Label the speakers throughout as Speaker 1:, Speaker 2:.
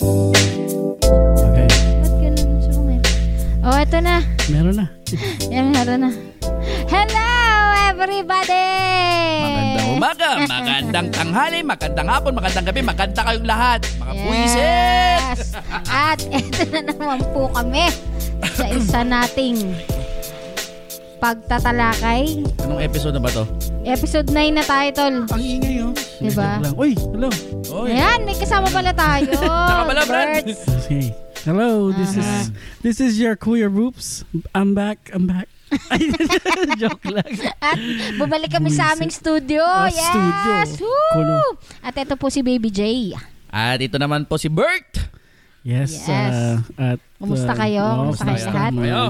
Speaker 1: Oh,
Speaker 2: Eh,
Speaker 1: Yan, meron na. Hello, everybody!
Speaker 3: Magandang
Speaker 1: Eh.
Speaker 3: umaga, magandang tanghali, magandang hapon, magandang gabi, maganda kayong lahat. Mga buwisit!
Speaker 1: Yes! At ito na naman po kami sa isa nating pagtatalakay.
Speaker 3: Anong episode na ba to?
Speaker 1: Episode 9 na tayo, tol.
Speaker 3: Ang ingay oh.
Speaker 1: Diba?
Speaker 3: Joke lang. Uy, hello. Uy.
Speaker 1: Ayan, may kasama pala tayo.
Speaker 3: Saka pala, Brad.
Speaker 1: Berts.
Speaker 2: Okay. Hello, this is this is your queer Boops. I'm back. I'm back. Joke lang.
Speaker 1: At bumalik kami sa aming studio.
Speaker 2: Ah,
Speaker 1: yes!
Speaker 2: studio.
Speaker 1: Woo!
Speaker 2: Kulo.
Speaker 1: At ito po si Baby J.
Speaker 3: At ito naman po si Bert.
Speaker 2: Yes.
Speaker 1: Yes.
Speaker 2: uh, at
Speaker 1: Kumusta kayo? Kumusta
Speaker 3: kayo lahat? Kayo.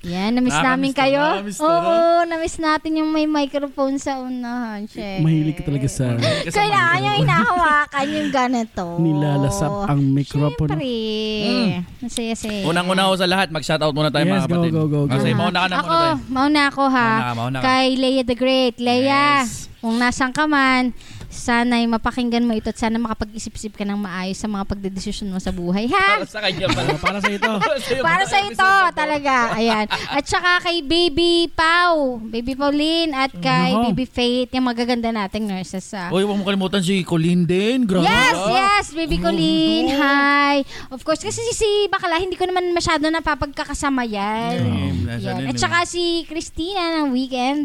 Speaker 1: Yan, namiss
Speaker 3: Nakamiss
Speaker 1: namin
Speaker 3: na,
Speaker 1: kayo.
Speaker 3: nakamiss na,
Speaker 1: Oo, namiss natin yung may microphone sa unahan. Syek.
Speaker 2: Mahilig ka talaga sa
Speaker 1: Kailangan yung hinahawakan yung ganito.
Speaker 2: nilalasap ang mikropono.
Speaker 1: Siyempre.
Speaker 3: Mm.
Speaker 1: Masaya siya. Mm.
Speaker 3: Unang-una ho sa lahat, mag-shoutout muna tayo
Speaker 2: Yes, go,
Speaker 3: mga kapatid.
Speaker 2: go, go, go.
Speaker 3: Kasi
Speaker 2: Aha.
Speaker 3: mauna ka na
Speaker 1: ako,
Speaker 3: muna tayo.
Speaker 1: mauna ako ha.
Speaker 3: Mauna ka, mauna ka.
Speaker 1: Kay Leia the Great. Leia,
Speaker 3: Yes.
Speaker 1: kung nasan ka man, sana'y mapakinggan mo ito at sana makapag-isip-isip ka ng maayos sa mga pagdedesisyon mo sa buhay, ha?
Speaker 3: Para sa kanya pala.
Speaker 2: Para sa ito.
Speaker 3: sa'yo
Speaker 1: Para
Speaker 3: pala.
Speaker 1: sa ito, talaga. Ayan. At saka kay Baby Pau, Baby Pauline, at kay
Speaker 2: Nako.
Speaker 1: Baby Faith, yung magaganda nating nurses. ah.
Speaker 3: Uy, huwag mo kalimutan si Colleen din. Grabe.
Speaker 1: Yes,
Speaker 3: ah.
Speaker 1: yes, baby Colleen. Hi. Of course, kasi si, si Bakala, hindi ko naman masyado napapagkakasama yan.
Speaker 3: Ayun, nasa
Speaker 1: Yan.
Speaker 3: din,
Speaker 1: At
Speaker 3: eh.
Speaker 1: saka si Christina ng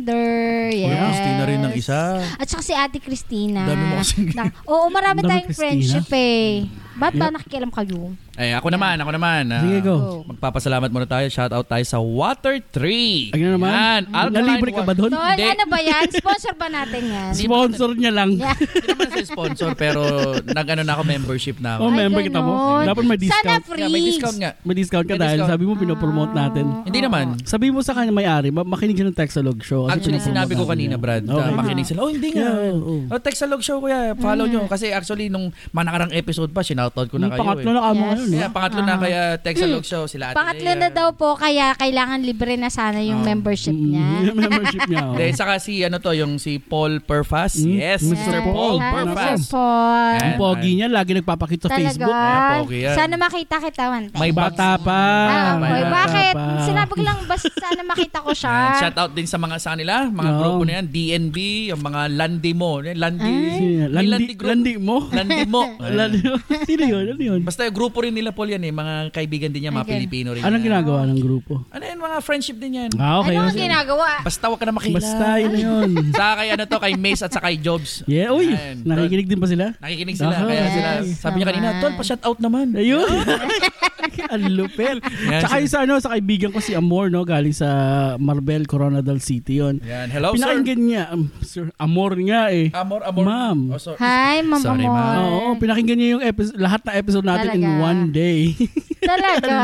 Speaker 1: Weekender. Yes.
Speaker 3: Uy, Christina rin ng isa.
Speaker 1: At saka si Ate Christina.
Speaker 3: Dami mo kasing-
Speaker 1: Na- Oo, marami
Speaker 2: Dami
Speaker 1: tayong
Speaker 2: Christina.
Speaker 1: friendship eh. Ba't ba nakikialam kayo?
Speaker 3: Eh, ako naman, ako naman. Ah,
Speaker 2: Sige, go.
Speaker 1: Go.
Speaker 3: Magpapasalamat muna tayo. Shoutout tayo sa Water Tree.
Speaker 2: Ayun na naman. Mm-hmm.
Speaker 3: Yan, alkaline
Speaker 2: Nalibre ka ba
Speaker 3: water.
Speaker 2: doon?
Speaker 1: Tol,
Speaker 3: Hindi.
Speaker 1: ano ba yan? Sponsor ba natin yan?
Speaker 2: Sponsor niya lang.
Speaker 1: Yeah.
Speaker 3: Hindi naman sa sponsor, pero nag-ano na ako, membership na ako.
Speaker 2: Oh,
Speaker 1: Ay,
Speaker 2: member kita mo.
Speaker 1: ganun.
Speaker 2: Dapat may
Speaker 1: Sana
Speaker 2: discount.
Speaker 1: free.
Speaker 3: Kaya may discount nga.
Speaker 2: May discount ka
Speaker 3: May
Speaker 2: dahil
Speaker 3: discount.
Speaker 2: sabi mo pinopromote natin.
Speaker 3: Hindi naman.
Speaker 2: Sabi mo sa kanya may-ari, ma- makinig siya ng Texalog Show. kasi
Speaker 3: Actually,
Speaker 2: pinopromote
Speaker 3: sinabi ko
Speaker 2: natin
Speaker 3: kanina,
Speaker 2: yan.
Speaker 3: Brad, na
Speaker 2: Okay.
Speaker 3: makinig sila. Oh, hindi nga.
Speaker 2: Yeah, Ah. oo.
Speaker 3: Oh, text sa log show, kuya. Follow nyo. Kasi actually, nung manakarang episode pa, sinoutout ko
Speaker 2: Yung
Speaker 3: na kayo.
Speaker 2: Pangatlo
Speaker 3: eh.
Speaker 2: na kamo
Speaker 1: Yes.
Speaker 2: ngayon. eh.
Speaker 3: Kaya pangatlo na kaya text sa log show, sila Ate
Speaker 1: Pangatlo
Speaker 3: Lea.
Speaker 1: na daw po, kaya kailangan libre na sana yung
Speaker 3: Oh.
Speaker 1: membership
Speaker 2: Mm,
Speaker 1: niya.
Speaker 2: yung membership niya. oh.
Speaker 3: Hindi, saka si, ano to, yung si Paul Perfas.
Speaker 2: Mm,
Speaker 3: Yes,
Speaker 2: Mr.
Speaker 3: Mr.
Speaker 1: Yes.
Speaker 3: Paul
Speaker 1: Hi,
Speaker 3: Perfas.
Speaker 1: Mr. Paul.
Speaker 3: Yes.
Speaker 2: Ang pogi niya, lagi nagpapakita sa
Speaker 1: Talaga.
Speaker 2: Facebook. Eh,
Speaker 3: Ayan, pogi yan.
Speaker 1: Sana makita kita one time.
Speaker 3: May
Speaker 2: Bata pa.
Speaker 1: Ah, boy,
Speaker 3: Bata
Speaker 1: bakit?
Speaker 2: pa.
Speaker 1: Sinabi ko lang, basta sana makita ko siya.
Speaker 3: Yan, shout out din sa mga sa nila, mga
Speaker 2: Oo.
Speaker 3: grupo na yan, DNB, yung mga Landi mo, eh, Landi.
Speaker 2: Yeah,
Speaker 3: May
Speaker 2: Landi,
Speaker 3: group.
Speaker 2: landi mo.
Speaker 3: Landi mo.
Speaker 2: Landi mo. Sino yun? Ano yun?
Speaker 3: Basta yung grupo rin nila Paul yan eh, mga kaibigan din niya, mga
Speaker 1: Again.
Speaker 3: Pilipino rin.
Speaker 2: Anong
Speaker 3: yan.
Speaker 2: ginagawa ng grupo?
Speaker 3: Ano yan, mga friendship din yan.
Speaker 2: Ah, okay.
Speaker 1: ano ang
Speaker 2: Kasi-
Speaker 1: ginagawa?
Speaker 3: Basta wag ka na makilala.
Speaker 2: Basta yun na yun.
Speaker 3: Saka kay ano to, kay Mace at saka kay Jobs.
Speaker 2: Yeah, uy.
Speaker 3: Ayan.
Speaker 2: Nakikinig din ba sila?
Speaker 3: Nakikinig sila,
Speaker 2: Aha.
Speaker 3: kaya sila,
Speaker 1: Yes,
Speaker 3: sabi niya kanina,
Speaker 1: naman.
Speaker 3: tol, pa-shout out naman.
Speaker 2: Ayun. Ang lupel.
Speaker 3: Yan,
Speaker 2: Tsaka
Speaker 3: sir.
Speaker 2: yung sa, ano, sa kaibigan ko si Amor, no? Galing sa Marbel, Coronadal City yun.
Speaker 3: Yan, hello Oh, sir.
Speaker 2: Pinakinggan niya. um, sir, Amor nga eh.
Speaker 3: Amor, amor.
Speaker 2: Ma'am.
Speaker 3: Oh, sorry.
Speaker 1: Hi, Ma'am
Speaker 3: Sorry,
Speaker 1: Amor.
Speaker 3: ma'am.
Speaker 2: Oo, pinakinggan niya yung episode, lahat na episode natin in
Speaker 1: Talaga.
Speaker 2: one day.
Speaker 1: Talaga?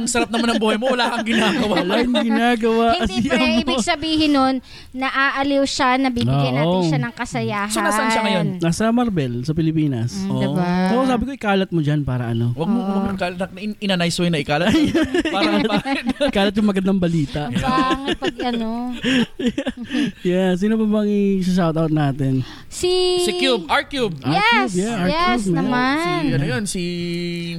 Speaker 3: Ang sarap naman ng buhay mo, wala kang ginagawa.
Speaker 2: Wala yung ginagawa.
Speaker 1: Hindi
Speaker 2: si
Speaker 1: pre,
Speaker 2: Amor.
Speaker 1: ibig sabihin nun, naaaliw siya, nabibigyan natin
Speaker 2: Oo.
Speaker 1: siya ng kasayahan.
Speaker 3: So, nasaan siya ngayon?
Speaker 2: Nasa Marbel, sa Pilipinas.
Speaker 1: Mm,
Speaker 3: Oo.
Speaker 1: diba?
Speaker 2: Oo, sabi ko, ikalat mo dyan para ano.
Speaker 3: Wag mo, wag mo, ikalat- in, in a nice way na ikalat. Parang, parang,
Speaker 2: Ikalat yung magandang balita.
Speaker 1: Ang pangit pag ano.
Speaker 2: Yeah, sino ba bang i-shoutout natin?
Speaker 1: Si...
Speaker 3: si Cube, R-Cube.
Speaker 2: R-Cube, Ah,
Speaker 1: Yes,
Speaker 2: yeah,
Speaker 1: yes
Speaker 2: R-Cube, man.
Speaker 1: naman.
Speaker 3: Si, ano yun, si...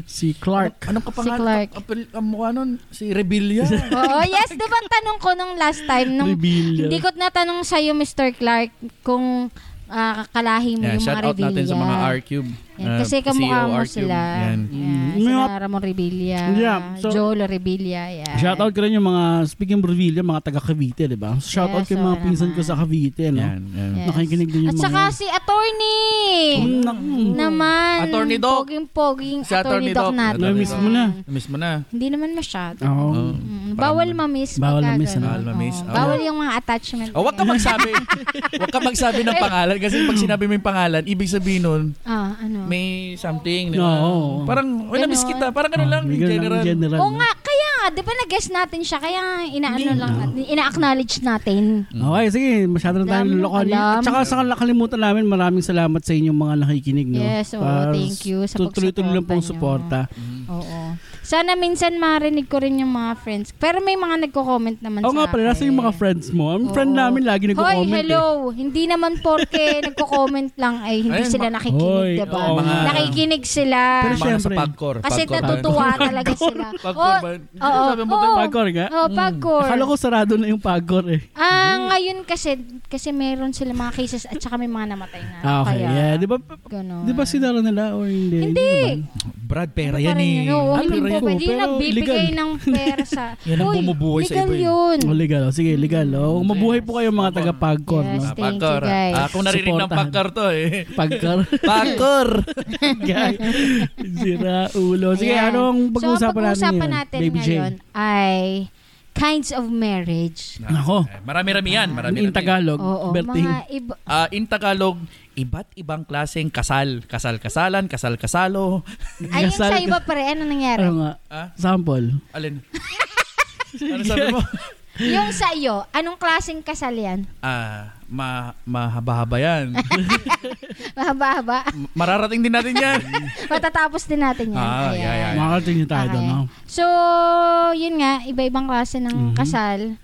Speaker 2: Si Clark.
Speaker 3: Anong kapangalan?
Speaker 1: Si Clark.
Speaker 3: Ang, ang, ang mukha nun, si Rebilla.
Speaker 1: Oo, yes, di ba ang tanong ko nung last time, nung
Speaker 2: Rebilla.
Speaker 1: hindi ko natanong sa'yo, Mr. Clark, kung ah, kakalahi mo
Speaker 3: yeah,
Speaker 1: yung mga
Speaker 3: shout out
Speaker 1: Revilla.
Speaker 3: natin sa mga R-Cube.
Speaker 1: Yan,
Speaker 3: Ah,
Speaker 1: kasi kamukha
Speaker 3: CEO
Speaker 1: mo
Speaker 3: R-Cube.
Speaker 1: sila.
Speaker 3: Yan.
Speaker 1: Yeah,
Speaker 2: Mm.
Speaker 1: sila
Speaker 2: Yeah.
Speaker 1: Ramon Revilla,
Speaker 2: Yeah, so-
Speaker 1: Joel Revilla. Yeah.
Speaker 2: Shoutout ko rin yung mga, speaking of Revilla, mga taga Cavite, di ba? Shoutout
Speaker 1: Yes,
Speaker 2: kay mga
Speaker 1: oo
Speaker 2: pinsan ko
Speaker 1: naman.
Speaker 2: sa Cavite, no?
Speaker 3: Yan, yan.
Speaker 1: Yes.
Speaker 2: Nakikinig din
Speaker 1: At
Speaker 2: yung
Speaker 1: saka
Speaker 2: mga...
Speaker 1: si Attorney!
Speaker 2: Mm, naku.
Speaker 1: Naman.
Speaker 3: Attorney Doc.
Speaker 1: Poging-poging
Speaker 3: Si
Speaker 1: Attorney, Doc, natin.
Speaker 2: Na-miss mo na.
Speaker 3: Miss mo na.
Speaker 1: Hindi naman masyado.
Speaker 2: Oo.
Speaker 3: Oh,
Speaker 1: Mm,
Speaker 3: parang-
Speaker 1: Bawal mamiss.
Speaker 2: Bawal
Speaker 1: pagka
Speaker 2: mamiss, ano?
Speaker 1: ganun.
Speaker 3: Bawal mamiss.
Speaker 1: Oo.
Speaker 3: Oo.
Speaker 1: Bawal yung mga attachment.
Speaker 3: Oh, wag ka magsabi. wag ka magsabi
Speaker 1: Eh.
Speaker 3: ng pangalan kasi pag sinabi mo yung pangalan, ibig sabihin nun,
Speaker 1: Ah, ano?
Speaker 3: may something. di
Speaker 2: No,
Speaker 3: ba?
Speaker 2: oo. Ah,
Speaker 3: Parang, wala, miss
Speaker 1: Ganon.
Speaker 3: kita. Parang ganun lang,
Speaker 2: Ganun
Speaker 3: in
Speaker 2: lang,
Speaker 3: general.
Speaker 2: general.
Speaker 1: Oo
Speaker 2: no?
Speaker 1: nga, kaya nga, di ba na-guess natin siya, kaya inaano lang natin, ina-acknowledge natin.
Speaker 2: Okay, sige, masyado na
Speaker 1: Dami
Speaker 2: tayong loko.
Speaker 1: nang alam.
Speaker 2: At saka sa nakalimutan namin, maraming salamat sa inyong mga nakikinig. No?
Speaker 1: Yes, oo,
Speaker 2: Para
Speaker 1: thank you sa
Speaker 2: tuloy-tuloy lang pong
Speaker 1: pagsuporta
Speaker 2: suporta.
Speaker 1: Oo. Sana minsan marinig ko rin yung mga friends. Pero may mga nagko-comment naman
Speaker 2: Oo nga
Speaker 1: sa
Speaker 2: pala, nasa yung mga friends mo. Ang friend
Speaker 1: Oo.
Speaker 2: namin lagi eh. nag-comment.
Speaker 1: Hoy, hello! Hindi naman porke nagko-comment lang ay hindi
Speaker 3: Ayun,
Speaker 1: sila
Speaker 3: ma-
Speaker 1: nakikinig,
Speaker 2: Hoy,
Speaker 1: diba?
Speaker 2: oo
Speaker 3: nga.
Speaker 1: nakikinig sila.
Speaker 2: Pero
Speaker 3: Mga sa
Speaker 2: Siyempre.
Speaker 3: pagkor.
Speaker 1: kasi
Speaker 3: pagkor ba yun?
Speaker 1: natutuwa talaga sila.
Speaker 3: Pagkor
Speaker 1: Oo,
Speaker 3: ba yun?
Speaker 1: Oo,
Speaker 3: Sabi mo ba?
Speaker 1: oo.
Speaker 2: Pagkor nga? Hmm.
Speaker 1: Oo, pagkor.
Speaker 2: Akala ko sarado na yung pagkor eh.
Speaker 1: Ah, ngayon kasi, kasi meron sila mga cases at saka may mga namatay na.
Speaker 2: Ah, okay.
Speaker 1: Kaya,
Speaker 2: Yeah, di ba?
Speaker 1: Ganun.
Speaker 2: Di ba sinara nila or hindi?
Speaker 1: Hindi.
Speaker 3: Brad, pera
Speaker 1: Parang
Speaker 3: yan eh.
Speaker 1: yun. Oo,
Speaker 2: Ah,
Speaker 1: hindi
Speaker 2: pero
Speaker 1: po
Speaker 2: yun,
Speaker 1: pwede. Yung
Speaker 2: pero
Speaker 1: nagbibigay
Speaker 2: illegal.
Speaker 1: ng pera sa...
Speaker 3: Yan ang
Speaker 1: Uy,
Speaker 3: bumubuhay sa
Speaker 1: legal
Speaker 3: iba eh.
Speaker 1: yun. Mm.
Speaker 2: O Oh, legal. O, sige, legal. O, mabuhay po kayo mga taga-pagkor.
Speaker 1: Yes.
Speaker 2: No?
Speaker 1: Thank you, guys.
Speaker 3: Ah, kung narinig ng
Speaker 2: Supportahan.
Speaker 3: pagkor to eh.
Speaker 2: Pagkor.
Speaker 3: Pagkor!
Speaker 2: Guy. Sira ulo. Sige,
Speaker 1: Ayan.
Speaker 2: anong
Speaker 1: so,
Speaker 2: pag-uusapan natin
Speaker 1: pag-uusapan
Speaker 2: ngayon?
Speaker 1: natin
Speaker 2: Baby
Speaker 1: ngayon
Speaker 2: Jane.
Speaker 1: ay kinds of marriage.
Speaker 2: Nako.
Speaker 3: Eh, Marami-rami yan. Marami
Speaker 2: In Tagalog,
Speaker 1: Oo,
Speaker 2: Berting.
Speaker 1: mga iba...
Speaker 3: Ah, in Tagalog, iba't ibang klaseng kasal. Kasal-kasalan, kasal-kasalo.
Speaker 1: Ayun
Speaker 2: Gasal-
Speaker 1: sa iba pa rin. Ano nangyari?
Speaker 2: Ano nga?
Speaker 3: Ah,
Speaker 2: Sample.
Speaker 3: alin? ano sabi mo?
Speaker 1: yung sa iyo, anong klaseng kasal yan?
Speaker 3: Ah, ma mahaba-haba yan.
Speaker 1: Mahaba-haba.
Speaker 3: Mararating din natin yan.
Speaker 1: Matatapos din natin yan. Ayan.
Speaker 3: Ah, yeah, yeah, yeah.
Speaker 2: Makakating niyo tayo
Speaker 1: Okay.
Speaker 2: doon. no?
Speaker 1: So, yun nga, iba-ibang klase ng
Speaker 2: Mhm.
Speaker 1: kasal.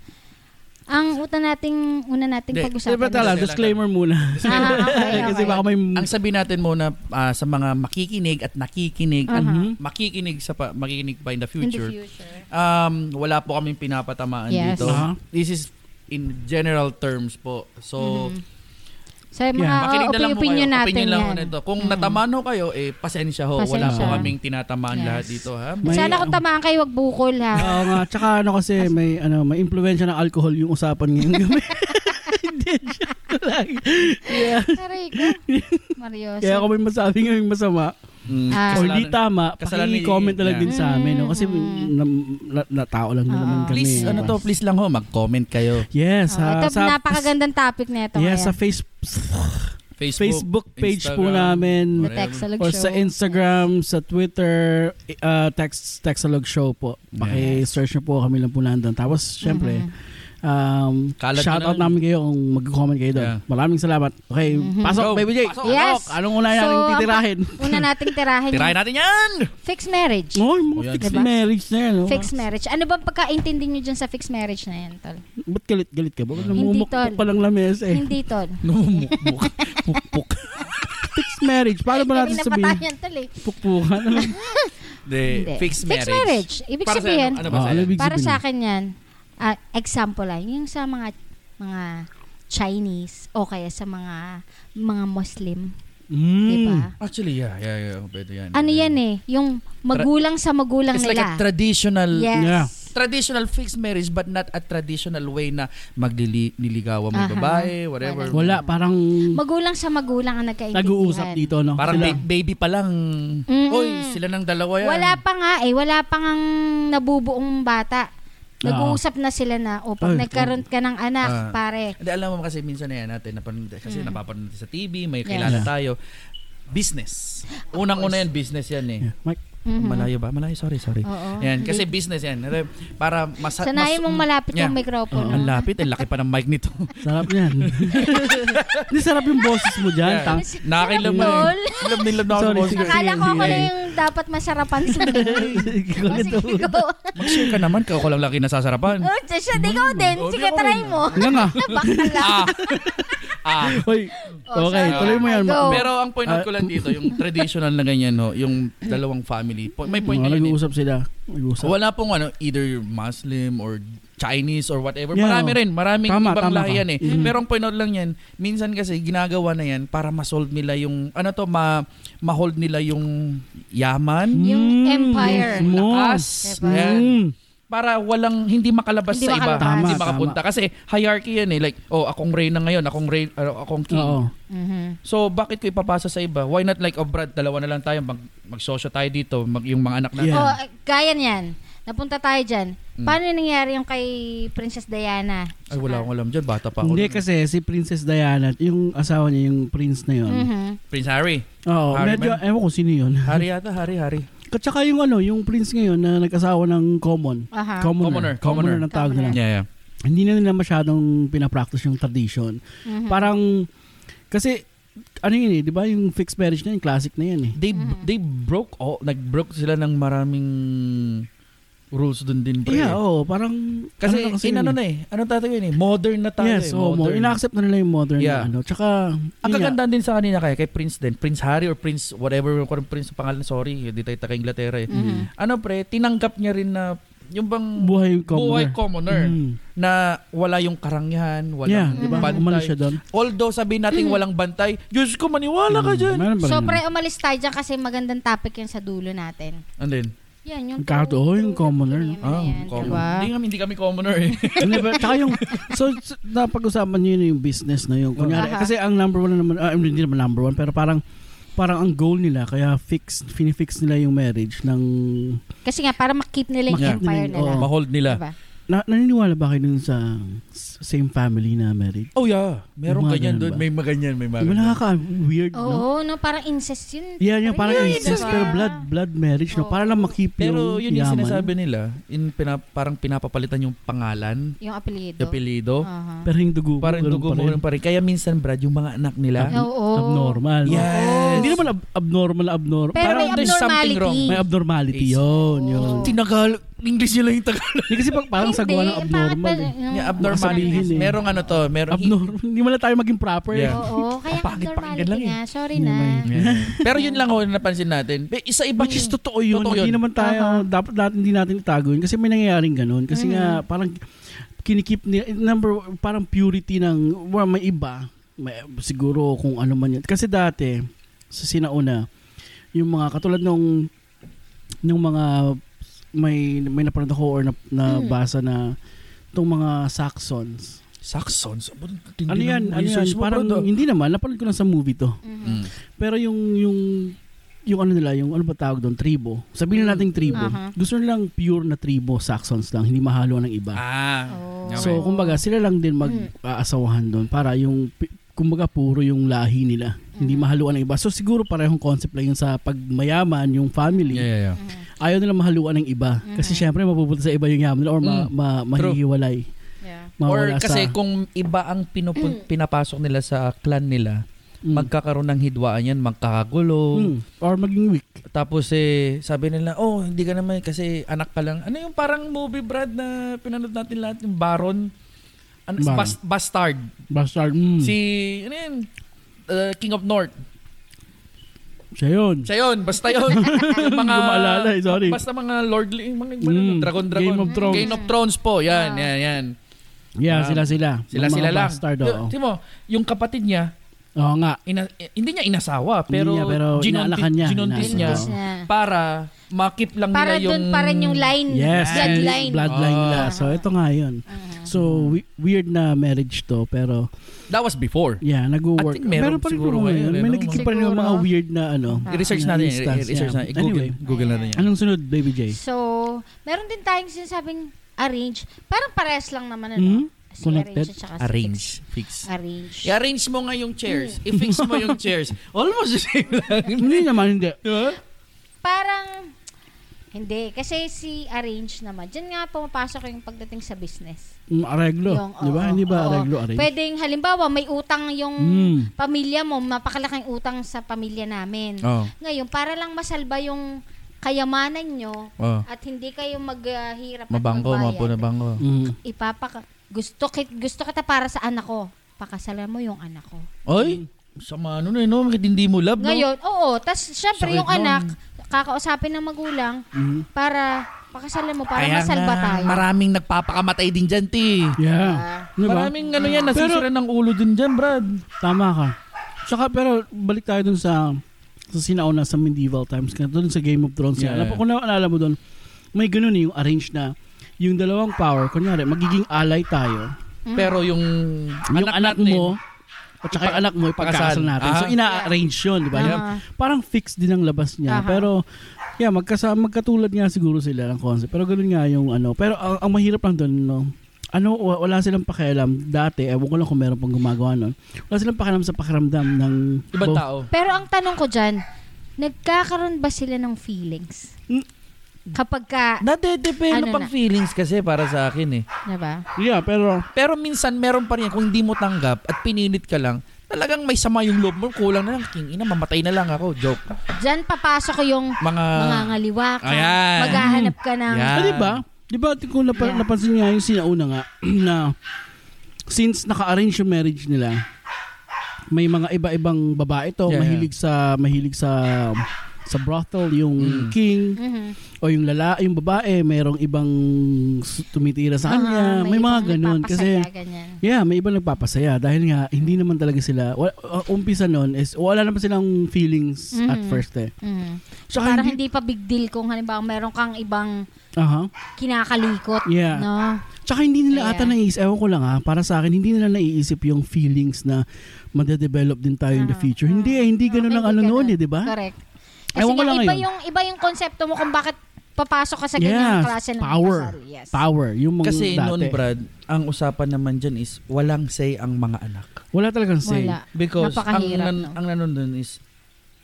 Speaker 1: Ang una nating una nating
Speaker 3: Hindi,
Speaker 1: pag-usapan.
Speaker 2: Siyempre talaga,
Speaker 3: Kasi-
Speaker 2: disclaimer muna.
Speaker 1: Ah, okay, okay.
Speaker 2: Kasi baka may...
Speaker 3: Ang sabi natin muna ah, sa mga makikinig at nakikinig at
Speaker 2: Mhm.
Speaker 3: makikinig sa pa, makikinig pa in
Speaker 1: in
Speaker 3: the
Speaker 1: the
Speaker 3: future.
Speaker 1: future.
Speaker 3: Um, wala po kaming pinapatamaan
Speaker 1: Yes.
Speaker 3: dito.
Speaker 2: Ah.
Speaker 3: This is in general terms po. So,
Speaker 1: Mhm. Sa
Speaker 2: Yeah.
Speaker 1: mga
Speaker 3: makinig na
Speaker 1: yeah.
Speaker 3: lang po kayo.
Speaker 1: opinion natin
Speaker 3: Opinion lang
Speaker 1: yan. Mhm.
Speaker 3: po nito. Kung natamaan ho kayo, eh, pasensya ho. Wala po
Speaker 1: Pasensya.
Speaker 3: kaming tinatamaan
Speaker 1: Yes.
Speaker 3: lahat dito, ha?
Speaker 2: May- um,
Speaker 1: Sana kung tamaan kayo, wag bukol ha.
Speaker 2: Oo nga, tsaka ano kasi may ano, may impluwensya ng alcohol yung usapan ngayong gabi.
Speaker 1: Aray ko. Mariosa.
Speaker 2: Kaya kung may masabi ngayong masama
Speaker 3: Mm,
Speaker 1: Ah.
Speaker 2: or hindi
Speaker 3: kasalanan-
Speaker 2: tama,
Speaker 3: kasalanan
Speaker 2: paki-comment
Speaker 3: ni-
Speaker 2: na lang din
Speaker 1: yeah.
Speaker 2: sa amin. No? Kasi
Speaker 1: Mm. Ah.
Speaker 2: na, na, na- tao lang din
Speaker 1: Oo.
Speaker 2: naman kami.
Speaker 3: Please,
Speaker 2: diba?
Speaker 3: ano to, please lang ho, mag-comment kayo.
Speaker 2: Yes,
Speaker 1: Oh,
Speaker 2: ha,
Speaker 1: ito, napakagandang topic na ito.
Speaker 2: Yes, sa
Speaker 1: ngayon.
Speaker 2: face,
Speaker 3: Facebook,
Speaker 2: Facebook page po
Speaker 3: Instagram.
Speaker 2: namin.
Speaker 1: The Texalog
Speaker 2: Or
Speaker 1: Show.
Speaker 2: sa Instagram, sa Twitter, uh, text, Texalog Show po. Paki-search nyo po, kami lang po nandun. Tapos, syempre,
Speaker 1: Mhm.
Speaker 2: um,
Speaker 3: Kalat
Speaker 2: shoutout
Speaker 3: na lang.
Speaker 2: namin kayo kung mag-comment kayo doon.
Speaker 3: Yeah.
Speaker 2: Maraming salamat. Okay,
Speaker 1: Mhm.
Speaker 2: pasok,
Speaker 3: Go.
Speaker 2: Baby J.
Speaker 3: Pasok.
Speaker 1: Yes.
Speaker 2: Pasok. Anong una natin
Speaker 1: So,
Speaker 2: titirahin?
Speaker 1: Una nating tirahin
Speaker 3: Tirahin
Speaker 1: yung
Speaker 3: natin yan!
Speaker 1: fixed marriage.
Speaker 2: Oh, yung mga
Speaker 3: Ayan,
Speaker 2: fixed
Speaker 1: diba?
Speaker 2: marriage na yan. Oh.
Speaker 1: Fixed marriage. Ano bang pagkaintindi nyo dyan sa fixed marriage na yan, tol?
Speaker 2: Ba't galit-galit ka ba? Ba't
Speaker 1: Hindi,
Speaker 2: namumukpok
Speaker 1: tol.
Speaker 2: pa lang lames eh.
Speaker 1: Hindi, tol.
Speaker 3: Numukmuk. Pukpuk.
Speaker 2: Fixed marriage. Paano ba
Speaker 1: Kami
Speaker 2: natin sabihin?
Speaker 1: napatayan, tol eh.
Speaker 2: Pukpukan. Ano?
Speaker 3: De,
Speaker 1: Hindi.
Speaker 3: fixed marriage.
Speaker 1: Fixed marriage. Ibig
Speaker 3: Para sa
Speaker 1: sabihin,
Speaker 3: ano, ano ba
Speaker 2: Ah,
Speaker 3: sa
Speaker 2: ano ibig-
Speaker 1: para
Speaker 2: sabihin
Speaker 1: sa
Speaker 2: nun?
Speaker 1: akin yan, ah, example lang, yung sa mga mga Chinese o kaya sa mga mga Muslim,
Speaker 2: Mm.
Speaker 1: di ba?
Speaker 3: Actually, yeah, yeah, yeah. oh, Pwede yan.
Speaker 1: Ano yan eh, yung magulang sa magulang
Speaker 3: It's like a
Speaker 1: nila.
Speaker 3: traditional
Speaker 1: yes.
Speaker 2: Yeah.
Speaker 3: traditional fixed marriage but not a traditional way na magliligawan mo
Speaker 1: Aha.
Speaker 3: babae, whatever.
Speaker 2: Wala, parang
Speaker 1: Magulang sa magulang ang nagkaintindihan.
Speaker 2: nag-uusap dito, no?
Speaker 3: Parang
Speaker 2: Sila.
Speaker 3: ba- baby pa lang.
Speaker 1: Mm-mm.
Speaker 3: Oy, sila ng dalawa yan.
Speaker 1: Wala pa nga eh, wala pa nga nabubuong bata. Nag-uusap na sila na, o
Speaker 2: Ah.
Speaker 1: pag
Speaker 2: Ay,
Speaker 1: nagkaroon ka ng anak,
Speaker 3: Ah.
Speaker 1: pare.
Speaker 3: Hindi, alam mo kasi minsan na yan natin, napan- kasi napapanood natin sa TV, may
Speaker 1: Mm. Yeah.
Speaker 3: kilala
Speaker 2: Yeah.
Speaker 3: tayo. Business. Unang-una yan, business yan eh.
Speaker 2: Yeah, Mike.
Speaker 1: Mhm.
Speaker 3: Malayo ba? Malayo, sorry, sorry.
Speaker 1: Oo.
Speaker 3: Yan, kasi business yan. Alam, Para mas...
Speaker 1: Mm-hmm. Sanayin
Speaker 3: mas-
Speaker 1: mong malapit
Speaker 3: Yeah.
Speaker 1: yung microphone.
Speaker 2: Oh,
Speaker 3: Ang
Speaker 2: Ah.
Speaker 3: lapit, ang laki pa ng mic nito.
Speaker 2: Sarap niyan. Hindi sarap yung boses mo dyan.
Speaker 3: Yeah.
Speaker 2: Tang.
Speaker 3: Nakakailan mo
Speaker 1: Tol.
Speaker 3: eh. Love na love na
Speaker 2: Sorry,
Speaker 3: ako sa boses.
Speaker 2: sige.
Speaker 1: Ano Akala ko ako
Speaker 2: Sige.
Speaker 1: na yung dapat masarapan sa
Speaker 2: Ikaw na to.
Speaker 1: Sige, go.
Speaker 3: Mag-share ka naman, kaya ko lang laki nasasarapan.
Speaker 1: Oh, siya, di
Speaker 2: Hmm,
Speaker 1: ko din.
Speaker 3: Oh, di
Speaker 1: Sige,
Speaker 3: ako
Speaker 1: try
Speaker 3: rin.
Speaker 1: mo.
Speaker 2: Nga nga.
Speaker 1: Bakala.
Speaker 3: ah. ah.
Speaker 2: Hoy,
Speaker 1: Oh,
Speaker 2: okay,
Speaker 1: sorry.
Speaker 2: tuloy mo yan.
Speaker 1: Go.
Speaker 2: Ma-
Speaker 3: Pero ang point
Speaker 2: Ah.
Speaker 3: out ko lang dito, yung traditional na ganyan, no, yung dalawang family. po- May point
Speaker 2: Mga
Speaker 3: na yun. eh.
Speaker 2: nag-uusap sila. Nag-uusap.
Speaker 3: Wala pong ano, either Muslim or Chinese or whatever.
Speaker 2: Yeah.
Speaker 3: Marami rin. Maraming
Speaker 2: Tama,
Speaker 3: ibang
Speaker 2: tama
Speaker 3: lahi
Speaker 2: ka.
Speaker 3: yan eh.
Speaker 2: Mhm.
Speaker 3: Pero ang point out lang yan, minsan kasi ginagawa na yan para ma-solve nila yung, ano to, ma- ma-hold nila yung yaman,
Speaker 1: Yung
Speaker 2: Hmm.
Speaker 1: empire.
Speaker 2: yes mo.
Speaker 3: lakas.
Speaker 1: Diba?
Speaker 3: yan.
Speaker 2: Mm.
Speaker 3: para walang hindi makalabas
Speaker 1: Hindi
Speaker 3: sa iba,
Speaker 1: makalabas.
Speaker 3: hindi
Speaker 2: Tama,
Speaker 3: makapunta kasi hierarchy 'yan eh. Like, oh, akong reyna ngayon, akong rey, ano, akong king.
Speaker 2: Oo.
Speaker 1: Mhm.
Speaker 3: So, bakit ko ipapasa sa iba? Why not like, oh, Brad, dalawa na lang tayo, mag magsosyo tayo dito, mag, yung mga anak natin.
Speaker 2: Yeah.
Speaker 1: Oh, eh, kaya niyan. Napunta tayo dyan.
Speaker 2: Hmm.
Speaker 1: Paano nangyari yung kay Princess Diana?
Speaker 3: Ay, wala akong alam diyan, bata pa ako.
Speaker 2: Hindi
Speaker 3: nun.
Speaker 2: kasi si Princess Diana, yung asawa niya, yung prince na yun.
Speaker 1: Mhm.
Speaker 3: Prince Harry.
Speaker 2: Oo,
Speaker 3: Harry
Speaker 2: medyo,
Speaker 3: man.
Speaker 2: ewan ko sino yun.
Speaker 3: Harry yata, Harry, Harry.
Speaker 2: At saka yung ano, yung prince ngayon na nag-asawa ng common.
Speaker 1: Aha.
Speaker 2: Commoner.
Speaker 3: Ah, Commoner.
Speaker 2: Commoner ng tawag nila.
Speaker 3: Yeah, yeah.
Speaker 2: Hindi na nila masyadong pinapractice yung tradition.
Speaker 1: Mhm.
Speaker 2: Parang, kasi ano yun eh, di ba yung fixed marriage na yun, classic na yun eh.
Speaker 3: They
Speaker 1: Mhm.
Speaker 3: they broke oh, nag-broke sila ng maraming rules dun din pre.
Speaker 2: Yeah, oo, parang, ano
Speaker 3: Kasi,
Speaker 2: na kasi yun
Speaker 3: in oh.
Speaker 2: eh.
Speaker 3: ano na eh, ano tatawin eh, modern na tayo
Speaker 2: Yes,
Speaker 3: eh.
Speaker 2: oo, mo, ina-accept na nila yung modern na
Speaker 3: Yeah.
Speaker 2: ano. Tsaka, yun
Speaker 3: Ang
Speaker 2: nga.
Speaker 3: kagandahan din sa kanina kaya kay Prince din, Prince Harry or Prince whatever ko rin Prince ang pangalan, sorry, hindi tayo taga Inglaterra eh.
Speaker 1: Mhm.
Speaker 3: Ano pre, tinanggap niya rin na yung bang
Speaker 2: buhay commoner.
Speaker 3: buhay commoner
Speaker 2: Mm.
Speaker 3: na wala yung karangyahan, walang
Speaker 2: Yeah,
Speaker 1: Mm.
Speaker 2: di ba?
Speaker 3: bantay.
Speaker 2: Umalis siya doon.
Speaker 3: Although sabihin natin walang bantay, Diyos ko maniwala ka
Speaker 2: Mm,
Speaker 3: dyan.
Speaker 2: meron ba
Speaker 1: So,
Speaker 2: rin
Speaker 1: pre,
Speaker 2: yun?
Speaker 1: umalis tayo dyan kasi magandang topic yan sa dulo natin.
Speaker 3: And then,
Speaker 1: Yan, yung...
Speaker 2: Kato, oh, yung commoner.
Speaker 3: Ano
Speaker 1: Ano
Speaker 3: ah, common.
Speaker 1: Diba?
Speaker 3: Hindi, kami, hindi kami commoner eh.
Speaker 2: Hindi ba? Tsaka yung, so, so, napag-usapan niyo yun yung business na yun. Kunyari,
Speaker 1: Aha.
Speaker 2: kasi ang number one naman, ah, hindi naman number one, pero parang, parang ang goal nila, kaya fix, finifix nila yung marriage ng,
Speaker 1: Kasi nga, para makip nila yung
Speaker 2: Makip
Speaker 1: empire
Speaker 2: nila,
Speaker 1: nila.
Speaker 2: oo.
Speaker 3: Mahold nila.
Speaker 1: Diba?
Speaker 2: na, naniniwala ba kayo dun sa s- same family na marriage?
Speaker 3: Oh yeah, meron
Speaker 2: Mga
Speaker 3: ganyan
Speaker 2: ganun
Speaker 3: doon,
Speaker 2: ba?
Speaker 3: may maganyan, may
Speaker 2: Di ba
Speaker 3: maganyan.
Speaker 2: nakaka-weird,
Speaker 1: Oo,
Speaker 2: no?
Speaker 1: no, parang incest yun.
Speaker 2: Yeah, yeah, parang
Speaker 1: Ayun,
Speaker 2: incest,
Speaker 1: diba?
Speaker 2: pero blood, blood marriage, no?
Speaker 1: Oo.
Speaker 2: Para lang makip
Speaker 3: Pero
Speaker 2: yung
Speaker 3: yun yung
Speaker 2: yaman.
Speaker 3: sinasabi nila, in pina, parang pinapapalitan yung pangalan,
Speaker 1: Yung apelido. Uh-huh.
Speaker 3: yung apelyido,
Speaker 1: Aha.
Speaker 2: Pero yung dugo mo,
Speaker 3: parang
Speaker 2: ganun
Speaker 3: dugo
Speaker 2: pa
Speaker 3: mo
Speaker 2: rin.
Speaker 3: ganun pa rin. Kaya minsan Brad, yung mga anak nila,
Speaker 1: Oo.
Speaker 2: Abnormal.
Speaker 3: Yes.
Speaker 2: Hindi naman ab- abnormal, abnormal.
Speaker 1: Pero
Speaker 3: Parang
Speaker 1: may
Speaker 3: there's something wrong.
Speaker 1: abnormality.
Speaker 2: May abnormality
Speaker 3: Is-
Speaker 2: yun, yun.
Speaker 1: Oo.
Speaker 3: tinagal, English nila yung Tagalog.
Speaker 2: Hindi kasi pag- parang sagawa ng abnormal eh.
Speaker 1: Mm.
Speaker 3: Yung
Speaker 2: Makasabihin
Speaker 3: abnormality.
Speaker 2: eh.
Speaker 3: Merong ano to, merong...
Speaker 2: Abnormal. Hindi mo tayo maging proper.
Speaker 3: Yeah.
Speaker 1: Oo, kaya
Speaker 3: Ang pangit-pangit
Speaker 1: abnormality
Speaker 3: lang eh.
Speaker 1: nga. Sorry
Speaker 2: Yun
Speaker 1: na.
Speaker 2: naman.
Speaker 3: Pero yun lang ho, napansin natin. May Isa ibang...
Speaker 2: Which is totoo Oh, yun.
Speaker 3: Totoo
Speaker 2: Hindi
Speaker 3: yun.
Speaker 2: naman tayo, dapat natin, hindi natin itago yun. Kasi may nangyayaring ganun. Kasi nga, parang kinikip ni number, parang purity ng, well, may iba. May, siguro kung ano man yun. Kasi dati, sa sinauna, yung mga, katulad nung, nung mga, may, may napanood ako or na, nabasa na, itong mga Saxons.
Speaker 3: Saxons.
Speaker 2: Ano yan? Ano yan? Parang,
Speaker 3: Parang...
Speaker 2: hindi naman, napanood ko lang sa movie to.
Speaker 1: Mhm.
Speaker 3: Mm.
Speaker 2: Pero yung yung yung ano nila, yung ano ba tawag doon, tribo. Sabihin na natin tribo.
Speaker 1: Aha.
Speaker 2: Gusto nilang pure na tribo, Saxons lang, hindi mahalo ng iba.
Speaker 3: Ah.
Speaker 1: Oo.
Speaker 3: okay.
Speaker 2: So, kumbaga, sila lang din mag-aasawahan doon para yung, pi- kumbaga, puro yung lahi nila. Hindi mahaluan ng iba. So, siguro parehong concept lang yun sa pagmayaman, yung family.
Speaker 3: Yeah, yeah, yeah.
Speaker 1: Mm-hmm.
Speaker 2: Ayaw nila mahaluan ng iba. Kasi syempre, mapupunta sa iba yung yaman nila or ma-
Speaker 3: Mm.
Speaker 2: ma- mahihiwalay.
Speaker 1: Yeah.
Speaker 3: Or
Speaker 2: Mawala sa...
Speaker 3: kasi kung iba ang pinupun- pinapasok nila sa clan nila,
Speaker 2: Mm.
Speaker 3: magkakaroon ng hidwaan yan, magkakagulo.
Speaker 2: Mm. Or maging weak.
Speaker 3: Tapos eh, sabi nila, oh, hindi ka naman kasi anak ka lang. Ano yung parang movie, Brad, na pinanood natin lahat, yung Baron? Ano,
Speaker 2: Baron.
Speaker 3: Bas- bastard.
Speaker 2: Bastard. Mm.
Speaker 3: Si, ano yun? Uh, King of North.
Speaker 2: Siya yun.
Speaker 3: Siya yun, basta yun. yung mga,
Speaker 2: Maalala eh, sorry.
Speaker 3: Basta mga lordly, yung mga,
Speaker 2: Mm.
Speaker 3: dragon, dragon.
Speaker 2: Game of Thrones.
Speaker 3: Game of Thrones po,
Speaker 1: Ah.
Speaker 3: yan, yan, yan.
Speaker 2: Yeah,
Speaker 3: Ah.
Speaker 2: sila-sila.
Speaker 3: Sila
Speaker 2: Mga
Speaker 3: sila lang.
Speaker 2: Bastard,
Speaker 3: Yo-
Speaker 2: oo.
Speaker 3: Timo, yung kapatid niya,
Speaker 2: Oo nga.
Speaker 3: ina- eh, hindi niya inasawa, pero,
Speaker 2: niya, pero inaalakan niya,
Speaker 3: ginuntis
Speaker 2: inaalakan
Speaker 3: niya
Speaker 2: niya.
Speaker 3: para makip lang
Speaker 1: Para
Speaker 3: nila yung...
Speaker 1: dun, para yung line.
Speaker 2: Yes,
Speaker 1: Mm. Bloodline.
Speaker 2: bloodline
Speaker 3: Ah.
Speaker 2: nila. So, ito nga yun.
Speaker 1: Mm-hmm.
Speaker 2: So, we- weird na marriage to, pero,
Speaker 3: That was before.
Speaker 2: yeah, nag-work.
Speaker 3: I think meron siguro
Speaker 2: mga
Speaker 3: ngayon, eh,
Speaker 2: ano May
Speaker 3: no?
Speaker 2: nagkikipa rin yung
Speaker 1: Siguro.
Speaker 2: mga weird na, ano.
Speaker 3: I-research
Speaker 2: na
Speaker 3: natin,
Speaker 2: instance,
Speaker 3: i-research
Speaker 2: yeah.
Speaker 3: natin. Google,
Speaker 2: Anyway,
Speaker 3: Google natin yan.
Speaker 2: anong sunod, Baby J?
Speaker 1: So, meron din tayong sinasabing arrange. Parang pares lang naman, ano?
Speaker 2: Hmm?
Speaker 1: Si
Speaker 2: Connected?
Speaker 1: arrange at saka si
Speaker 3: Arrange. Fix.
Speaker 1: fix. Arrange.
Speaker 3: I-arrange mo nga yung chairs. I-fix mo yung chairs. Almost the same lang.
Speaker 2: Hindi naman, hindi.
Speaker 3: Diba?
Speaker 1: Parang, hindi. Kasi si arrange naman. Diyan nga pumapasok yung pagdating sa business.
Speaker 2: Mm, Areglo.
Speaker 1: Yung,
Speaker 2: Di ba?
Speaker 1: oo,
Speaker 2: Hindi ba
Speaker 1: oo.
Speaker 2: areglo, areglo?
Speaker 1: Pwedeng, halimbawa, may utang yung
Speaker 3: Hmm.
Speaker 2: Mm.
Speaker 1: pamilya mo. Mapakalaking utang sa pamilya namin.
Speaker 3: Oo.
Speaker 1: Ngayon, para lang masalba yung kayamanan nyo
Speaker 3: Oo.
Speaker 1: at hindi kayo maghirap at
Speaker 3: Mabangko,
Speaker 1: magbayad,
Speaker 3: Oh, mapo na bangko.
Speaker 2: Mm.
Speaker 1: ipapaka... Gusto, kit, gusto kita para sa anak ko. Pakasalan mo yung anak ko.
Speaker 3: Oy, sama ano na yun, no? Bakit hindi mo love, no?
Speaker 1: Ngayon, oo. Tapos, syempre,
Speaker 3: Sakit
Speaker 1: yung
Speaker 3: nun.
Speaker 1: anak, kakausapin ng magulang
Speaker 2: Mm.
Speaker 1: para pakasalan mo, para
Speaker 3: Kaya
Speaker 1: masalba
Speaker 3: nga,
Speaker 1: tayo. Diba?
Speaker 3: Maraming nagpapakamatay din dyan, ti.
Speaker 2: Yeah. Di ba? Hmm.
Speaker 3: Maraming ano yan, nasisira ng ulo din dyan, Brad.
Speaker 2: Tama ka. Tsaka pero balik tayo dun sa sa sinauna sa medieval times ka dun sa Game of Thrones.
Speaker 3: Yeah.
Speaker 2: Yeah. Alam ko kung naalala mo dun, may ganun eh, yung arrange na yung dalawang power, kunyari, magiging ally tayo.
Speaker 1: Ah.
Speaker 3: Pero yung
Speaker 2: yung anak
Speaker 3: natin,
Speaker 2: mo, at saka yung anak mo, ipagkasal
Speaker 3: Ipagkasal.
Speaker 2: natin. So,
Speaker 3: Ah.
Speaker 2: ina-arrange diba yun, di ba?
Speaker 1: Aha.
Speaker 2: Yung- Parang fixed din ang labas niya.
Speaker 1: Aha.
Speaker 2: Pero, yeah, magkasa, magkatulad nga siguro sila ng concept. Pero ganun nga yung ano. Pero ang, ang mahirap lang doon, no? Ano, wa- wala silang pakialam. Dati, ewan ko lang kung meron pang gumagawa nun. Wala silang pakialam sa pakiramdam ng...
Speaker 3: Ibang
Speaker 2: both-
Speaker 3: tao.
Speaker 1: Pero ang tanong ko dyan, nagkakaroon ba sila ng feelings?
Speaker 2: Mm.
Speaker 1: Kapag ka,
Speaker 3: Nadedepende
Speaker 1: Ano
Speaker 3: pang
Speaker 1: na?
Speaker 3: feelings kasi para sa akin eh.
Speaker 1: na ba?
Speaker 2: Yeah, pero...
Speaker 3: Pero minsan meron pa rin yan, kung hindi mo tanggap at pinilit ka lang, talagang may sama yung loob mo. Kulang na lang. King ina, mamatay na lang ako. Joke.
Speaker 1: Diyan papasok yung
Speaker 3: Mga...
Speaker 1: mga ngaliwa ka.
Speaker 3: ayan.
Speaker 1: Maghahanap ka ng...
Speaker 3: Yan.
Speaker 2: Ah, di ba? Di ba kung napa-
Speaker 1: Yeah.
Speaker 2: napansin niya yung sinauna nga na since naka-arrange yung marriage nila, may mga iba-ibang babae to,
Speaker 3: Yeah,
Speaker 2: mahilig sa mahilig sa sa brothel yung
Speaker 3: Mm.
Speaker 2: king
Speaker 1: Mhm.
Speaker 2: o yung lala yung babae mayroong ibang s- tumitira sa kanya
Speaker 1: Ah,
Speaker 2: may, mga
Speaker 1: ibang
Speaker 2: ganun kasi
Speaker 1: nagpapasaya, ganyan.
Speaker 2: yeah may iba nagpapasaya dahil nga hindi naman talaga sila wa- uh, umpisa noon is wala naman silang feelings at
Speaker 1: Mm.
Speaker 2: first eh
Speaker 1: Mhm.
Speaker 2: Tsaka
Speaker 1: Parang hindi pa big deal kung halimbawa meron kang ibang
Speaker 2: aha
Speaker 1: kinakalikot.
Speaker 2: yeah
Speaker 1: No?
Speaker 2: Tsaka hindi nila
Speaker 1: Kaya-
Speaker 2: ata naiisip, ewan ko lang ha, para sa akin, hindi nila naiisip yung feelings na madedevelop din tayo in the
Speaker 1: Ah,
Speaker 2: future.
Speaker 1: ah,
Speaker 2: Hindi eh, hindi
Speaker 1: ah,
Speaker 2: ganun ang
Speaker 1: hindi
Speaker 2: ano noon
Speaker 1: ganun.
Speaker 2: eh, di ba?
Speaker 1: Correct. Kasi
Speaker 2: Ewan ko
Speaker 1: nga,
Speaker 2: lang
Speaker 1: iba
Speaker 2: ngayon.
Speaker 1: yung iba yung konsepto mo kung bakit papasok ka sa
Speaker 2: Yes,
Speaker 1: ganyang klase ng
Speaker 2: power.
Speaker 1: kasal. Yes.
Speaker 2: Power, yung mga
Speaker 3: Kasi
Speaker 2: dati.
Speaker 3: noon, Brad, ang usapan naman dyan is walang say ang mga anak.
Speaker 2: Wala talagang say.
Speaker 1: Wala.
Speaker 3: Because ang,
Speaker 1: Napakahirap,
Speaker 3: nan-
Speaker 1: no?
Speaker 3: ang nanon dun is,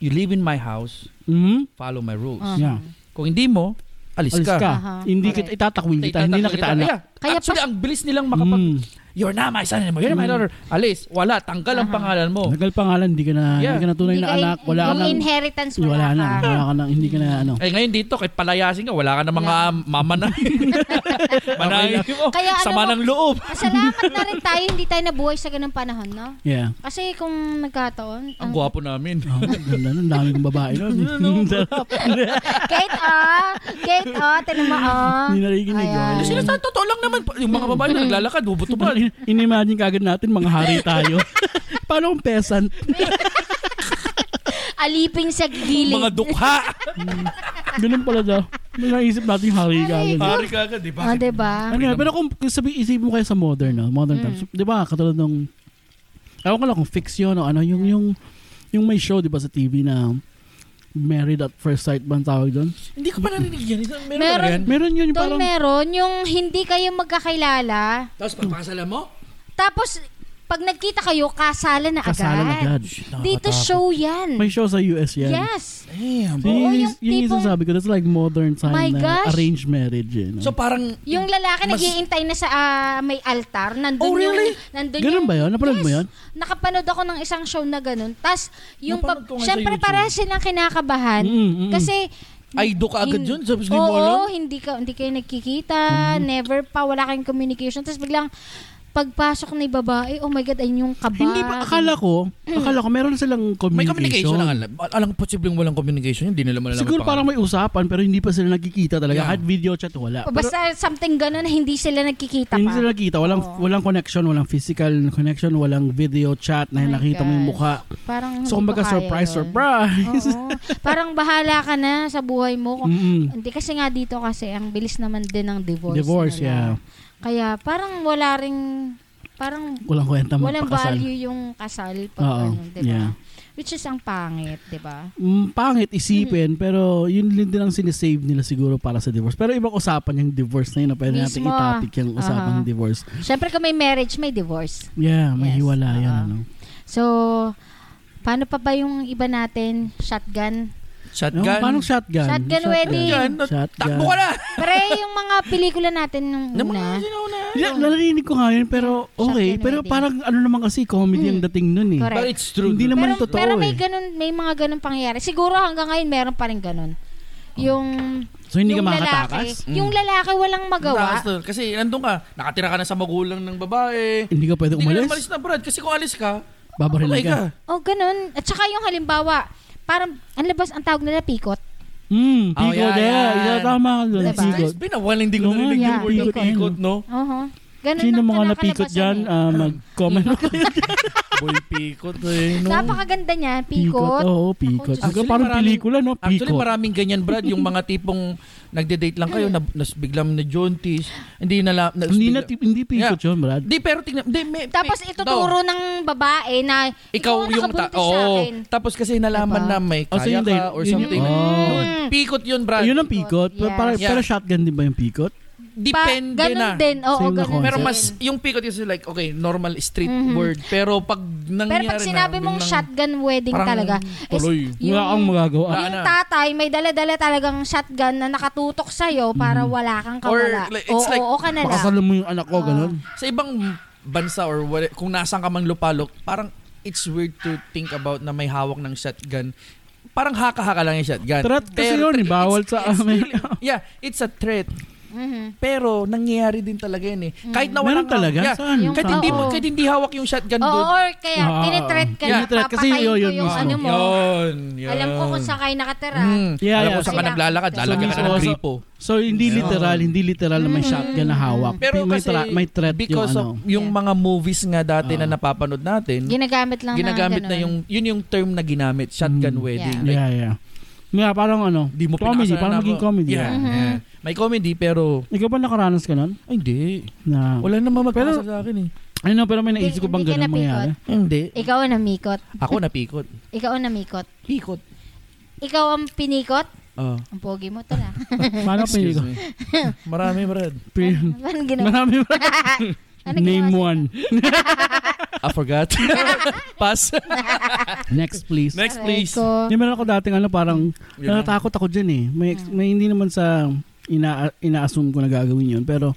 Speaker 3: you live in my house,
Speaker 2: Mhm.
Speaker 3: follow my rules.
Speaker 1: Uh-huh.
Speaker 2: Yeah.
Speaker 3: Kung hindi mo, alis,
Speaker 2: Alis ka.
Speaker 1: Aha,
Speaker 2: Hindi
Speaker 1: correct.
Speaker 2: kita, itatakwil kita, hindi na kita anak.
Speaker 3: Yeah.
Speaker 1: Kaya
Speaker 3: Actually,
Speaker 1: pa-
Speaker 3: ang bilis nilang makapag,
Speaker 2: Mm.
Speaker 3: you're not my son anymore, you're not my
Speaker 2: Mm.
Speaker 3: daughter. Alis, wala, tanggal ang
Speaker 1: Aha.
Speaker 3: pangalan mo.
Speaker 2: Tagal pangalan, hindi ka na,
Speaker 3: Oh. Yeah.
Speaker 2: hindi ka na tunay
Speaker 1: Hindi
Speaker 2: na
Speaker 1: ka-
Speaker 2: anak. Wala ka
Speaker 1: yung
Speaker 2: na,
Speaker 1: inheritance mo
Speaker 2: wala na,
Speaker 1: ka.
Speaker 2: wala ka na, hindi ka na ano.
Speaker 3: Eh ngayon dito, kahit palayasin ka, wala ka na mga mama na. Manahin mo.
Speaker 1: Kaya ano
Speaker 3: Sama
Speaker 1: mo-
Speaker 3: ng loob.
Speaker 1: Pasalamat na rin tayo, hindi tayo nabuhay sa ganung panahon, no?
Speaker 2: Yeah.
Speaker 1: Kasi kung nagkataon,
Speaker 3: Ang
Speaker 1: ang-
Speaker 3: gwapo namin.
Speaker 1: Ah.
Speaker 2: Oh, ganda nun, dami kong babae nun.
Speaker 1: Kate, ah! Kate, ah! Tinan mo, ah!
Speaker 2: Hindi narinig. oh.
Speaker 1: Ayan.
Speaker 3: Kasi nasa totoo lang naman, po, yung mga babae
Speaker 1: Mm.
Speaker 3: na naglalakad,
Speaker 2: Well,
Speaker 3: bubutubal.
Speaker 2: in- Inimagine kagad natin mga hari tayo. Paano kung peasant?
Speaker 1: Aliping sa gilid.
Speaker 3: mga dukha.
Speaker 2: Ganun pala daw. Naisip natin yung hari kagad.
Speaker 3: Hari ka agad, di ba?
Speaker 1: Ah, diba?
Speaker 2: Ano, pero kung kung sabi, isipin mo kayo sa modern, no?
Speaker 1: Mm.
Speaker 2: modern times, di ba, katulad nung, ewan ko lang kung fiction o ano, yung, yung, yung may show, di ba, sa TV na Married at First Sight ba ang tawag doon?
Speaker 3: Hindi ko pa narinig yan. Isa- Meron,
Speaker 1: Meron.
Speaker 3: meron. yan.
Speaker 2: Meron yun, yung
Speaker 1: Tol,
Speaker 2: parang,
Speaker 1: meron yung hindi kayo magkakilala.
Speaker 3: Tapos pagpasala mo?
Speaker 1: Tapos, pag nagkita kayo, kasalan na
Speaker 2: kasalan
Speaker 1: agad.
Speaker 2: agad.
Speaker 1: Dito show yan.
Speaker 2: May show sa US yan.
Speaker 1: Yes.
Speaker 3: Damn.
Speaker 2: So, yun,
Speaker 1: Oo,
Speaker 2: yung,
Speaker 1: yung
Speaker 2: yung, yung
Speaker 1: tipong-
Speaker 2: sabi ko, that's like modern time
Speaker 1: My
Speaker 2: na
Speaker 1: gosh.
Speaker 2: arranged marriage. Eh, no?
Speaker 3: So parang,
Speaker 1: Yung lalaki
Speaker 3: Mas-
Speaker 1: naghihintay na sa ah, may altar, nandun
Speaker 3: Oh, really?
Speaker 1: yung nandun
Speaker 2: Ganun
Speaker 1: yung-
Speaker 2: ba yun? Napanood mo
Speaker 1: Yes.
Speaker 2: yun?
Speaker 1: Nakapanood ako ng isang show na ganun. Tapos, yung pab-
Speaker 3: Napanood ko nga sa
Speaker 1: syempre
Speaker 3: YouTube.
Speaker 1: para silang kinakabahan
Speaker 2: Mm, mm, mm.
Speaker 1: kasi
Speaker 3: ay do ka agad
Speaker 1: Hin-
Speaker 3: yun. Sabi mo
Speaker 1: Oo,
Speaker 3: alam.
Speaker 1: hindi ka hindi kayo nagkikita,
Speaker 2: Mm.
Speaker 1: never pa wala kayong communication. Tapos biglang pagpasok ni babae, oh my god, ayun yung kaba.
Speaker 2: Hindi ba, akala ko,
Speaker 1: Mm.
Speaker 2: akala ko meron silang communication.
Speaker 3: May communication lang alam. Alam posibleng walang communication yun. Hindi nila malalaman.
Speaker 2: Siguro
Speaker 3: pa.
Speaker 2: parang may usapan pero hindi pa sila nagkikita talaga.
Speaker 3: Yeah.
Speaker 2: Kahit video chat wala.
Speaker 1: O,
Speaker 2: Pero
Speaker 1: Basta something ganun na hindi sila nagkikita
Speaker 2: hindi
Speaker 1: pa.
Speaker 2: sila nagkikita, walang
Speaker 1: Oo.
Speaker 2: walang connection, walang physical connection, walang video chat na
Speaker 1: Oh My
Speaker 2: nakita mo yung
Speaker 1: gosh. Ano
Speaker 2: mukha.
Speaker 1: Parang hindi
Speaker 2: So kumbaga
Speaker 1: ko kaya
Speaker 2: surprise,
Speaker 1: yun.
Speaker 2: surprise.
Speaker 1: Oo. Parang bahala ka na sa buhay mo. Kung-
Speaker 2: Mm-mm.
Speaker 1: Hindi kasi nga dito kasi ang bilis naman din ng divorce.
Speaker 2: Mm. Divorce, yeah.
Speaker 1: nila. Kaya parang wala ring parang
Speaker 2: Walang kwenta mo
Speaker 1: walang value yung kasal pag
Speaker 2: Oo,
Speaker 1: ano, 'di ba?
Speaker 2: yeah.
Speaker 1: Which is ang pangit, 'di ba?
Speaker 2: Mm, pangit isipin
Speaker 1: Mm-hmm.
Speaker 2: pero yun din din ang sinisave nila siguro para sa divorce. Pero ibang usapan yung divorce na yun na pwede natin
Speaker 1: Mismo. Uh-huh.
Speaker 2: itapik yung usapang
Speaker 1: Aha.
Speaker 2: divorce.
Speaker 1: Siyempre kung may marriage, may divorce.
Speaker 2: Yeah, may
Speaker 1: Yes, Uh-huh.
Speaker 2: hiwala yan.
Speaker 1: oo.
Speaker 2: Ano.
Speaker 1: So paano pa ba yung iba natin? Shotgun.
Speaker 2: Yung
Speaker 3: Shotgun.
Speaker 2: parang shotgun?
Speaker 1: Shotgun wedding.
Speaker 2: Shotgun.
Speaker 3: Takbo ka na.
Speaker 1: Pero eh, yung mga pelikula natin nung
Speaker 3: Naman
Speaker 1: una.
Speaker 3: na sinauna.
Speaker 2: Yeah, narinig ko nga yun, pero okay.
Speaker 1: Shotgun
Speaker 2: Pero
Speaker 1: wedding.
Speaker 2: parang ano naman kasi, comedy ang dating nun eh.
Speaker 1: Correct.
Speaker 3: But it's true.
Speaker 2: Hindi naman
Speaker 1: pero,
Speaker 2: totoo
Speaker 1: pero may
Speaker 2: eh.
Speaker 1: ganun, may mga ganun pangyayari. Siguro hanggang ngayon meron pa rin ganun. Yung
Speaker 2: So Oh. hindi ka
Speaker 1: yung
Speaker 2: makakatakas? Mm.
Speaker 1: Lalaki, Yung lalaki walang magawa.
Speaker 3: Takas doon. Kasi nandun ka, nakatira ka na sa magulang ng babae.
Speaker 2: Hindi ka pwede
Speaker 3: Hindi ka na
Speaker 2: umalis?
Speaker 3: umalis na, Brad. Kasi kung alis ka,
Speaker 2: Babarilan
Speaker 3: patay
Speaker 2: ka.
Speaker 3: ka.
Speaker 1: Oh, ganun. At saka yung halimbawa, parang ang labas ang tawag nila pikot.
Speaker 2: Hmm, pikot
Speaker 3: Oh, yeah,
Speaker 2: yeah.
Speaker 3: yan.
Speaker 2: Yeah, tama ka doon,
Speaker 1: Diba?
Speaker 2: pikot.
Speaker 3: It's been a while hindi ko
Speaker 2: Oo,
Speaker 3: narinig
Speaker 1: yeah,
Speaker 3: yung word na
Speaker 2: pikot, ano.
Speaker 3: pikot, no?
Speaker 1: Oo. Ganun
Speaker 2: Sino
Speaker 1: ang
Speaker 2: mga napikot
Speaker 1: kinakalabasan
Speaker 2: dyan,
Speaker 1: eh.
Speaker 2: ah, mag-comment.
Speaker 3: Boy, pikot eh, no?
Speaker 1: Napakaganda niya,
Speaker 2: pikot,
Speaker 1: pikot.
Speaker 2: oo, pikot.
Speaker 1: Diyos.
Speaker 2: Actually,
Speaker 3: Actually,
Speaker 2: parang
Speaker 3: maraming-
Speaker 2: pelikula, no?
Speaker 3: Actually,
Speaker 2: Pikot.
Speaker 3: maraming ganyan, Brad. Yung mga tipong nagde-date lang kayo, na, nas biglang na jaunties, hindi na, la- nas-
Speaker 2: Hindi na,
Speaker 3: bigla-
Speaker 2: hindi pikot
Speaker 3: Yeah.
Speaker 2: yun, Brad.
Speaker 3: Di, pero tingnan, di, may,
Speaker 1: Tapos
Speaker 3: may-
Speaker 1: ituturo
Speaker 3: daw,
Speaker 1: ng babae na
Speaker 3: ikaw yung ta-
Speaker 1: nakabuntis sa
Speaker 3: oo.
Speaker 1: akin.
Speaker 3: Tapos kasi nalaman
Speaker 1: Diba?
Speaker 3: na may
Speaker 2: Oh, so
Speaker 3: kaya
Speaker 2: yun din.
Speaker 3: ka or
Speaker 2: Yun yung-
Speaker 3: something.
Speaker 2: Oh.
Speaker 3: Dude, pikot yun, Brad.
Speaker 2: Yun ang pikot.
Speaker 1: Yes.
Speaker 2: Para,
Speaker 3: Yeah.
Speaker 2: Pero shotgun din ba yung pikot?
Speaker 1: Pa-
Speaker 3: Depende
Speaker 1: ganun
Speaker 3: na.
Speaker 1: din. Oo,
Speaker 2: Same na
Speaker 1: ganun.
Speaker 3: Pero
Speaker 2: Concept.
Speaker 3: mas, yung pikot is like, okay, normal street
Speaker 1: Mhm.
Speaker 3: word. Pero pag
Speaker 1: Pero
Speaker 3: nangyari
Speaker 1: pag sinabi
Speaker 3: na,
Speaker 1: mong
Speaker 3: biglang-
Speaker 1: shotgun wedding
Speaker 3: parang
Speaker 1: talaga, is
Speaker 3: tuloy.
Speaker 1: yung-
Speaker 2: Wala kang magagawa.
Speaker 3: Wala
Speaker 1: yung
Speaker 3: na.
Speaker 1: tatay may dala-dala talagang shotgun na nakatutok sa'yo para
Speaker 2: Mm-hmm.
Speaker 1: wala kang
Speaker 3: Or,
Speaker 1: kawala.
Speaker 3: like,
Speaker 1: oo,
Speaker 3: it's like,
Speaker 1: oo ka na lang.
Speaker 2: Pakasalan mo yung anak ko, ganun.
Speaker 3: Sa ibang bansa or wala- kung nasaan ka mang lupalok, parang it's weird to think about na may hawak ng shotgun. Parang haka-haka lang yung shotgun.
Speaker 2: Threat kasi
Speaker 3: Pero-
Speaker 2: yun, eh, bawal
Speaker 3: it's-
Speaker 2: sa
Speaker 3: it's
Speaker 2: amin.
Speaker 3: really- yeah, it's a threat.
Speaker 1: Mhm.
Speaker 3: Pero nangyayari din talaga yun eh. Kahit na walang
Speaker 2: Meron talaga?
Speaker 3: Yeah,
Speaker 2: Saan?
Speaker 1: Yung-
Speaker 3: kahit, hindi,
Speaker 1: Mm. Oo.
Speaker 3: kahit hindi hawak yung shotgun
Speaker 1: Oo,
Speaker 3: dude.
Speaker 1: or kaya
Speaker 2: Ah,
Speaker 1: tinitreat ka
Speaker 3: yeah.
Speaker 1: na,
Speaker 2: Tinitreat kasi
Speaker 1: papatayin ko
Speaker 2: yun, yun
Speaker 1: yung
Speaker 2: mismo.
Speaker 1: ano mo.
Speaker 3: Yun, yun.
Speaker 1: Alam ko kung saan kayo nakatira.
Speaker 3: Mm.
Speaker 2: Yeah,
Speaker 3: Alam
Speaker 2: yeah.
Speaker 3: ko saan ka
Speaker 1: Sila-
Speaker 3: naglalakad, lalagyan ka na ng
Speaker 2: So-
Speaker 3: gripo.
Speaker 2: So hindi
Speaker 3: Yeah.
Speaker 2: literal, hindi literal na may
Speaker 1: Mm.
Speaker 2: shotgun na hawak.
Speaker 3: Pero
Speaker 2: may,
Speaker 3: kasi
Speaker 2: tra- may threat yung
Speaker 3: because
Speaker 2: ano.
Speaker 3: of yung
Speaker 1: Yeah.
Speaker 3: mga movies nga dati na
Speaker 2: Ah.
Speaker 3: napapanood natin,
Speaker 1: Ginagamit lang
Speaker 3: ginagamit
Speaker 1: na,
Speaker 3: na yung yun yung term na ginamit, shotgun
Speaker 2: Mm.
Speaker 3: wedding. Like,
Speaker 2: Yeah, yeah. Nga, parang ano,
Speaker 3: Di mo
Speaker 2: comedy,
Speaker 3: pinakasalan
Speaker 2: parang
Speaker 3: ako.
Speaker 2: maging comedy.
Speaker 3: Yeah.
Speaker 1: Mhm.
Speaker 3: yeah. May comedy pero
Speaker 2: Ikaw ba nakaranas ka nun?
Speaker 3: ay, hindi.
Speaker 2: Na,
Speaker 3: Wala namang
Speaker 2: Oh. Pero-
Speaker 3: magpapasa sa akin eh.
Speaker 2: ano, pero may naisip ko bang
Speaker 1: Hindi ka
Speaker 2: ganun
Speaker 1: napikot?
Speaker 2: mangyari?
Speaker 3: Hindi.
Speaker 1: Ikaw ang namikot.
Speaker 3: Ako napikot.
Speaker 1: Ikaw ang namikot.
Speaker 3: Pikot.
Speaker 1: Ikaw ang pinikot.
Speaker 3: Oh.
Speaker 1: Ang pogi mo tala.
Speaker 2: Paano
Speaker 3: Excuse
Speaker 2: pinili ko?
Speaker 3: me. Marami, Brad.
Speaker 2: Pin-
Speaker 1: Paano ginawa?
Speaker 2: Marami ba?
Speaker 1: Ano
Speaker 2: Name
Speaker 1: ginawa?
Speaker 2: one.
Speaker 3: I forgot. Pass.
Speaker 2: Next, please.
Speaker 3: Next, please.
Speaker 1: Aray ko.
Speaker 2: Hindi, meron ako dating ano, parang
Speaker 3: Yun lang.
Speaker 2: natatakot ako dyan eh. May,
Speaker 3: Mm.
Speaker 2: ex- may hindi naman sa ina, ina-assume ko na gagawin yun. Pero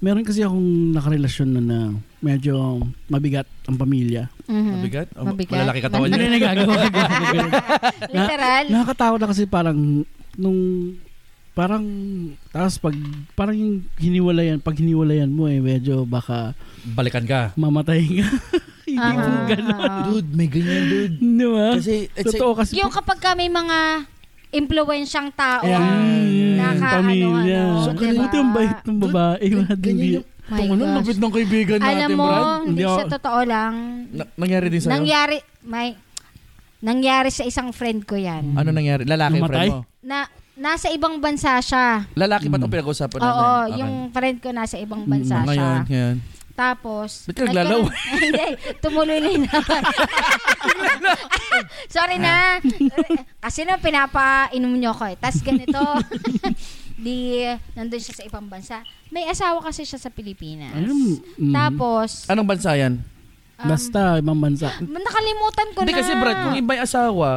Speaker 2: meron kasi akong nakarelasyon na, na medyo mabigat ang pamilya.
Speaker 1: Mhm.
Speaker 3: Mabigat? Oh,
Speaker 1: Mabigat.
Speaker 3: Malalaki katawan
Speaker 2: Ano
Speaker 1: Ano
Speaker 3: niya.
Speaker 2: na nagagawa
Speaker 1: Literal.
Speaker 2: Nakakatakot na kasi parang nung parang tapos pag parang yung hiniwalayan pag hiniwalayan mo eh medyo baka
Speaker 3: Balikan ka.
Speaker 2: mamatay ka hindi
Speaker 1: Aha.
Speaker 2: mo ganun
Speaker 1: Oh.
Speaker 3: Dude, may ganyan, dude.
Speaker 2: di ba
Speaker 3: Kasi, it's
Speaker 2: totoo kasi
Speaker 1: Yung kapag ka may mga impluensyang tao
Speaker 2: Ayan,
Speaker 1: naka,
Speaker 2: pamilya
Speaker 1: ano, ano,
Speaker 2: so ganun
Speaker 1: diba?
Speaker 2: ito yung bait ng babae wala din
Speaker 3: ganyan yung...
Speaker 1: My
Speaker 3: Tungo
Speaker 1: gosh.
Speaker 3: na, lapit ng kaibigan natin,
Speaker 1: Alam mo,
Speaker 3: Brad.
Speaker 1: hindi
Speaker 2: Hindi
Speaker 1: sa
Speaker 2: ako-
Speaker 1: totoo lang.
Speaker 3: Na- nangyari din sa'yo?
Speaker 1: nangyari, may, nangyari sa isang friend ko yan.
Speaker 3: ano nangyari? Lalaki,
Speaker 2: Namatay?
Speaker 3: friend mo?
Speaker 1: Na, nasa ibang bansa siya.
Speaker 3: Lalaki ba
Speaker 2: Hmm.
Speaker 3: itong pinag-usapan
Speaker 1: Oo,
Speaker 3: natin? Okay.
Speaker 1: yung friend ko nasa ibang bansa
Speaker 3: Ah,
Speaker 1: siya.
Speaker 3: Ngayon, ngayon.
Speaker 1: Tapos,
Speaker 3: Ba't ka naglalaw?
Speaker 1: nagkaroon- Hindi, tumuloy na yun naman. Sorry na. Kasi na pinapainom niyo ako eh. Tapos ganito. di, nandun siya sa ibang bansa. May asawa kasi siya sa Pilipinas.
Speaker 2: mm,
Speaker 1: Tapos,
Speaker 3: Anong bansa yan?
Speaker 1: um,
Speaker 2: basta ibang bansa
Speaker 1: nakalimutan ko
Speaker 3: Hindi
Speaker 1: na.
Speaker 3: kasi Brad, kung iba yung asawa,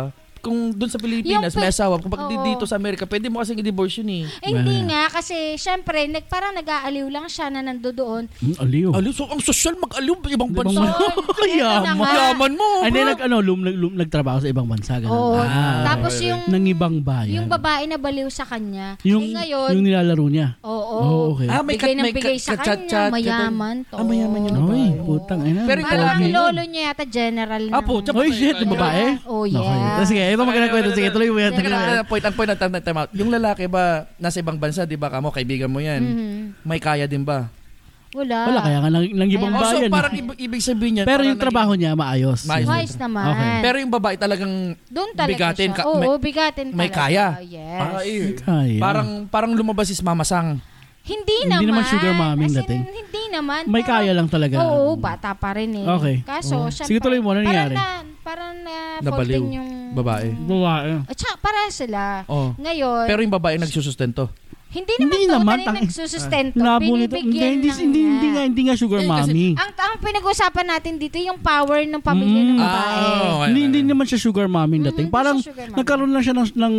Speaker 3: kung doon sa Pilipinas
Speaker 1: Yung pe-
Speaker 3: may asawa, kung pag di-
Speaker 1: Oo.
Speaker 3: dito sa Amerika, pwede mo kasing i-divorce yun eh.
Speaker 1: Eh, hindi
Speaker 2: Wala.
Speaker 1: nga kasi syempre nag, parang nag-aaliw lang siya na nandoon.
Speaker 2: Mm, aliw
Speaker 3: Aliw, so ang sosyal mag-aliw
Speaker 2: Ibang
Speaker 3: ibang bansa.
Speaker 2: bansa.
Speaker 1: Yaman.
Speaker 3: Yaman mo,
Speaker 2: ay di,
Speaker 3: bro.
Speaker 2: nag ano lum, nag, lum, nagtrabaho sa ibang bansa ganun
Speaker 1: Oo.
Speaker 2: Ah,
Speaker 1: Tapos
Speaker 3: okay.
Speaker 1: yung
Speaker 2: ng ibang bayan
Speaker 1: yung babae na baliw sa kanya.
Speaker 2: yung,
Speaker 1: eh ngayon,
Speaker 2: yung nilalaro niya
Speaker 1: oo.
Speaker 2: oh, okay
Speaker 3: Ah, may
Speaker 1: bigay
Speaker 3: kat-
Speaker 1: ng
Speaker 3: may
Speaker 1: bigay
Speaker 3: kat-
Speaker 1: sa
Speaker 3: kachat-chat,
Speaker 1: kanya.
Speaker 3: ganun.
Speaker 1: Mayaman to.
Speaker 3: Ah, mayaman yun.
Speaker 1: Oo.
Speaker 2: Oy, putang ina.
Speaker 3: Pero
Speaker 1: Parang
Speaker 3: Pogi yun. Ah,
Speaker 1: lolo niya yata general na.
Speaker 3: Apo, tsaka-
Speaker 2: Oy, shit, yung babae?
Speaker 1: Oh, yeah.
Speaker 2: Okay. Sige, ito magandang kwento. Sige, tuloy mo yan.
Speaker 3: Teka
Speaker 2: Tuloy mo
Speaker 3: lang,
Speaker 2: yan.
Speaker 3: ah, point, ang point na time, time out. Yung lalaki ba, nasa ibang bansa, di ba, kamo, kaibigan mo yan,
Speaker 1: Mhm.
Speaker 3: may kaya din ba?
Speaker 1: Wala.
Speaker 2: Wala, kaya nga lang, lang ibang
Speaker 1: Ayan.
Speaker 3: Oh, so
Speaker 2: bayan. eh.
Speaker 3: parang ib- ibig sabihin niya.
Speaker 2: Pero yung
Speaker 3: parang
Speaker 2: trabaho niya, maayos.
Speaker 3: Maayos.
Speaker 1: Wise naman.
Speaker 2: Okay.
Speaker 3: Pero yung babae talagang
Speaker 1: Doon talaga
Speaker 3: bigatin
Speaker 1: siya.
Speaker 3: ka-
Speaker 1: Oo,
Speaker 3: may-
Speaker 1: bigatin
Speaker 3: may
Speaker 1: talaga.
Speaker 3: kaya.
Speaker 1: Yes.
Speaker 3: Ah, eh.
Speaker 2: Kaya.
Speaker 3: Parang parang lumabas si Mama Sang.
Speaker 1: hindi
Speaker 2: hindi naman
Speaker 1: naman.
Speaker 2: sugar mommy
Speaker 1: As in,
Speaker 2: dating.
Speaker 1: Hindi naman.
Speaker 2: May
Speaker 1: Pero-
Speaker 2: kaya lang talaga.
Speaker 1: Oo, bata pa rin eh.
Speaker 2: Okay.
Speaker 1: Kaso,
Speaker 2: Oo.
Speaker 1: syempre,
Speaker 2: Sige, tuloy mo. Ano nangyari?
Speaker 1: Parang na, parang na
Speaker 3: Nabaliw.
Speaker 1: faultin yung...
Speaker 3: Babae.
Speaker 2: Babae.
Speaker 1: At saka, para sila.
Speaker 3: Oh.
Speaker 1: Ngayon,
Speaker 3: Pero yung babae nagsusustento.
Speaker 1: hindi naman
Speaker 2: Hindi
Speaker 1: totally
Speaker 2: naman, tang-
Speaker 1: nagsusustento.
Speaker 2: Labo nito. Hindi,
Speaker 1: Binibigyan
Speaker 2: hindi,
Speaker 1: lang
Speaker 2: hindi,
Speaker 1: niya.
Speaker 2: hindi nga, hindi nga sugar
Speaker 3: Eh, kasi-
Speaker 2: mommy.
Speaker 1: Ang, ang pinag-usapan natin dito, yung power ng pamilya ng
Speaker 2: Mm.
Speaker 1: babae.
Speaker 3: Ah, okay,
Speaker 2: Hindi, hindi
Speaker 3: okay.
Speaker 2: naman siya sugar mommy
Speaker 1: Mm,
Speaker 2: dating.
Speaker 1: hindi
Speaker 2: Parang
Speaker 1: siya sugar mommy.
Speaker 2: nagkaroon lang siya ng, ng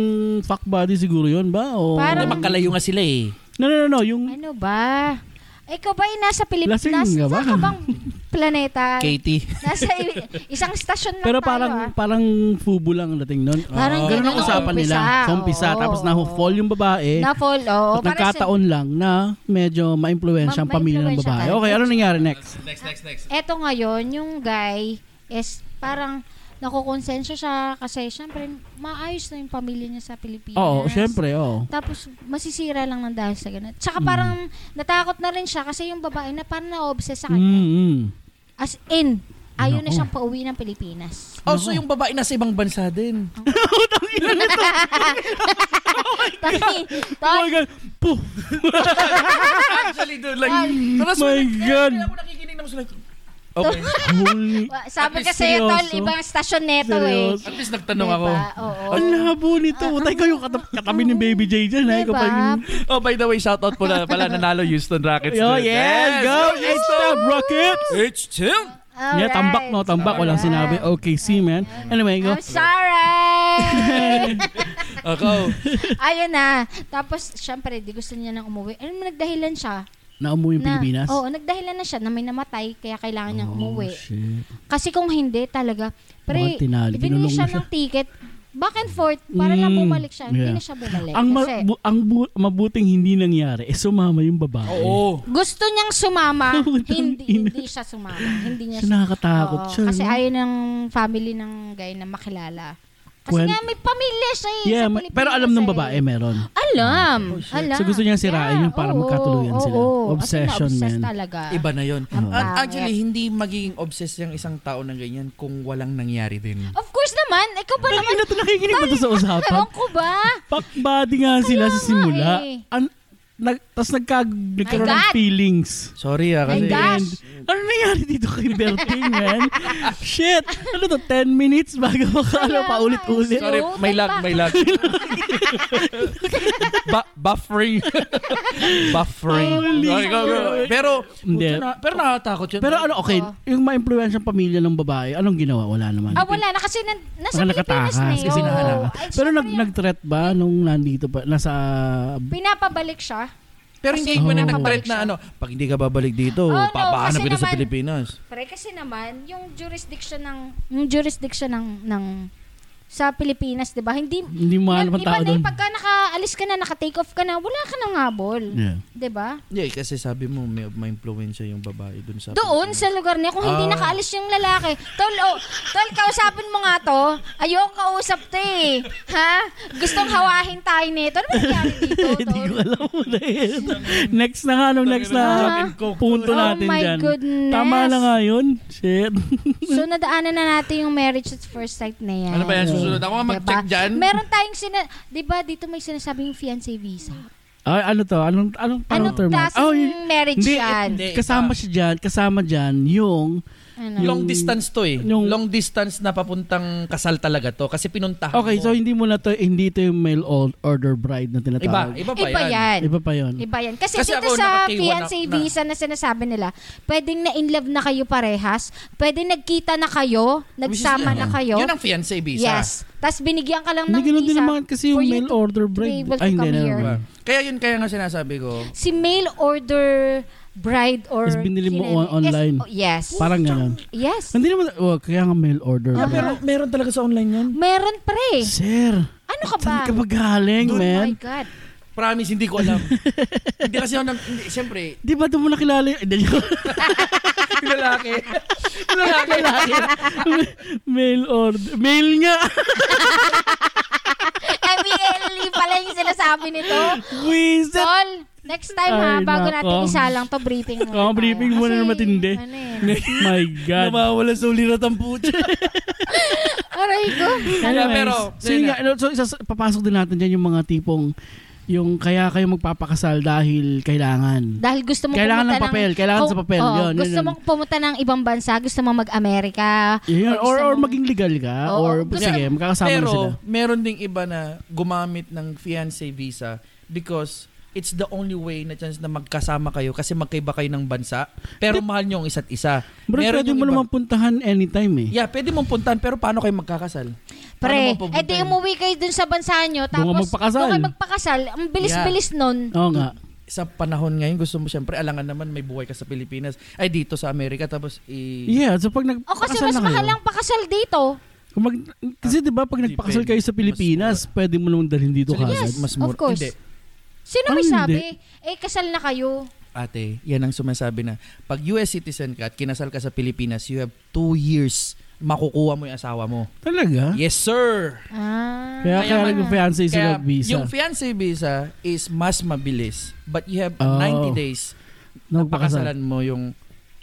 Speaker 2: fuck body siguro yun ba? O...
Speaker 1: Parang-
Speaker 3: Magkalayo nga sila eh.
Speaker 2: No, no, no, no. Yung...
Speaker 1: Ano ba? Ikaw ba ay nasa Pilipinas?
Speaker 2: Lasing ka ba?
Speaker 1: Saan ka bang planeta?
Speaker 3: Katie.
Speaker 1: Nasa i- isang stasyon lang
Speaker 2: Pero
Speaker 1: tayo, ah.
Speaker 2: parang parang fubo lang dating noon.
Speaker 1: Parang
Speaker 3: Oo.
Speaker 2: Ganun ang
Speaker 1: ganun
Speaker 2: usapan
Speaker 1: umpisa,
Speaker 2: nila. Sa umpisa.
Speaker 1: oo,
Speaker 2: Tapos
Speaker 1: oo.
Speaker 2: na-fall yung babae.
Speaker 1: Na-fall,
Speaker 2: At
Speaker 1: oo.
Speaker 2: nagkataon lang na medyo ma-influensya ang
Speaker 1: Ma-
Speaker 2: pamilya ng
Speaker 1: ma-influensya
Speaker 2: babae.
Speaker 1: tayo.
Speaker 2: Okay, ano nangyari next?
Speaker 3: Next, next, next.
Speaker 1: Eto ngayon, yung guy is parang nakukonsensya siya kasi syempre maayos na yung pamilya niya sa Pilipinas.
Speaker 2: Oo, oh, syempre, Mm. oo.
Speaker 1: Tapos masisira lang ng dahil sa ganun. Tsaka parang natakot na rin siya kasi yung babae na parang na-obsess sa
Speaker 2: Mm,
Speaker 1: kanya.
Speaker 2: mm.
Speaker 1: As in, ayaw na
Speaker 2: Nako.
Speaker 1: siyang pauwi ng Pilipinas.
Speaker 3: Oh, so yung babae nasa ibang bansa din.
Speaker 1: Tangin.
Speaker 2: Oh my God. Puh.
Speaker 3: Actually, dude, like, tapos
Speaker 2: my
Speaker 3: like, eh,
Speaker 2: God.
Speaker 3: Ako nakikinig ng like, okay.
Speaker 2: Holy.
Speaker 1: Wa- Sabi
Speaker 3: At least
Speaker 1: kasi yun, tol,
Speaker 2: seryoso.
Speaker 1: ibang stasyon neto eh.
Speaker 2: Seryoso. Ano
Speaker 3: At least nagtanong ako.
Speaker 1: Diba? Oo.
Speaker 2: Ang labo nito. Utay ko yung katab- katabi ni Baby J dyan. Ay,
Speaker 1: Diba?
Speaker 2: kapag...
Speaker 3: Oh, by the way, shoutout po na pala nanalo Houston Rockets.
Speaker 2: Oh,
Speaker 3: dude.
Speaker 2: yes! Go! It's the Rockets!
Speaker 3: It's Tim!
Speaker 1: Alright.
Speaker 2: Yeah, tambak, no? Tambak. Walang sinabi. Okay, see, man. Anyway, go.
Speaker 1: I'm sorry!
Speaker 3: Ako.
Speaker 1: Ayun na. Tapos, syempre, di gusto niya nang umuwi. Alam mo, nagdahilan siya.
Speaker 2: na umuwi yung
Speaker 1: na,
Speaker 2: Pilipinas?
Speaker 1: Oo, nagdahilan na siya na may namatay kaya kailangan niyang
Speaker 2: Oh,
Speaker 1: umuwi.
Speaker 2: shit.
Speaker 1: Kasi kung hindi talaga, pre,
Speaker 2: Mukhang tinali.
Speaker 1: binili
Speaker 2: Kinulong na
Speaker 1: siya
Speaker 2: siya.
Speaker 1: ng ticket back and forth para lang
Speaker 2: Mm,
Speaker 1: bumalik siya. Hindi
Speaker 2: yeah.
Speaker 1: na siya bumalik.
Speaker 2: Ang, ma-
Speaker 1: kasi
Speaker 2: bu- ang bu- mabuting hindi nangyari, eh sumama yung babae.
Speaker 3: Oo.
Speaker 1: gusto niyang sumama,
Speaker 2: Putang
Speaker 1: hindi,
Speaker 2: ina.
Speaker 1: hindi siya sumama. Hindi niya
Speaker 2: Siya nakakatakot
Speaker 1: Oo,
Speaker 2: siya.
Speaker 1: Kasi
Speaker 2: no?
Speaker 1: ayaw ng family ng guy na makilala. Kasi
Speaker 2: Kwen-
Speaker 1: nga may pamilya siya eh.
Speaker 2: yeah,
Speaker 1: sa
Speaker 2: ma-
Speaker 1: Pilipinas
Speaker 2: pero alam ng
Speaker 1: eh.
Speaker 2: babae meron.
Speaker 1: Alam. alam.
Speaker 2: Oh, So gusto niyang sirain yun para
Speaker 1: oo,
Speaker 2: magkatuluyan sila.
Speaker 1: oo, oo.
Speaker 2: Obsession,
Speaker 1: Kasi na-obsess
Speaker 2: man.
Speaker 1: talaga.
Speaker 3: Iba na yun.
Speaker 1: Ang
Speaker 3: At
Speaker 1: pangit.
Speaker 3: actually, hindi magiging obsessed yung isang tao ng ganyan kung walang nangyari din.
Speaker 1: Of course naman. Ikaw ba naman?
Speaker 2: Ano to nakikinig mo to sa usapan?
Speaker 1: Ewan ko ba?
Speaker 2: Pakbadi nga sila sa
Speaker 1: nga
Speaker 2: simula.
Speaker 1: eh.
Speaker 2: An- nag- Tapos nagkag- nagkaroon ng
Speaker 1: God.
Speaker 2: feelings.
Speaker 3: Sorry ah,
Speaker 1: My
Speaker 3: kasi...
Speaker 1: God.
Speaker 2: And, ano nangyari dito kay Berting, man? Shit! Ano to, 10 minutes bago makala
Speaker 1: Kaya
Speaker 2: pa
Speaker 1: nga,
Speaker 2: ulit-ulit.
Speaker 1: eh.
Speaker 3: Sorry,
Speaker 1: Hello?
Speaker 3: may lag, may lag. ba- buffering. buffering.
Speaker 1: Oh
Speaker 2: Holy
Speaker 3: Sorry, go, go.
Speaker 2: crap.
Speaker 3: Pero,
Speaker 2: Hindi.
Speaker 3: putya na- pero nakatakot yun.
Speaker 2: Pero ano, okay,
Speaker 1: Oo.
Speaker 2: yung ma-influence ng pamilya ng babae, anong ginawa? Wala naman.
Speaker 1: Ah, wala na. Kasi nan, nasa
Speaker 2: Baka
Speaker 1: Pilipinas na
Speaker 2: nakatakas
Speaker 1: yun.
Speaker 2: kasi
Speaker 1: Oo.
Speaker 2: nakalakas.
Speaker 1: Ay,
Speaker 2: Pero nag,
Speaker 1: syempre,
Speaker 2: nag-threat ba nung nandito pa, nasa...
Speaker 1: Pinapabalik siya.
Speaker 3: pero hindi
Speaker 1: Kasi
Speaker 3: mo na
Speaker 2: hindi
Speaker 3: nag-threat
Speaker 1: nakabalik
Speaker 3: na
Speaker 1: siya.
Speaker 3: ano, pag hindi ka babalik dito,
Speaker 1: Oh, no, kasi
Speaker 3: papahanap kita sa
Speaker 1: naman-
Speaker 3: Pilipinas.
Speaker 1: Pre, kasi naman, yung jurisdiction ng, yung jurisdiction ng, ng, sa Pilipinas, di ba? Hindi,
Speaker 2: Hindi mo alam ang
Speaker 1: Nag-
Speaker 2: tao
Speaker 1: iba na
Speaker 2: doon.
Speaker 1: yung pagka nakaalis ka na, naka-take off ka na, wala ka nang habol.
Speaker 2: Yeah.
Speaker 1: 'Di ba?
Speaker 3: Yeah, kasi sabi mo may may influensya yung babae dun sa
Speaker 1: Doon sa lugar niya, kung hindi
Speaker 3: Ah.
Speaker 1: nakaalis yung lalaki, tol, oh, tol, kausapin mo nga to. Ayoko kausap to eh. Ha? Gustong hawahin tayo nito. Ano ba nangyari dito,
Speaker 2: Hindi
Speaker 1: tol?
Speaker 2: ko alam mo na yun. Next na nga, anong next na punto
Speaker 1: Oh
Speaker 2: natin
Speaker 1: my
Speaker 2: dyan.
Speaker 1: goodness.
Speaker 2: Tama na nga yun. Shit.
Speaker 1: So, nadaanan na natin yung marriage at first sight na yan.
Speaker 3: Ano ba yan? Susunod ako nga mag-check
Speaker 1: Diba?
Speaker 3: dyan.
Speaker 1: Meron tayong sina... Di ba dito may sinasabing fiancé visa?
Speaker 2: Ay, ano to? Anong, anong parang
Speaker 1: Anong
Speaker 2: term? Oh, na-
Speaker 1: klaseng
Speaker 2: yun-
Speaker 1: marriage
Speaker 2: hindi, eh,
Speaker 1: yan?
Speaker 3: Oh, hindi.
Speaker 2: Kasama siya dyan, kasama dyan yung
Speaker 1: Ano?
Speaker 2: Yung-
Speaker 3: Long distance to eh.
Speaker 2: yung-
Speaker 3: Long distance na papuntang kasal talaga to kasi pinuntahan
Speaker 2: Okay,
Speaker 3: Ah, mo.
Speaker 2: so hindi mo na to, hindi to yung mail or- order bride na
Speaker 3: iba,
Speaker 2: tinatawag.
Speaker 3: iba pa
Speaker 1: Iba
Speaker 3: yan.
Speaker 1: yan.
Speaker 2: Iba pa yun.
Speaker 1: Mm. Iba yan. Kasi,
Speaker 3: Kasi
Speaker 1: dito
Speaker 3: ako,
Speaker 1: sa
Speaker 3: naka-K1
Speaker 1: fiancé
Speaker 3: na-
Speaker 1: visa na sinasabi nila, pwedeng na in love na kayo parehas, pwedeng nagkita na kayo,
Speaker 3: Which is-
Speaker 1: nagsama na kayo.
Speaker 3: Yun ang fiancé visa.
Speaker 1: Yes. Tapos binigyan ka lang ng
Speaker 2: Hindi ganun din
Speaker 1: visa.
Speaker 2: naman kasi yung
Speaker 1: for you
Speaker 2: mail
Speaker 1: to
Speaker 2: order
Speaker 1: be
Speaker 2: bride.
Speaker 1: able to
Speaker 2: Ay, hindi
Speaker 1: come
Speaker 2: na
Speaker 1: here.
Speaker 3: Diba? Kaya yun, kaya nga sinasabi ko.
Speaker 1: Si mail order bride or...
Speaker 2: Is binili mo
Speaker 1: kinene-
Speaker 2: on- online.
Speaker 1: Yes. Oh, yes.
Speaker 2: Parang ganun.
Speaker 1: Yes.
Speaker 2: Hindi naman, oh, kaya nga mail order. bride.
Speaker 1: Yeah, Ah, pero
Speaker 3: meron talaga sa online yan.
Speaker 1: Meron pre.
Speaker 2: Sir,
Speaker 1: Ano ka ba?
Speaker 2: saan ka ba galing,
Speaker 1: Oh
Speaker 2: man?
Speaker 1: my God.
Speaker 3: Promise, hindi ko alam. hindi kasi ako, nag, hindi, siyempre,
Speaker 2: Di ba doon mo nakilala yung... Hindi, joke.
Speaker 3: yung lalaki. Yung lalaki.
Speaker 2: mail order. Mail nga.
Speaker 1: MBLE pala yung sinasabi nito.
Speaker 2: Wizard.
Speaker 1: Tol, next time ha,
Speaker 2: Ay,
Speaker 1: bago
Speaker 2: nako.
Speaker 1: natin isalang to, briefing muna.
Speaker 2: Oo,
Speaker 1: tayo.
Speaker 2: briefing muna
Speaker 1: Kasi,
Speaker 2: na matindi.
Speaker 1: Ano eh.
Speaker 2: my God.
Speaker 3: Nawawala sa ulirat ang puto.
Speaker 1: Aray ko.
Speaker 2: Anyways,
Speaker 3: pero,
Speaker 2: so, yun nga, ano, so isa- papasok din natin dyan yung mga tipong yung kaya kayo magpapakasal dahil kailangan.
Speaker 1: Dahil gusto mong
Speaker 2: Kailangan
Speaker 1: pumunta
Speaker 2: ng papel, kailangan
Speaker 1: Oh,
Speaker 2: sa papel,
Speaker 1: oo,
Speaker 2: yun, yun,
Speaker 1: gusto
Speaker 2: yun.
Speaker 1: mong pumunta ng ibang bansa, gusto mong mag-Amerika.
Speaker 2: Yun, or,
Speaker 1: gusto
Speaker 2: or
Speaker 1: mong-
Speaker 2: maging legal ka,
Speaker 1: Oo,
Speaker 2: or
Speaker 1: gusto-
Speaker 2: sige, magkakasama na
Speaker 3: Pero,
Speaker 2: sila.
Speaker 3: meron ding iba na gumamit ng fiancé visa because it's the only way na chance na magkasama kayo kasi magkaiba kayo ng bansa pero mahal nyo ang isa't isa.
Speaker 2: Bro,
Speaker 3: meron
Speaker 2: pwede
Speaker 3: yung
Speaker 2: mo
Speaker 3: iba-
Speaker 2: naman puntahan anytime eh.
Speaker 3: Yeah, pwede mong puntahan pero paano kayo magkakasal?
Speaker 1: Pre,
Speaker 3: Paano mo
Speaker 1: eh di
Speaker 3: pupuntahin?
Speaker 1: umuwi kayo dun sa bansa
Speaker 2: Doon
Speaker 1: nyo,
Speaker 2: ka
Speaker 1: tapos
Speaker 2: magpakasal.
Speaker 1: doon kayo magpakasal. Ang bilis-bilis nun.
Speaker 2: Oo nga.
Speaker 3: sa panahon ngayon gusto mo syempre alangan naman may buhay ka sa Pilipinas ay dito sa Amerika tapos i
Speaker 2: Yeah, so pag
Speaker 1: O Oh, kasi
Speaker 2: nagpakasal
Speaker 1: mas
Speaker 2: Oh, na
Speaker 1: mahal
Speaker 2: kayo.
Speaker 1: ang pakasal dito.
Speaker 2: Kung mag, kasi 'di ba pag
Speaker 3: Ah, Depende.
Speaker 2: nagpakasal kayo sa Pilipinas, pwede mo naman dalhin dito
Speaker 3: Sige,
Speaker 2: kagad.
Speaker 1: Yes, of course.
Speaker 3: Hindi.
Speaker 1: Sino
Speaker 2: Ay,
Speaker 1: may sabi?
Speaker 2: Ah, hindi.
Speaker 1: Eh, kasal na kayo.
Speaker 3: Ate, yan ang sumasabi na pag US citizen ka at kinasal ka sa Pilipinas, you have two years makukuha mo yung asawa mo.
Speaker 2: Talaga?
Speaker 3: Yes, sir!
Speaker 1: Ah.
Speaker 2: Kaya
Speaker 3: Kaya
Speaker 2: kaya
Speaker 3: man-
Speaker 2: nag-fiancé sila visa.
Speaker 3: yung fiancé visa is mas mabilis but you have
Speaker 2: Oh.
Speaker 3: 90 days
Speaker 2: na
Speaker 3: na
Speaker 2: Nagpakasal.
Speaker 3: pakasalan mo yung...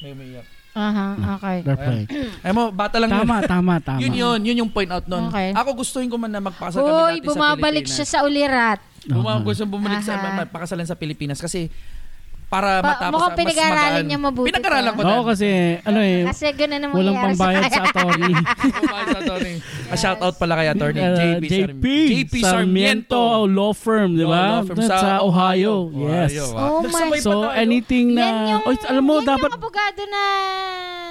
Speaker 3: May umiiyak.
Speaker 1: Aha, okay.
Speaker 2: Reply.
Speaker 3: Ay mo, bata lang
Speaker 2: Tama, tama, tama.
Speaker 3: yun. Yun yun, yun yung point out nun.
Speaker 1: Okay.
Speaker 3: Ako gustuhin ko man na magpakasal
Speaker 1: Hoy,
Speaker 3: kami dati sa
Speaker 1: bumabalik
Speaker 3: Pilipinas.
Speaker 1: siya sa ulirat.
Speaker 3: Buma- gusto bumalik sa
Speaker 1: Aha.
Speaker 3: ma- pakasalan sa Pilipinas kasi para
Speaker 1: Pa-
Speaker 3: matapos
Speaker 1: mukhang
Speaker 3: mas
Speaker 1: pinag-aralan
Speaker 3: magaan.
Speaker 1: niya mabuti
Speaker 3: Pinag-aralan
Speaker 1: to.
Speaker 3: ko din.
Speaker 2: Oo, kasi ano eh,
Speaker 1: Kasi ganun naman
Speaker 2: walang pambayad sa attorney.
Speaker 3: shout out Ah, pala kay attorney
Speaker 2: Uh,
Speaker 3: JP,
Speaker 2: JP,
Speaker 3: JP Sarmiento.
Speaker 2: Law Firm, Oh, di ba?
Speaker 3: Law firm
Speaker 2: Sa, Ohio.
Speaker 3: Ohio,
Speaker 2: Yes.
Speaker 3: ah.
Speaker 1: Oh my-
Speaker 3: Nagsabay pa
Speaker 2: So
Speaker 3: tayo.
Speaker 2: anything na...
Speaker 1: Yan yung,
Speaker 2: Oy, alam mo,
Speaker 1: yan
Speaker 2: dapat... Ah,
Speaker 1: yung abogado na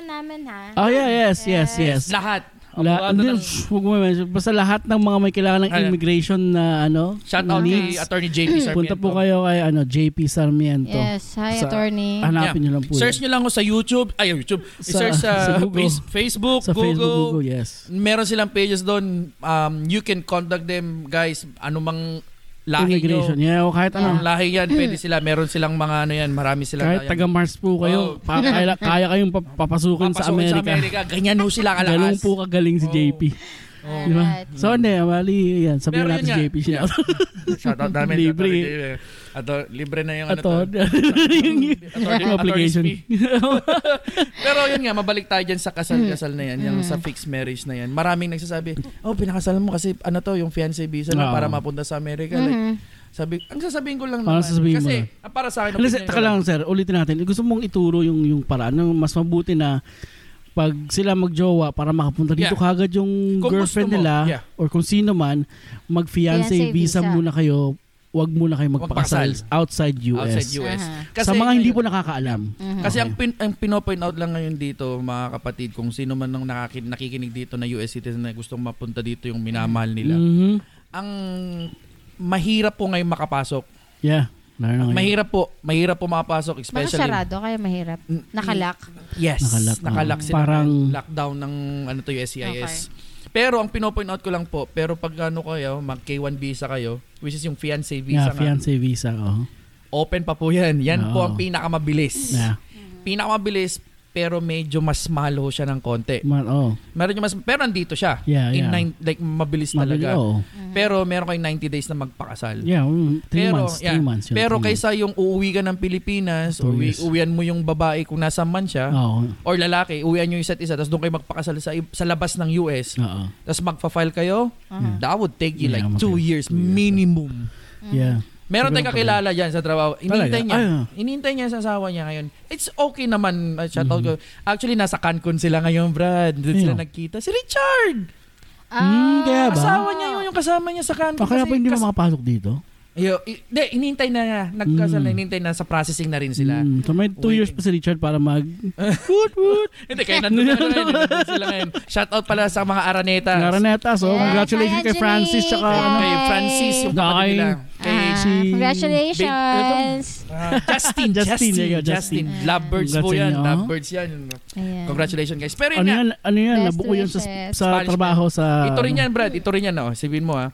Speaker 1: namin ha.
Speaker 2: Oh yeah, yes, yes, yes.
Speaker 3: lahat.
Speaker 2: La, hindi,
Speaker 3: abogado ng-
Speaker 2: huwag mo mention. Basta lahat ng mga may kailangan ng
Speaker 3: Ano?
Speaker 2: immigration na ano,
Speaker 3: Shout out kay
Speaker 2: needs, Hmm.
Speaker 3: Attorney JP Sarmiento.
Speaker 2: punta po kayo kay ano, JP Sarmiento.
Speaker 4: Yes, hi
Speaker 2: Sa- ano?
Speaker 4: attorney.
Speaker 2: Hanapin nyo lang po.
Speaker 3: Search nyo lang ako sa YouTube. Ay, YouTube.
Speaker 2: Sa-
Speaker 3: search sa,
Speaker 2: sa Google.
Speaker 3: face- Facebook,
Speaker 2: sa
Speaker 3: Google.
Speaker 2: Facebook, Google, yes.
Speaker 3: Meron silang pages doon. Um, you can contact them, guys. Anumang lahi
Speaker 2: Immigration.
Speaker 3: nyo.
Speaker 2: Yeah, o kahit ano.
Speaker 1: Ah.
Speaker 3: Anong lahi yan, pwede
Speaker 1: Hmm.
Speaker 3: sila. Meron silang mga ano yan. Marami silang
Speaker 2: Kahit taga Mars po kayo,
Speaker 3: Oh.
Speaker 2: pa, kaya, kaya kayong pa- papasukin, sa
Speaker 3: Papasukin
Speaker 2: Amerika.
Speaker 3: Ganyan ho sila kalakas.
Speaker 2: Galong po kagaling si
Speaker 3: Oh.
Speaker 2: JP.
Speaker 3: Oh.
Speaker 2: Di ba?
Speaker 4: Alright.
Speaker 2: So, hindi, mali, yan. Sabihin
Speaker 3: Pero
Speaker 2: natin
Speaker 3: yun
Speaker 2: si
Speaker 3: nga.
Speaker 2: JP siya.
Speaker 3: Shout out namin.
Speaker 2: Libre.
Speaker 3: Attorney JP. Ato, libre na yung ano to.
Speaker 2: Ato, yung yung application.
Speaker 3: Attorney Pero yun nga, mabalik tayo dyan sa kasal-kasal na yan, yung
Speaker 2: Mm.
Speaker 3: sa fixed marriage na yan. Maraming nagsasabi, oh, pinakasal mo kasi ano to, yung fiancé visa
Speaker 2: Oo.
Speaker 3: na para mapunta sa Amerika.
Speaker 4: Mhm.
Speaker 3: Like,
Speaker 2: Mm-hmm.
Speaker 3: sabi, ang sasabihin ko lang
Speaker 2: Mm. Parang
Speaker 3: naman.
Speaker 2: sasabihin mo
Speaker 3: kasi,
Speaker 2: lang.
Speaker 3: ah, para sa akin,
Speaker 2: Alas,
Speaker 3: opinion ko
Speaker 2: taka lang Ano, sir, ulitin natin. Gusto mong ituro yung yung paraan ng mas mabuti na pag sila magjowa para makapunta dito
Speaker 3: Yeah.
Speaker 2: kagad yung
Speaker 3: Kung
Speaker 2: girlfriend
Speaker 3: gusto mo,
Speaker 2: nila
Speaker 3: yeah.
Speaker 2: or kung sino man, mag-fiancé
Speaker 1: Fiancé
Speaker 2: visa,
Speaker 1: visa.
Speaker 2: muna kayo. Huwag muna kayo
Speaker 3: Huwag
Speaker 2: magpakasal
Speaker 3: pakasal.
Speaker 2: outside US.
Speaker 3: outside US.
Speaker 4: Aha.
Speaker 3: Kasi
Speaker 2: sa mga hindi po
Speaker 3: ngayon-
Speaker 2: nakakaalam.
Speaker 1: Mm-hmm.
Speaker 3: Kasi ang, pin, ang pinopoint out lang ngayon dito, mga kapatid, kung sino man ang nakakin, nakikinig dito na US citizen na gustong mapunta dito yung minamahal nila.
Speaker 2: Mhm.
Speaker 3: Ang mahirap po ngayon makapasok.
Speaker 2: Yeah. Lalo na ngayon.
Speaker 3: Mahirap po. Mahirap po makapasok,
Speaker 4: Baka
Speaker 3: especially...
Speaker 4: sarado kaya
Speaker 1: eh,
Speaker 4: mahirap.
Speaker 3: Mm,
Speaker 4: Nakalak.
Speaker 3: Yes.
Speaker 2: Nakalak,
Speaker 3: Nakalak,
Speaker 2: ah.
Speaker 3: sila.
Speaker 2: Parang-
Speaker 3: ng Lockdown ng ano to, yung SEIS. Pero ang pinopoint out ko lang po, pero pag ano kayo, mag K1 visa kayo, which is yung
Speaker 2: yeah,
Speaker 3: fiancé visa nga,
Speaker 2: fiancé visa. Oh.
Speaker 3: open pa po yan. Yan po
Speaker 2: Oo.
Speaker 3: ang pinakamabilis.
Speaker 2: Yeah.
Speaker 3: Pinakamabilis, pero medyo mas mahal ho siya ng konti.
Speaker 2: Man, oh.
Speaker 3: Meron yung mas, pero andito siya.
Speaker 2: Yeah,
Speaker 3: In
Speaker 2: yeah.
Speaker 3: nine, like, mabilis
Speaker 2: Mabili,
Speaker 3: talaga.
Speaker 2: oh.
Speaker 3: Pero meron kayong 90 days na magpakasal.
Speaker 2: Yeah, mm, three
Speaker 3: Pero,
Speaker 2: months. Three
Speaker 3: yeah.
Speaker 2: months. yun,
Speaker 3: Pero
Speaker 2: three months.
Speaker 3: kaysa yung uuwi ka ng Pilipinas,
Speaker 2: Two
Speaker 3: uwi,
Speaker 2: years.
Speaker 3: uwian mo yung babae kung nasa man siya,
Speaker 2: Oo.
Speaker 3: or lalaki, uwian nyo yung isa't isa, tapos doon kayo magpakasal sa, sa labas ng US,
Speaker 2: Oo.
Speaker 3: tapos magpa-file kayo,
Speaker 2: Mm.
Speaker 1: Mm-hmm.
Speaker 3: that would take you
Speaker 2: Yeah,
Speaker 3: like
Speaker 2: mga two
Speaker 3: two
Speaker 2: years.
Speaker 3: years minimum.
Speaker 2: Yeah.
Speaker 3: Meron
Speaker 2: Siguro
Speaker 3: tayong kakilala dyan sa trabaho.
Speaker 2: Talaga?
Speaker 3: Inintay niya.
Speaker 2: Ay, ah.
Speaker 3: Inintay niya sa asawa niya ngayon. It's okay naman. Uh, shout out
Speaker 2: Mm-hmm.
Speaker 3: ko. Actually, nasa Cancun sila ngayon, Brad. Doon
Speaker 2: Sino?
Speaker 3: sila nagkita. Si Richard!
Speaker 1: Mm-hmm.
Speaker 2: Mm, kaya ba?
Speaker 3: Asawa niya yun, yung kasama niya sa Cancun.
Speaker 2: Ah, kaya
Speaker 3: Kasi
Speaker 2: pa hindi
Speaker 3: kas-
Speaker 2: na makapasok dito?
Speaker 3: Yo, i- Hindi, inintay na niya. Nagkasal
Speaker 2: Mm.
Speaker 3: na, inintay na sa processing na rin sila.
Speaker 2: Mm, so may two
Speaker 3: Waiting.
Speaker 2: years pa si Richard para mag...
Speaker 3: Woot, woot. Hindi, kaya nandun na ngayon. Nandun sila ngayon. Shout out pala sa mga Araneta.
Speaker 2: Naraneta. So,
Speaker 1: Yeah,
Speaker 2: congratulations kay
Speaker 1: kaya Janice.
Speaker 2: Francis tsaka
Speaker 1: Kaya-
Speaker 2: ano.
Speaker 3: Kay Francis, yung kapatid
Speaker 2: Kay-
Speaker 3: nila. Kay
Speaker 4: Ah,
Speaker 2: si-
Speaker 4: congratulations.
Speaker 3: Ah, Justin,
Speaker 2: Justin,
Speaker 3: Justin,
Speaker 2: yeah,
Speaker 3: Justin.
Speaker 2: Justin.
Speaker 3: Lovebirds po
Speaker 2: Congrats
Speaker 3: yan.
Speaker 2: sa inyo.
Speaker 3: Lovebirds yan.
Speaker 4: Ayan.
Speaker 3: Congratulations guys. Pero yun
Speaker 2: Ano
Speaker 3: nga,
Speaker 2: yan? Ano yan?
Speaker 4: Best
Speaker 2: Nabuko yun sa,
Speaker 4: wishes.
Speaker 2: sa
Speaker 3: Spanish
Speaker 2: trabaho sa... ano.
Speaker 3: ito rin yan Brad. Ito rin yan. Oh. Sabihin mo ha.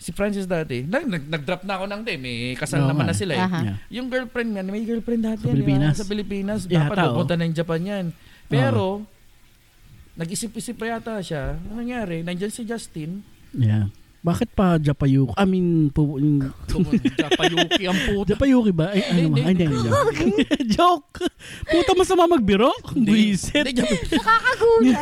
Speaker 3: Si Francis dati, nag, nag, nag-drop na ako ng day. May kasal
Speaker 2: Oo
Speaker 3: naman
Speaker 2: nga.
Speaker 3: na sila eh.
Speaker 4: Aha.
Speaker 2: Yeah.
Speaker 3: Yung girlfriend nga, may girlfriend dati.
Speaker 2: Sa
Speaker 3: yan, di ba?
Speaker 2: Pilipinas. oh.
Speaker 3: Sa Pilipinas.
Speaker 2: Yeah,
Speaker 3: dapat
Speaker 2: tao.
Speaker 3: pupunta na yung Japan yan. Pero, nag-isip-isip pa yata siya. Ano nangyari? Nandyan si Justin.
Speaker 2: Yeah. Bakit pa Japayuki? I mean, po, yung,
Speaker 3: Japayuki ang puta.
Speaker 2: Japayuki ba? Ay, ano ba? Ay, hindi. hindi. Joke! Puta, masama magbiro? Buisit.
Speaker 3: Hindi, Jap-
Speaker 1: Nakakagulat.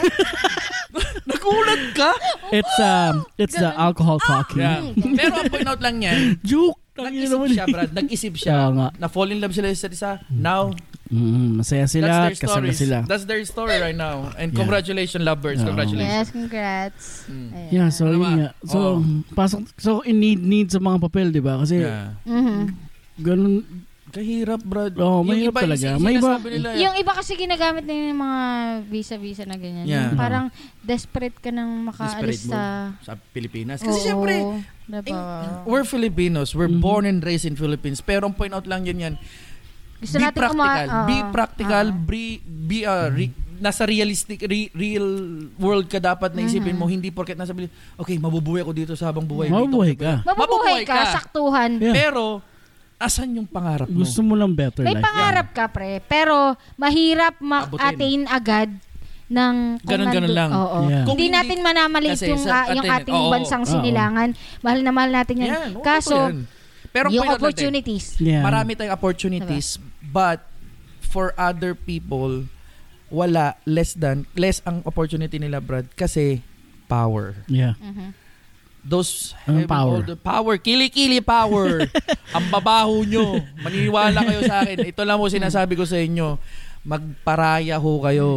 Speaker 3: Nagulat ka?
Speaker 2: It's, um, it's the alcohol talking.
Speaker 3: Yeah. Pero ang point out lang yan,
Speaker 2: Joke! Tangina
Speaker 3: nag-isip
Speaker 2: naman.
Speaker 3: siya, Brad. Nag-isip siya.
Speaker 2: Kaya nga.
Speaker 3: Na-fall in love sila sa isa't isa. Now,
Speaker 2: Mm, masaya sila at
Speaker 3: that's their
Speaker 2: kasama
Speaker 3: story.
Speaker 2: sila.
Speaker 3: That's their story right now. And
Speaker 2: Yeah.
Speaker 3: congratulations, lovebirds.
Speaker 2: Yeah.
Speaker 3: Congratulations.
Speaker 4: Yes, congrats.
Speaker 3: Mm.
Speaker 4: Ayan.
Speaker 2: Yeah, so
Speaker 3: Ano
Speaker 2: yun
Speaker 3: ba?
Speaker 2: nga. So,
Speaker 3: Oo.
Speaker 2: pasok, so in need, need sa mga papel, di ba? Kasi,
Speaker 3: Yeah.
Speaker 4: Mhm.
Speaker 1: Mm-hmm.
Speaker 2: ganun,
Speaker 3: Kahirap, Brad.
Speaker 2: Oo,
Speaker 3: Yung
Speaker 2: mahirap
Speaker 3: iba,
Speaker 2: talaga.
Speaker 3: yung
Speaker 2: May iba-
Speaker 3: sinasabi nila, eh,
Speaker 1: yung iba kasi ginagamit na yung mga visa-visa na ganyan. Yung
Speaker 3: Yeah.
Speaker 1: Parang desperate ka nang makaalis
Speaker 3: Desperate mo.
Speaker 1: sa...
Speaker 3: sa Pilipinas. Kasi
Speaker 1: Oo,
Speaker 3: syempre,
Speaker 1: diba?
Speaker 3: we're Filipinos. We're
Speaker 2: Mhm.
Speaker 3: born and raised in Philippines. Pero ang point out lang yun yan,
Speaker 1: Gusto
Speaker 3: be
Speaker 1: natin
Speaker 3: practical.
Speaker 1: kuma-
Speaker 3: be
Speaker 1: oo,
Speaker 3: practical.
Speaker 1: oo.
Speaker 3: Be, be uh, re- nasa realistic, re- real world ka dapat na isipin
Speaker 1: Mm-hmm.
Speaker 3: mo. Hindi porket nasa Pilipinas, okay, mabubuhay ako dito sa habang buhay. dito ako
Speaker 2: mabuhay
Speaker 3: sa Pilipinas."
Speaker 2: ka.
Speaker 1: Mabubuhay
Speaker 3: Mabubuhay
Speaker 1: ka,
Speaker 3: ka.
Speaker 1: saktuhan.
Speaker 2: Yeah.
Speaker 3: Pero, asan yung pangarap mo?
Speaker 2: Gusto mo lang better
Speaker 1: May
Speaker 2: life.
Speaker 1: pangarap ka, pre. Pero mahirap ma-attain agad ng... kung
Speaker 3: Ganon-ganon
Speaker 1: nandun-
Speaker 3: lang.
Speaker 1: Oo.
Speaker 2: Yeah.
Speaker 3: Kung
Speaker 1: Hindi
Speaker 3: hindi-
Speaker 1: natin manamaliit
Speaker 3: Kasi
Speaker 1: yung,
Speaker 3: sa
Speaker 1: ah, yung
Speaker 3: atin-
Speaker 1: ating
Speaker 3: oo.
Speaker 1: bansang
Speaker 2: Oo.
Speaker 1: sinilangan. Mahal na mahal natin yan.
Speaker 3: Yan, oo,
Speaker 1: Kaso,
Speaker 3: totoo yan. Pero ang
Speaker 1: yung Diba?
Speaker 3: point out natin,
Speaker 1: opportunities.
Speaker 2: Yeah.
Speaker 3: Marami tayong opportunities, but for other people, wala less than less ang opportunity nila, Brad, kasi power.
Speaker 2: Yeah.
Speaker 1: Mhm.
Speaker 3: Those
Speaker 2: Anong
Speaker 3: heavy-
Speaker 2: power?
Speaker 3: all the power, kili-kili power. ang babaho nyo.
Speaker 2: Hmm.
Speaker 3: Maniniwala kayo sa akin. Ito lang mo sinasabi ko sa inyo. Magparaya ho kayo.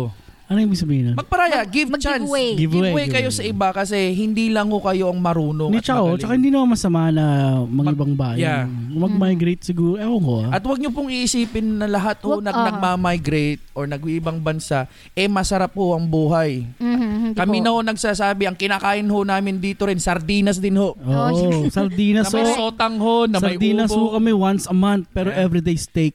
Speaker 2: Ano yung ibig sabihin nun?
Speaker 3: Magparaya, give
Speaker 1: Mag-giveaway.
Speaker 3: chance.
Speaker 2: Give- Giveaway,
Speaker 3: Giveaway kayo sa
Speaker 2: giveaway.
Speaker 3: iba kasi hindi lang ko kayo ang marunong
Speaker 2: Hindi,
Speaker 3: at
Speaker 2: tsaka, oh,
Speaker 3: magaling.
Speaker 2: tsaka hindi naman masama na mga
Speaker 3: Mag-
Speaker 2: ibang bayan.
Speaker 3: yeah.
Speaker 2: Mag-migrate siguro. Ewan ko ah.
Speaker 3: At huwag niyo pong iisipin na lahat ho
Speaker 1: Wag-
Speaker 3: nag
Speaker 1: ah.
Speaker 3: nagmamigrate or nag-ibang bansa, eh masarap ho ang buhay.
Speaker 1: Mhm, hindi
Speaker 3: Kami
Speaker 1: po.
Speaker 3: na ho nagsasabi, ang kinakain ho namin dito rin, sardinas din ho.
Speaker 2: Oo,
Speaker 1: Oh,
Speaker 2: sardinas
Speaker 3: na may
Speaker 2: so,
Speaker 3: sotang ho, na may
Speaker 2: sardinas so
Speaker 3: ubo.
Speaker 2: kami once a month pero
Speaker 3: Yeah.
Speaker 2: everyday steak.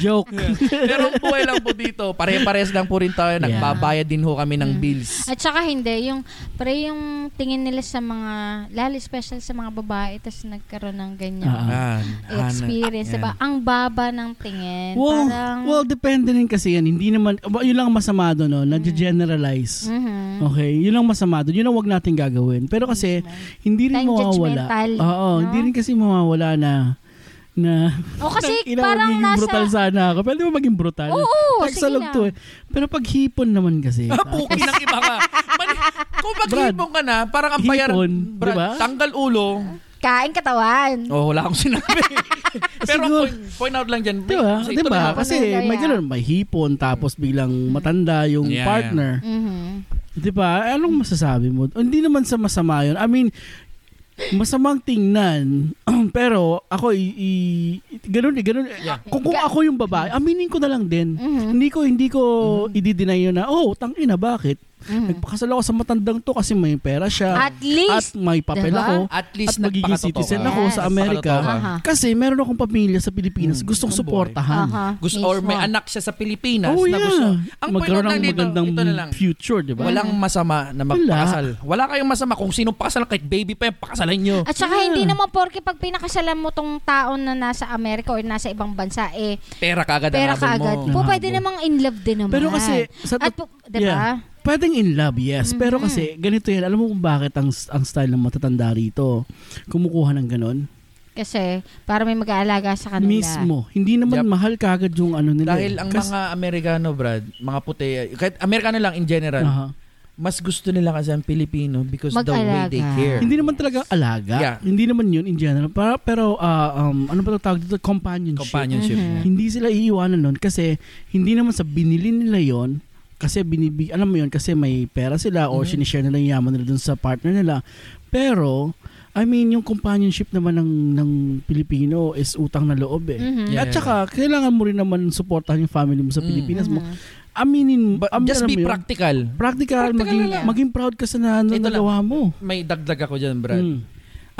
Speaker 2: Joke.
Speaker 3: Pero ang buhay lang po dito, pare-pares lang po rin tayo,
Speaker 2: Yeah.
Speaker 3: nagbabayad din ho kami ng
Speaker 1: Mm.
Speaker 3: bills.
Speaker 1: At saka hindi, yung, pero yung tingin nila sa mga, lalo special sa mga babae, tapos nagkaroon ng ganyan.
Speaker 2: Ah,
Speaker 3: Yan, Hana.
Speaker 1: experience,
Speaker 3: Yan.
Speaker 1: diba? Ang baba ng tingin.
Speaker 2: Well,
Speaker 1: parang,
Speaker 2: well, depende rin kasi yan. Hindi naman, well, yun lang ang masama doon,
Speaker 1: Mm.
Speaker 2: no? nag-generalize.
Speaker 1: Mhm.
Speaker 2: Okay, yun lang masama doon. Yun ang wag natin gagawin. Pero kasi, hindi rin
Speaker 1: Time
Speaker 2: mawawala.
Speaker 1: judgmental,
Speaker 2: Oo,
Speaker 1: no?
Speaker 2: hindi rin kasi mawawala na na
Speaker 1: O kasi
Speaker 2: Tang ina,
Speaker 1: parang
Speaker 2: Oh, magiging
Speaker 1: nasa...
Speaker 2: brutal sana ako. Pwede ba maging brutal?
Speaker 1: Oo, sige
Speaker 2: Nagsalog
Speaker 1: lang.
Speaker 2: to eh. Pero pag hipon naman kasi.
Speaker 3: Ah, Puki ng iba ka. Man, kung maghipon ka na, parang ang bayar,
Speaker 2: Hipon,
Speaker 3: Brad,
Speaker 2: diba?
Speaker 3: tanggal ulo.
Speaker 1: Kain katawan.
Speaker 3: Oh, wala akong sinabi. Pero
Speaker 2: Siguro-
Speaker 3: point, point out lang dyan. may-
Speaker 2: diba?
Speaker 3: sa ito
Speaker 2: diba?
Speaker 3: rin ako.
Speaker 2: Kasi
Speaker 1: Maganda
Speaker 2: may
Speaker 1: yan.
Speaker 2: ganun, may hipon tapos biglang matanda yung
Speaker 3: Yeah,
Speaker 2: partner.
Speaker 1: Mhm.
Speaker 2: Diba? Anong masasabi mo? Hindi naman sa masama yun. I mean, masamang tingnan. pero ako, i, i- ganun eh, ganun. eh.
Speaker 3: Yeah.
Speaker 2: Kung, kung ako yung babae, aminin ko na lang din.
Speaker 1: Mhm.
Speaker 2: Hindi ko, hindi ko i-deny yun na, oh, tang ina, bakit?
Speaker 1: Mhm.
Speaker 2: Nagpakasal ako sa matandang to kasi may pera siya.
Speaker 1: At
Speaker 2: at
Speaker 1: least,
Speaker 2: may papel
Speaker 1: Diba?
Speaker 2: ako.
Speaker 3: At least
Speaker 2: at magiging
Speaker 3: nagpakatotoo
Speaker 2: citizen
Speaker 3: ka.
Speaker 2: ako sa
Speaker 1: Yes.
Speaker 2: Amerika.
Speaker 3: Nagpakatotoo ka.
Speaker 1: Aha.
Speaker 2: Kasi meron akong pamilya sa Pilipinas.
Speaker 3: Mm.
Speaker 2: Gustong
Speaker 3: Ang buhay.
Speaker 2: suportahan.
Speaker 1: aha,
Speaker 3: Gusto, or may
Speaker 1: mismo.
Speaker 3: anak siya sa Pilipinas
Speaker 2: Oh,
Speaker 3: na gusto.
Speaker 2: yeah. Diba?
Speaker 3: Ang
Speaker 2: Magkaroon
Speaker 3: point out
Speaker 2: ng
Speaker 3: lang dito,
Speaker 2: magandang
Speaker 3: ito na lang.
Speaker 2: future, di ba?
Speaker 3: Walang masama na magpakasal. Wala. kayong masama kung sino pakasal kahit baby pa yan, pakasalan nyo.
Speaker 1: At saka
Speaker 2: Yeah.
Speaker 1: hindi naman porke pag pinakasalan mo tong tao na nasa Amerika or nasa ibang bansa, eh,
Speaker 3: Pera ka agad
Speaker 1: pera
Speaker 3: ang
Speaker 1: ka
Speaker 3: habol
Speaker 1: agad.
Speaker 3: mo.
Speaker 1: Po, pwede namang in love din naman.
Speaker 2: Pero kasi, sa
Speaker 1: At,
Speaker 2: to-
Speaker 1: po,
Speaker 2: Yeah.
Speaker 1: diba?
Speaker 2: pwedeng in love, yes. Pero kasi, ganito yan. Alam mo kung bakit ang, ang style ng matatanda rito? Kumukuha ng ganon.
Speaker 1: Kasi, para may mag-aalaga sa kanila.
Speaker 2: Mismo. Hindi naman
Speaker 3: Yep.
Speaker 2: mahal kagad yung ano nila.
Speaker 3: Dahil
Speaker 2: eh.
Speaker 3: ang
Speaker 2: Kasi-
Speaker 3: mga Amerikano, Brad, mga puti, kahit Amerikano lang in general,
Speaker 2: Aha.
Speaker 3: mas gusto nila kasi ang Pilipino because
Speaker 1: Mag-alaga.
Speaker 3: the way they care.
Speaker 2: Hindi naman talaga alaga.
Speaker 3: Yeah.
Speaker 2: Hindi naman yun in general. Para, pero, ah, um, ano ba ito tawag dito? Companionship.
Speaker 3: Companionship.
Speaker 1: Mhm.
Speaker 2: hindi sila iiwanan nun kasi hindi naman sa binili nila yon kasi binibig alam mo yon kasi may pera sila or
Speaker 3: Mhm.
Speaker 2: sinishare nila yung yaman nila dun sa partner nila pero I mean yung companionship naman ng ng Pilipino is utang na loob eh
Speaker 1: Mhm.
Speaker 3: Yeah.
Speaker 2: At saka, kailangan mo rin naman supportahan yung family mo sa
Speaker 3: Mm.
Speaker 2: Pilipinas.
Speaker 1: Mhm.
Speaker 2: mo. Aminin,
Speaker 3: But
Speaker 2: am-
Speaker 3: just
Speaker 2: alam
Speaker 3: be
Speaker 2: mo yun,
Speaker 3: practical.
Speaker 2: Practical,
Speaker 3: Practical
Speaker 2: maging,
Speaker 3: na lang.
Speaker 2: maging proud ka sa na, na
Speaker 3: Ito lang.
Speaker 2: nagawa mo.
Speaker 3: May dagdag ako dyan, Brad.
Speaker 2: Mm.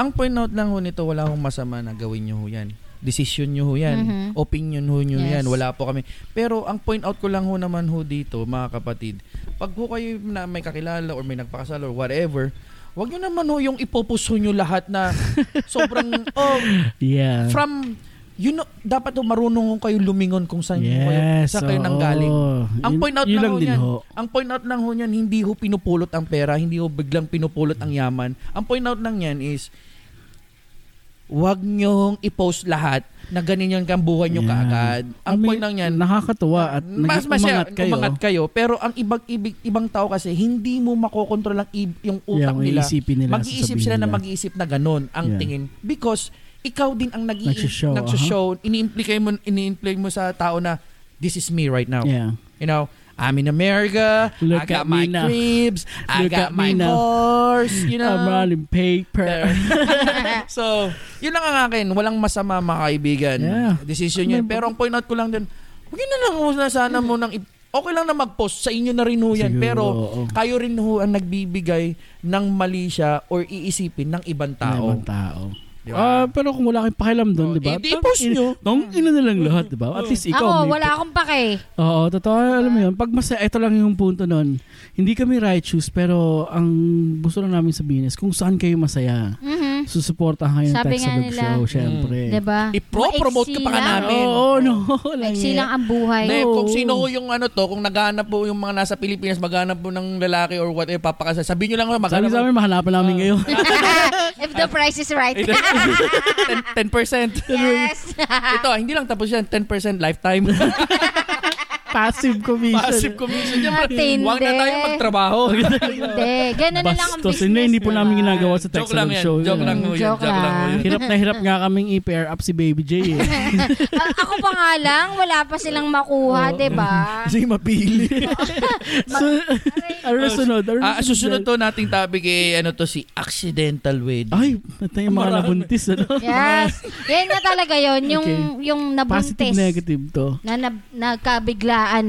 Speaker 3: Ang point out lang ho nito, wala akong masama na gawin nyo ho yan. Decision nyo ho yan.
Speaker 1: Mhm.
Speaker 3: Opinion ho nyo
Speaker 1: Yes.
Speaker 3: yan. Wala po kami. Pero ang point out ko lang ho naman ho dito, mga kapatid, pag ho kayo na may kakilala or may nagpakasal or whatever, wag nyo naman ho yung ipopuso nyo lahat na sobrang, oh,
Speaker 2: Yeah.
Speaker 3: from, you know, dapat ho marunong ho kayo lumingon kung saan ho kayo,
Speaker 2: yes.
Speaker 3: sa kayo nang
Speaker 2: oo.
Speaker 3: galing. Ang
Speaker 2: Yun-
Speaker 3: point out
Speaker 2: yun
Speaker 3: lang
Speaker 2: lang
Speaker 3: ho
Speaker 2: din
Speaker 3: yan.
Speaker 2: ho.
Speaker 3: Ang point out lang ho niyan, hindi ho pinupulot ang pera, hindi ho biglang pinupulot ang yaman. Ang point out lang niyan is, wag niyong i-post lahat na ganyan yung kambuhay niyo
Speaker 2: Yeah.
Speaker 3: kaagad.
Speaker 2: I
Speaker 3: Ang
Speaker 2: mean,
Speaker 3: point lang niyan,
Speaker 2: Nakakatuwa at naging
Speaker 3: mas masaya,
Speaker 2: umangat kayo.
Speaker 3: umangat kayo. Pero ang ibang, ibig, ibang tao kasi, hindi mo makokontrol ang ib- yung
Speaker 2: Yeah,
Speaker 3: utak
Speaker 2: may
Speaker 3: nila.
Speaker 2: Isipin nila
Speaker 3: Mag-iisip
Speaker 2: sasabihin
Speaker 3: sila na
Speaker 2: nila.
Speaker 3: mag-iisip na ganun ang
Speaker 2: Yeah.
Speaker 3: tingin. Because ikaw din ang
Speaker 2: Nagsishow, uh-huh.
Speaker 3: nag-i- nag-show, ini-implicate mo, ini-imply mo sa tao na, this is me right now.
Speaker 2: Yeah.
Speaker 3: You know, I'm in America.
Speaker 2: Look
Speaker 3: I got
Speaker 2: at
Speaker 3: my
Speaker 2: me now.
Speaker 3: cribs. I
Speaker 2: Look at
Speaker 3: got my
Speaker 2: me now.
Speaker 3: cars. You know.
Speaker 2: I'm running paper.
Speaker 3: so, yun lang ang akin. Walang masama, mga kaibigan.
Speaker 2: Yeah.
Speaker 3: Decision yun. Pero ang point out ko lang din, huwag yun na lang muna sana mo nang i- Okay lang na mag-post. Sa inyo na rin ho yan.
Speaker 2: Siguro,
Speaker 3: Pero
Speaker 2: oo.
Speaker 3: kayo rin ho ang nagbibigay ng mali siya or iisipin ng ibang tao.
Speaker 2: Ibang tao.
Speaker 3: Di ba?
Speaker 2: Ah, pero kung wala kayong pakialam doon,
Speaker 3: Oh,
Speaker 2: di ba?
Speaker 3: eh, di post
Speaker 2: Tang-
Speaker 3: nyo. Mm.
Speaker 2: Tong ina na lang lahat, di ba? At least ikaw.
Speaker 1: Ako,
Speaker 2: may-
Speaker 1: wala akong pake.
Speaker 2: Oo, totoo. Alam mo yun. Pag masaya, ito lang yung punto noon. Hindi kami righteous, pero ang gusto lang namin sabihin is kung saan kayo masaya.
Speaker 1: Mhm.
Speaker 2: Susuportahan kayo ng
Speaker 1: Sabi
Speaker 2: Text
Speaker 1: nga
Speaker 2: Sabag
Speaker 1: nila.
Speaker 2: Show, syempre.
Speaker 1: Diba?
Speaker 3: Ipro-promote ka pa ka
Speaker 1: Maiksi lang.
Speaker 3: namin.
Speaker 2: Oo, no. lang
Speaker 1: Maiksi
Speaker 2: yan.
Speaker 1: lang ang buhay.
Speaker 3: Hindi,
Speaker 2: Oo.
Speaker 3: kung sino ho yung ano to, kung naghahanap po yung mga nasa Pilipinas, maghanap po ng lalaki or whatever, papakasal. Sabihin nyo lang,
Speaker 2: Sabi
Speaker 3: maghanap
Speaker 2: sa amin, mahanapan namin
Speaker 3: Ah.
Speaker 2: kayo.
Speaker 1: If the price is right.
Speaker 3: 10%.
Speaker 1: yes.
Speaker 3: Ito, hindi lang tapos yan. 10% lifetime.
Speaker 2: Passive commission.
Speaker 3: Passive commission yan.
Speaker 1: Matindi.
Speaker 3: Huwag na tayo magtrabaho.
Speaker 1: Hindi. Ganun na lang ang
Speaker 2: Bastos.
Speaker 1: business.
Speaker 2: Hindi, hindi po
Speaker 1: diba?
Speaker 2: namin ginagawa sa
Speaker 3: joke
Speaker 2: Texas
Speaker 3: lang yan.
Speaker 2: Show.
Speaker 3: Joke lang ho yun.
Speaker 1: Joke
Speaker 3: Joke lang ho
Speaker 1: lang.
Speaker 3: yun.
Speaker 2: Hirap na hirap nga kaming i-pair up si Baby J eh.
Speaker 1: A- ako pa nga lang, wala pa silang makuha, diba?
Speaker 2: Oo.
Speaker 1: di ba?
Speaker 3: Kasi mapili.
Speaker 2: so, ang sunod. ang
Speaker 3: Ah, susunod to nating topic eh, ano to si accidental wedding.
Speaker 2: Ay, natay yung mga
Speaker 3: Marami.
Speaker 2: nabuntis. Ano?
Speaker 1: Yes. Yan na talaga yon yung yung nabuntis.
Speaker 2: Positive, negative to.
Speaker 1: Na, nab- nagkabiglaan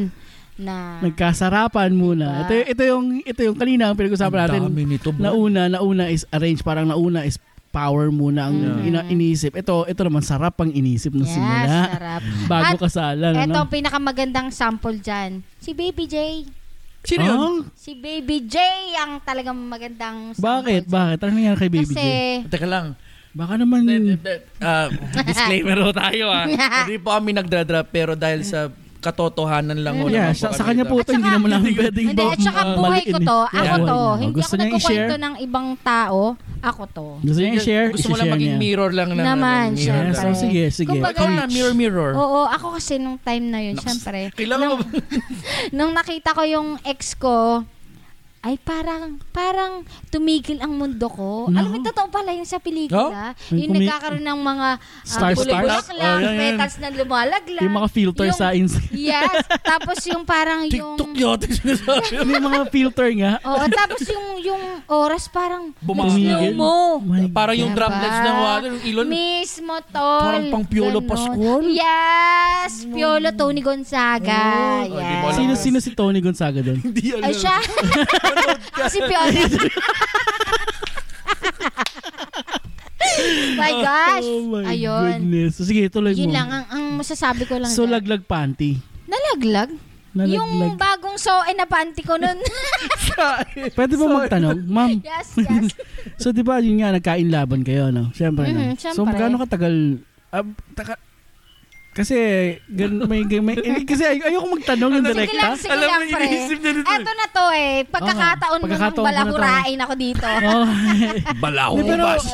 Speaker 1: na
Speaker 2: Nagkasarapan muna. Ito,
Speaker 1: Diba?
Speaker 2: ito yung ito yung kanina ang pinag-usapan natin.
Speaker 3: Ang dami nito, bro.
Speaker 2: Nauna, nauna is arrange, parang nauna is power muna ang
Speaker 3: Yeah.
Speaker 2: ina- iniisip. Ito, ito naman sarap ang inisip ng
Speaker 1: yes,
Speaker 2: simula
Speaker 1: sarap.
Speaker 2: bago
Speaker 1: At
Speaker 2: kasalan,
Speaker 1: Eto,
Speaker 2: ano?
Speaker 1: pinakamagandang sample dyan. Si Baby J.
Speaker 3: Sino yun?
Speaker 2: Oh,
Speaker 1: Si Baby J ang talagang magandang sample.
Speaker 2: bakit?
Speaker 1: dyan.
Speaker 2: Bakit? Ano nangyari kay Baby
Speaker 1: Kasi,
Speaker 2: J?
Speaker 3: Teka lang.
Speaker 2: Baka naman
Speaker 3: Ah, disclaimer ho tayo ah. Hindi po kami nagdra-drop pero dahil sa katotohanan lang ho.
Speaker 2: Yeah,
Speaker 3: naman
Speaker 2: sa,
Speaker 3: po
Speaker 2: sa
Speaker 3: kami
Speaker 2: kanya po
Speaker 3: nagdra-
Speaker 2: ito, hindi naman namin pwedeng
Speaker 1: hindi, at saka
Speaker 2: ma-
Speaker 1: buhay ko
Speaker 2: maliin eh.
Speaker 1: to. Ako
Speaker 2: Yeah.
Speaker 1: to.
Speaker 2: Oh,
Speaker 1: Hindi
Speaker 2: gusto
Speaker 1: ako
Speaker 2: niya i-share?
Speaker 1: nagkukwento ng ibang tao. Ako to.
Speaker 2: Gusto niya i-share?
Speaker 3: Gusto mo lang
Speaker 2: I-share
Speaker 3: maging
Speaker 2: niya.
Speaker 3: mirror lang ng
Speaker 1: Naman,
Speaker 3: ano, mirror
Speaker 2: Yes,
Speaker 1: syempre.
Speaker 3: lang.
Speaker 2: oh, sige, sige.
Speaker 1: Kumbaga,
Speaker 3: Ikaw na, mirror, mirror.
Speaker 2: Oh,
Speaker 1: Oo, ako kasi nung time na yun, syempre.
Speaker 3: Kailangan mo
Speaker 1: nung, nung nakita ko yung ex ko, ay parang parang tumigil ang mundo ko.
Speaker 2: No.
Speaker 1: Alam mo, totoo pala yung sa pelikula.
Speaker 2: Yung
Speaker 1: Yung
Speaker 2: kumi-
Speaker 1: nagkakaroon ng mga ah,
Speaker 2: Star,
Speaker 1: bulak-bulak
Speaker 2: stars?
Speaker 1: lang,
Speaker 2: Oh, yan, yan.
Speaker 1: petals na lumalaglag.
Speaker 2: Yung mga filter
Speaker 1: Yung-
Speaker 2: sa Instagram.
Speaker 1: Yes, tapos yung parang yung...
Speaker 3: TikTok yata yung sinasabi.
Speaker 2: May Ano mga filter nga.
Speaker 1: Oo, tapos yung yung oras parang
Speaker 3: Bumangon.
Speaker 1: slow mo.
Speaker 2: Oh My
Speaker 3: Parang yung
Speaker 1: Diba?
Speaker 3: droplets ng water, yung ilon.
Speaker 1: Mismo, tol.
Speaker 3: Parang pang Piolo
Speaker 1: Ganon.
Speaker 3: Pascual.
Speaker 1: Yes! Piolo Tony Gonzaga.
Speaker 3: Oh, di mo
Speaker 1: yes.
Speaker 3: alam.
Speaker 2: Sino sino si Tony Gonzaga doon?
Speaker 1: Oh
Speaker 3: Hindi alam.
Speaker 1: Ay, siya. si Piolo. My gosh. Ayun.
Speaker 2: Oh goodness. So, sige, tuloy
Speaker 1: Yun
Speaker 2: mo.
Speaker 1: lang, ang, ang masasabi ko lang.
Speaker 2: so,
Speaker 1: dyan.
Speaker 2: laglag panty.
Speaker 1: Nalaglag? Yung
Speaker 2: Nalaglag.
Speaker 1: bagong soe na panty ko nun.
Speaker 2: Pwede ba magtanong? Ma'am,
Speaker 1: yes, yes.
Speaker 2: so di ba yun nga, nagkain laban kayo, no? Siyempre. no?
Speaker 1: Mhm,
Speaker 2: So,
Speaker 1: syempre.
Speaker 2: magkano katagal? Ah, taka- kasi, gan, may, may, eh, kasi ay, ayoko magtanong ng
Speaker 1: Sige lang,
Speaker 2: direkta.
Speaker 1: sige lang, pre.
Speaker 3: niya nito.
Speaker 1: Eto na to eh. Pagkakataon mo nang
Speaker 2: Pagkakataon ko na to.
Speaker 1: balahurain ako dito.
Speaker 2: Oh,
Speaker 3: Balaw
Speaker 2: Hindi, pero-
Speaker 3: bas.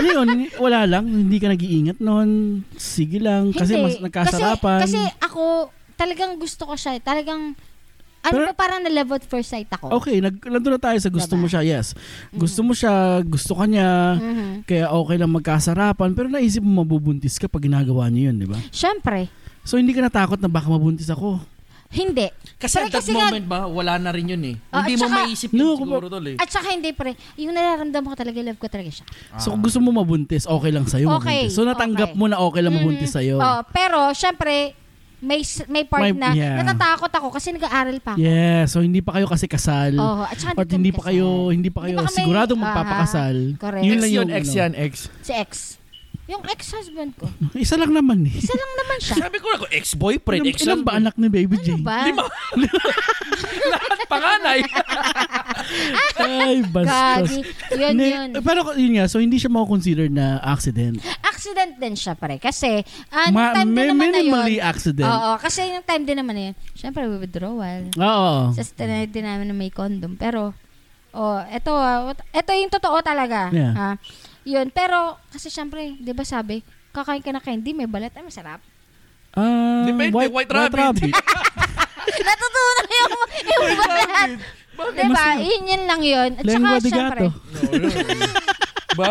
Speaker 2: ano yun? Wala lang. Hindi ka nag-iingat noon. Sige lang. Kasi
Speaker 1: Hindi.
Speaker 2: mas nagkasarapan.
Speaker 1: Kasi, kasi ako, talagang gusto ko siya. eh. Talagang, ano
Speaker 2: Pero-
Speaker 1: ba parang na love at first sight ako.
Speaker 2: Okay, nag, nandun na tayo sa gusto
Speaker 1: Diba?
Speaker 2: mo siya. Yes. Gusto mo siya, gusto ka niya.
Speaker 1: Mhm.
Speaker 2: Kaya okay lang magkasarapan. Pero naisip mo mabubuntis ka pag ginagawa niyo yun, di ba?
Speaker 1: Siyempre,
Speaker 2: So hindi ka natakot na baka mabuntis ako.
Speaker 1: hindi.
Speaker 3: Kasi
Speaker 1: Pero
Speaker 3: at that
Speaker 1: kasi nga-
Speaker 3: moment ba, wala na rin yun eh.
Speaker 1: Ah, at
Speaker 3: Hindi mo
Speaker 1: saka-
Speaker 3: maiisip
Speaker 2: No,
Speaker 3: yun
Speaker 2: kung-
Speaker 3: siguro tol eh. Ah.
Speaker 1: At saka hindi pre, yung nararamdaman ko talaga, love ko talaga siya.
Speaker 2: So kung gusto mo mabuntis, okay lang sa'yo
Speaker 1: Okay,
Speaker 2: mabuntis. So natanggap
Speaker 1: okay.
Speaker 2: mo na okay lang mabuntis
Speaker 1: Mhm.
Speaker 2: sa'yo.
Speaker 1: Oo, pero siyempre, may s- may part
Speaker 2: May-
Speaker 1: na
Speaker 2: yeah.
Speaker 1: natatakot ako kasi nag-aaral pa ako.
Speaker 2: Yeah, so hindi pa kayo kasi kasal.
Speaker 1: Oo, at saka
Speaker 2: Or hindi pa
Speaker 1: kami
Speaker 2: kayo,
Speaker 1: kasal.
Speaker 2: hindi pa kayo
Speaker 1: Hindi pa kami-
Speaker 2: siguradong
Speaker 1: Aha,
Speaker 2: magpapakasal.
Speaker 1: correct.
Speaker 2: Yun
Speaker 3: Ex
Speaker 2: lang
Speaker 3: yun,
Speaker 2: yung
Speaker 3: ex
Speaker 2: ano.
Speaker 3: yan, ex.
Speaker 1: Si ex. Yung ex-husband ko.
Speaker 2: Isa lang naman eh.
Speaker 1: Isa lang naman siya.
Speaker 3: Sabi ko ako, ex-boyfriend,
Speaker 2: Ilan,
Speaker 3: ex
Speaker 2: ilan ba anak ni Baby J?
Speaker 1: Ano ba?
Speaker 3: Lima. Lahat panganay.
Speaker 2: Ay, bastos.
Speaker 1: Gagi. Yun,
Speaker 2: Ne-
Speaker 1: yun.
Speaker 2: Pero yun nga, so hindi siya makukonsider na accident.
Speaker 1: Accident din siya pare. Kasi, ah, nung
Speaker 2: Ma-
Speaker 1: time din
Speaker 2: may-
Speaker 1: naman na yun.
Speaker 2: minimally accident.
Speaker 1: Oo, kasi yung time din naman na yun. Siyempre, withdrawal.
Speaker 2: Oo.
Speaker 1: Just tinanay din namin na may condom. Pero, oh, eto, ah, what- eto yung totoo talaga.
Speaker 2: Yeah.
Speaker 1: Ah, yun, pero, kasi siyempre, di ba sabi, kakain ka na candy, may balat, ay masarap.
Speaker 2: Ah,
Speaker 3: Depende, white rabbit.
Speaker 1: Natutunan yung, yung balat. Di ba? Yun, yun lang yun. At saka,
Speaker 2: Lengua de
Speaker 1: siyempre,
Speaker 2: gato.
Speaker 3: ba?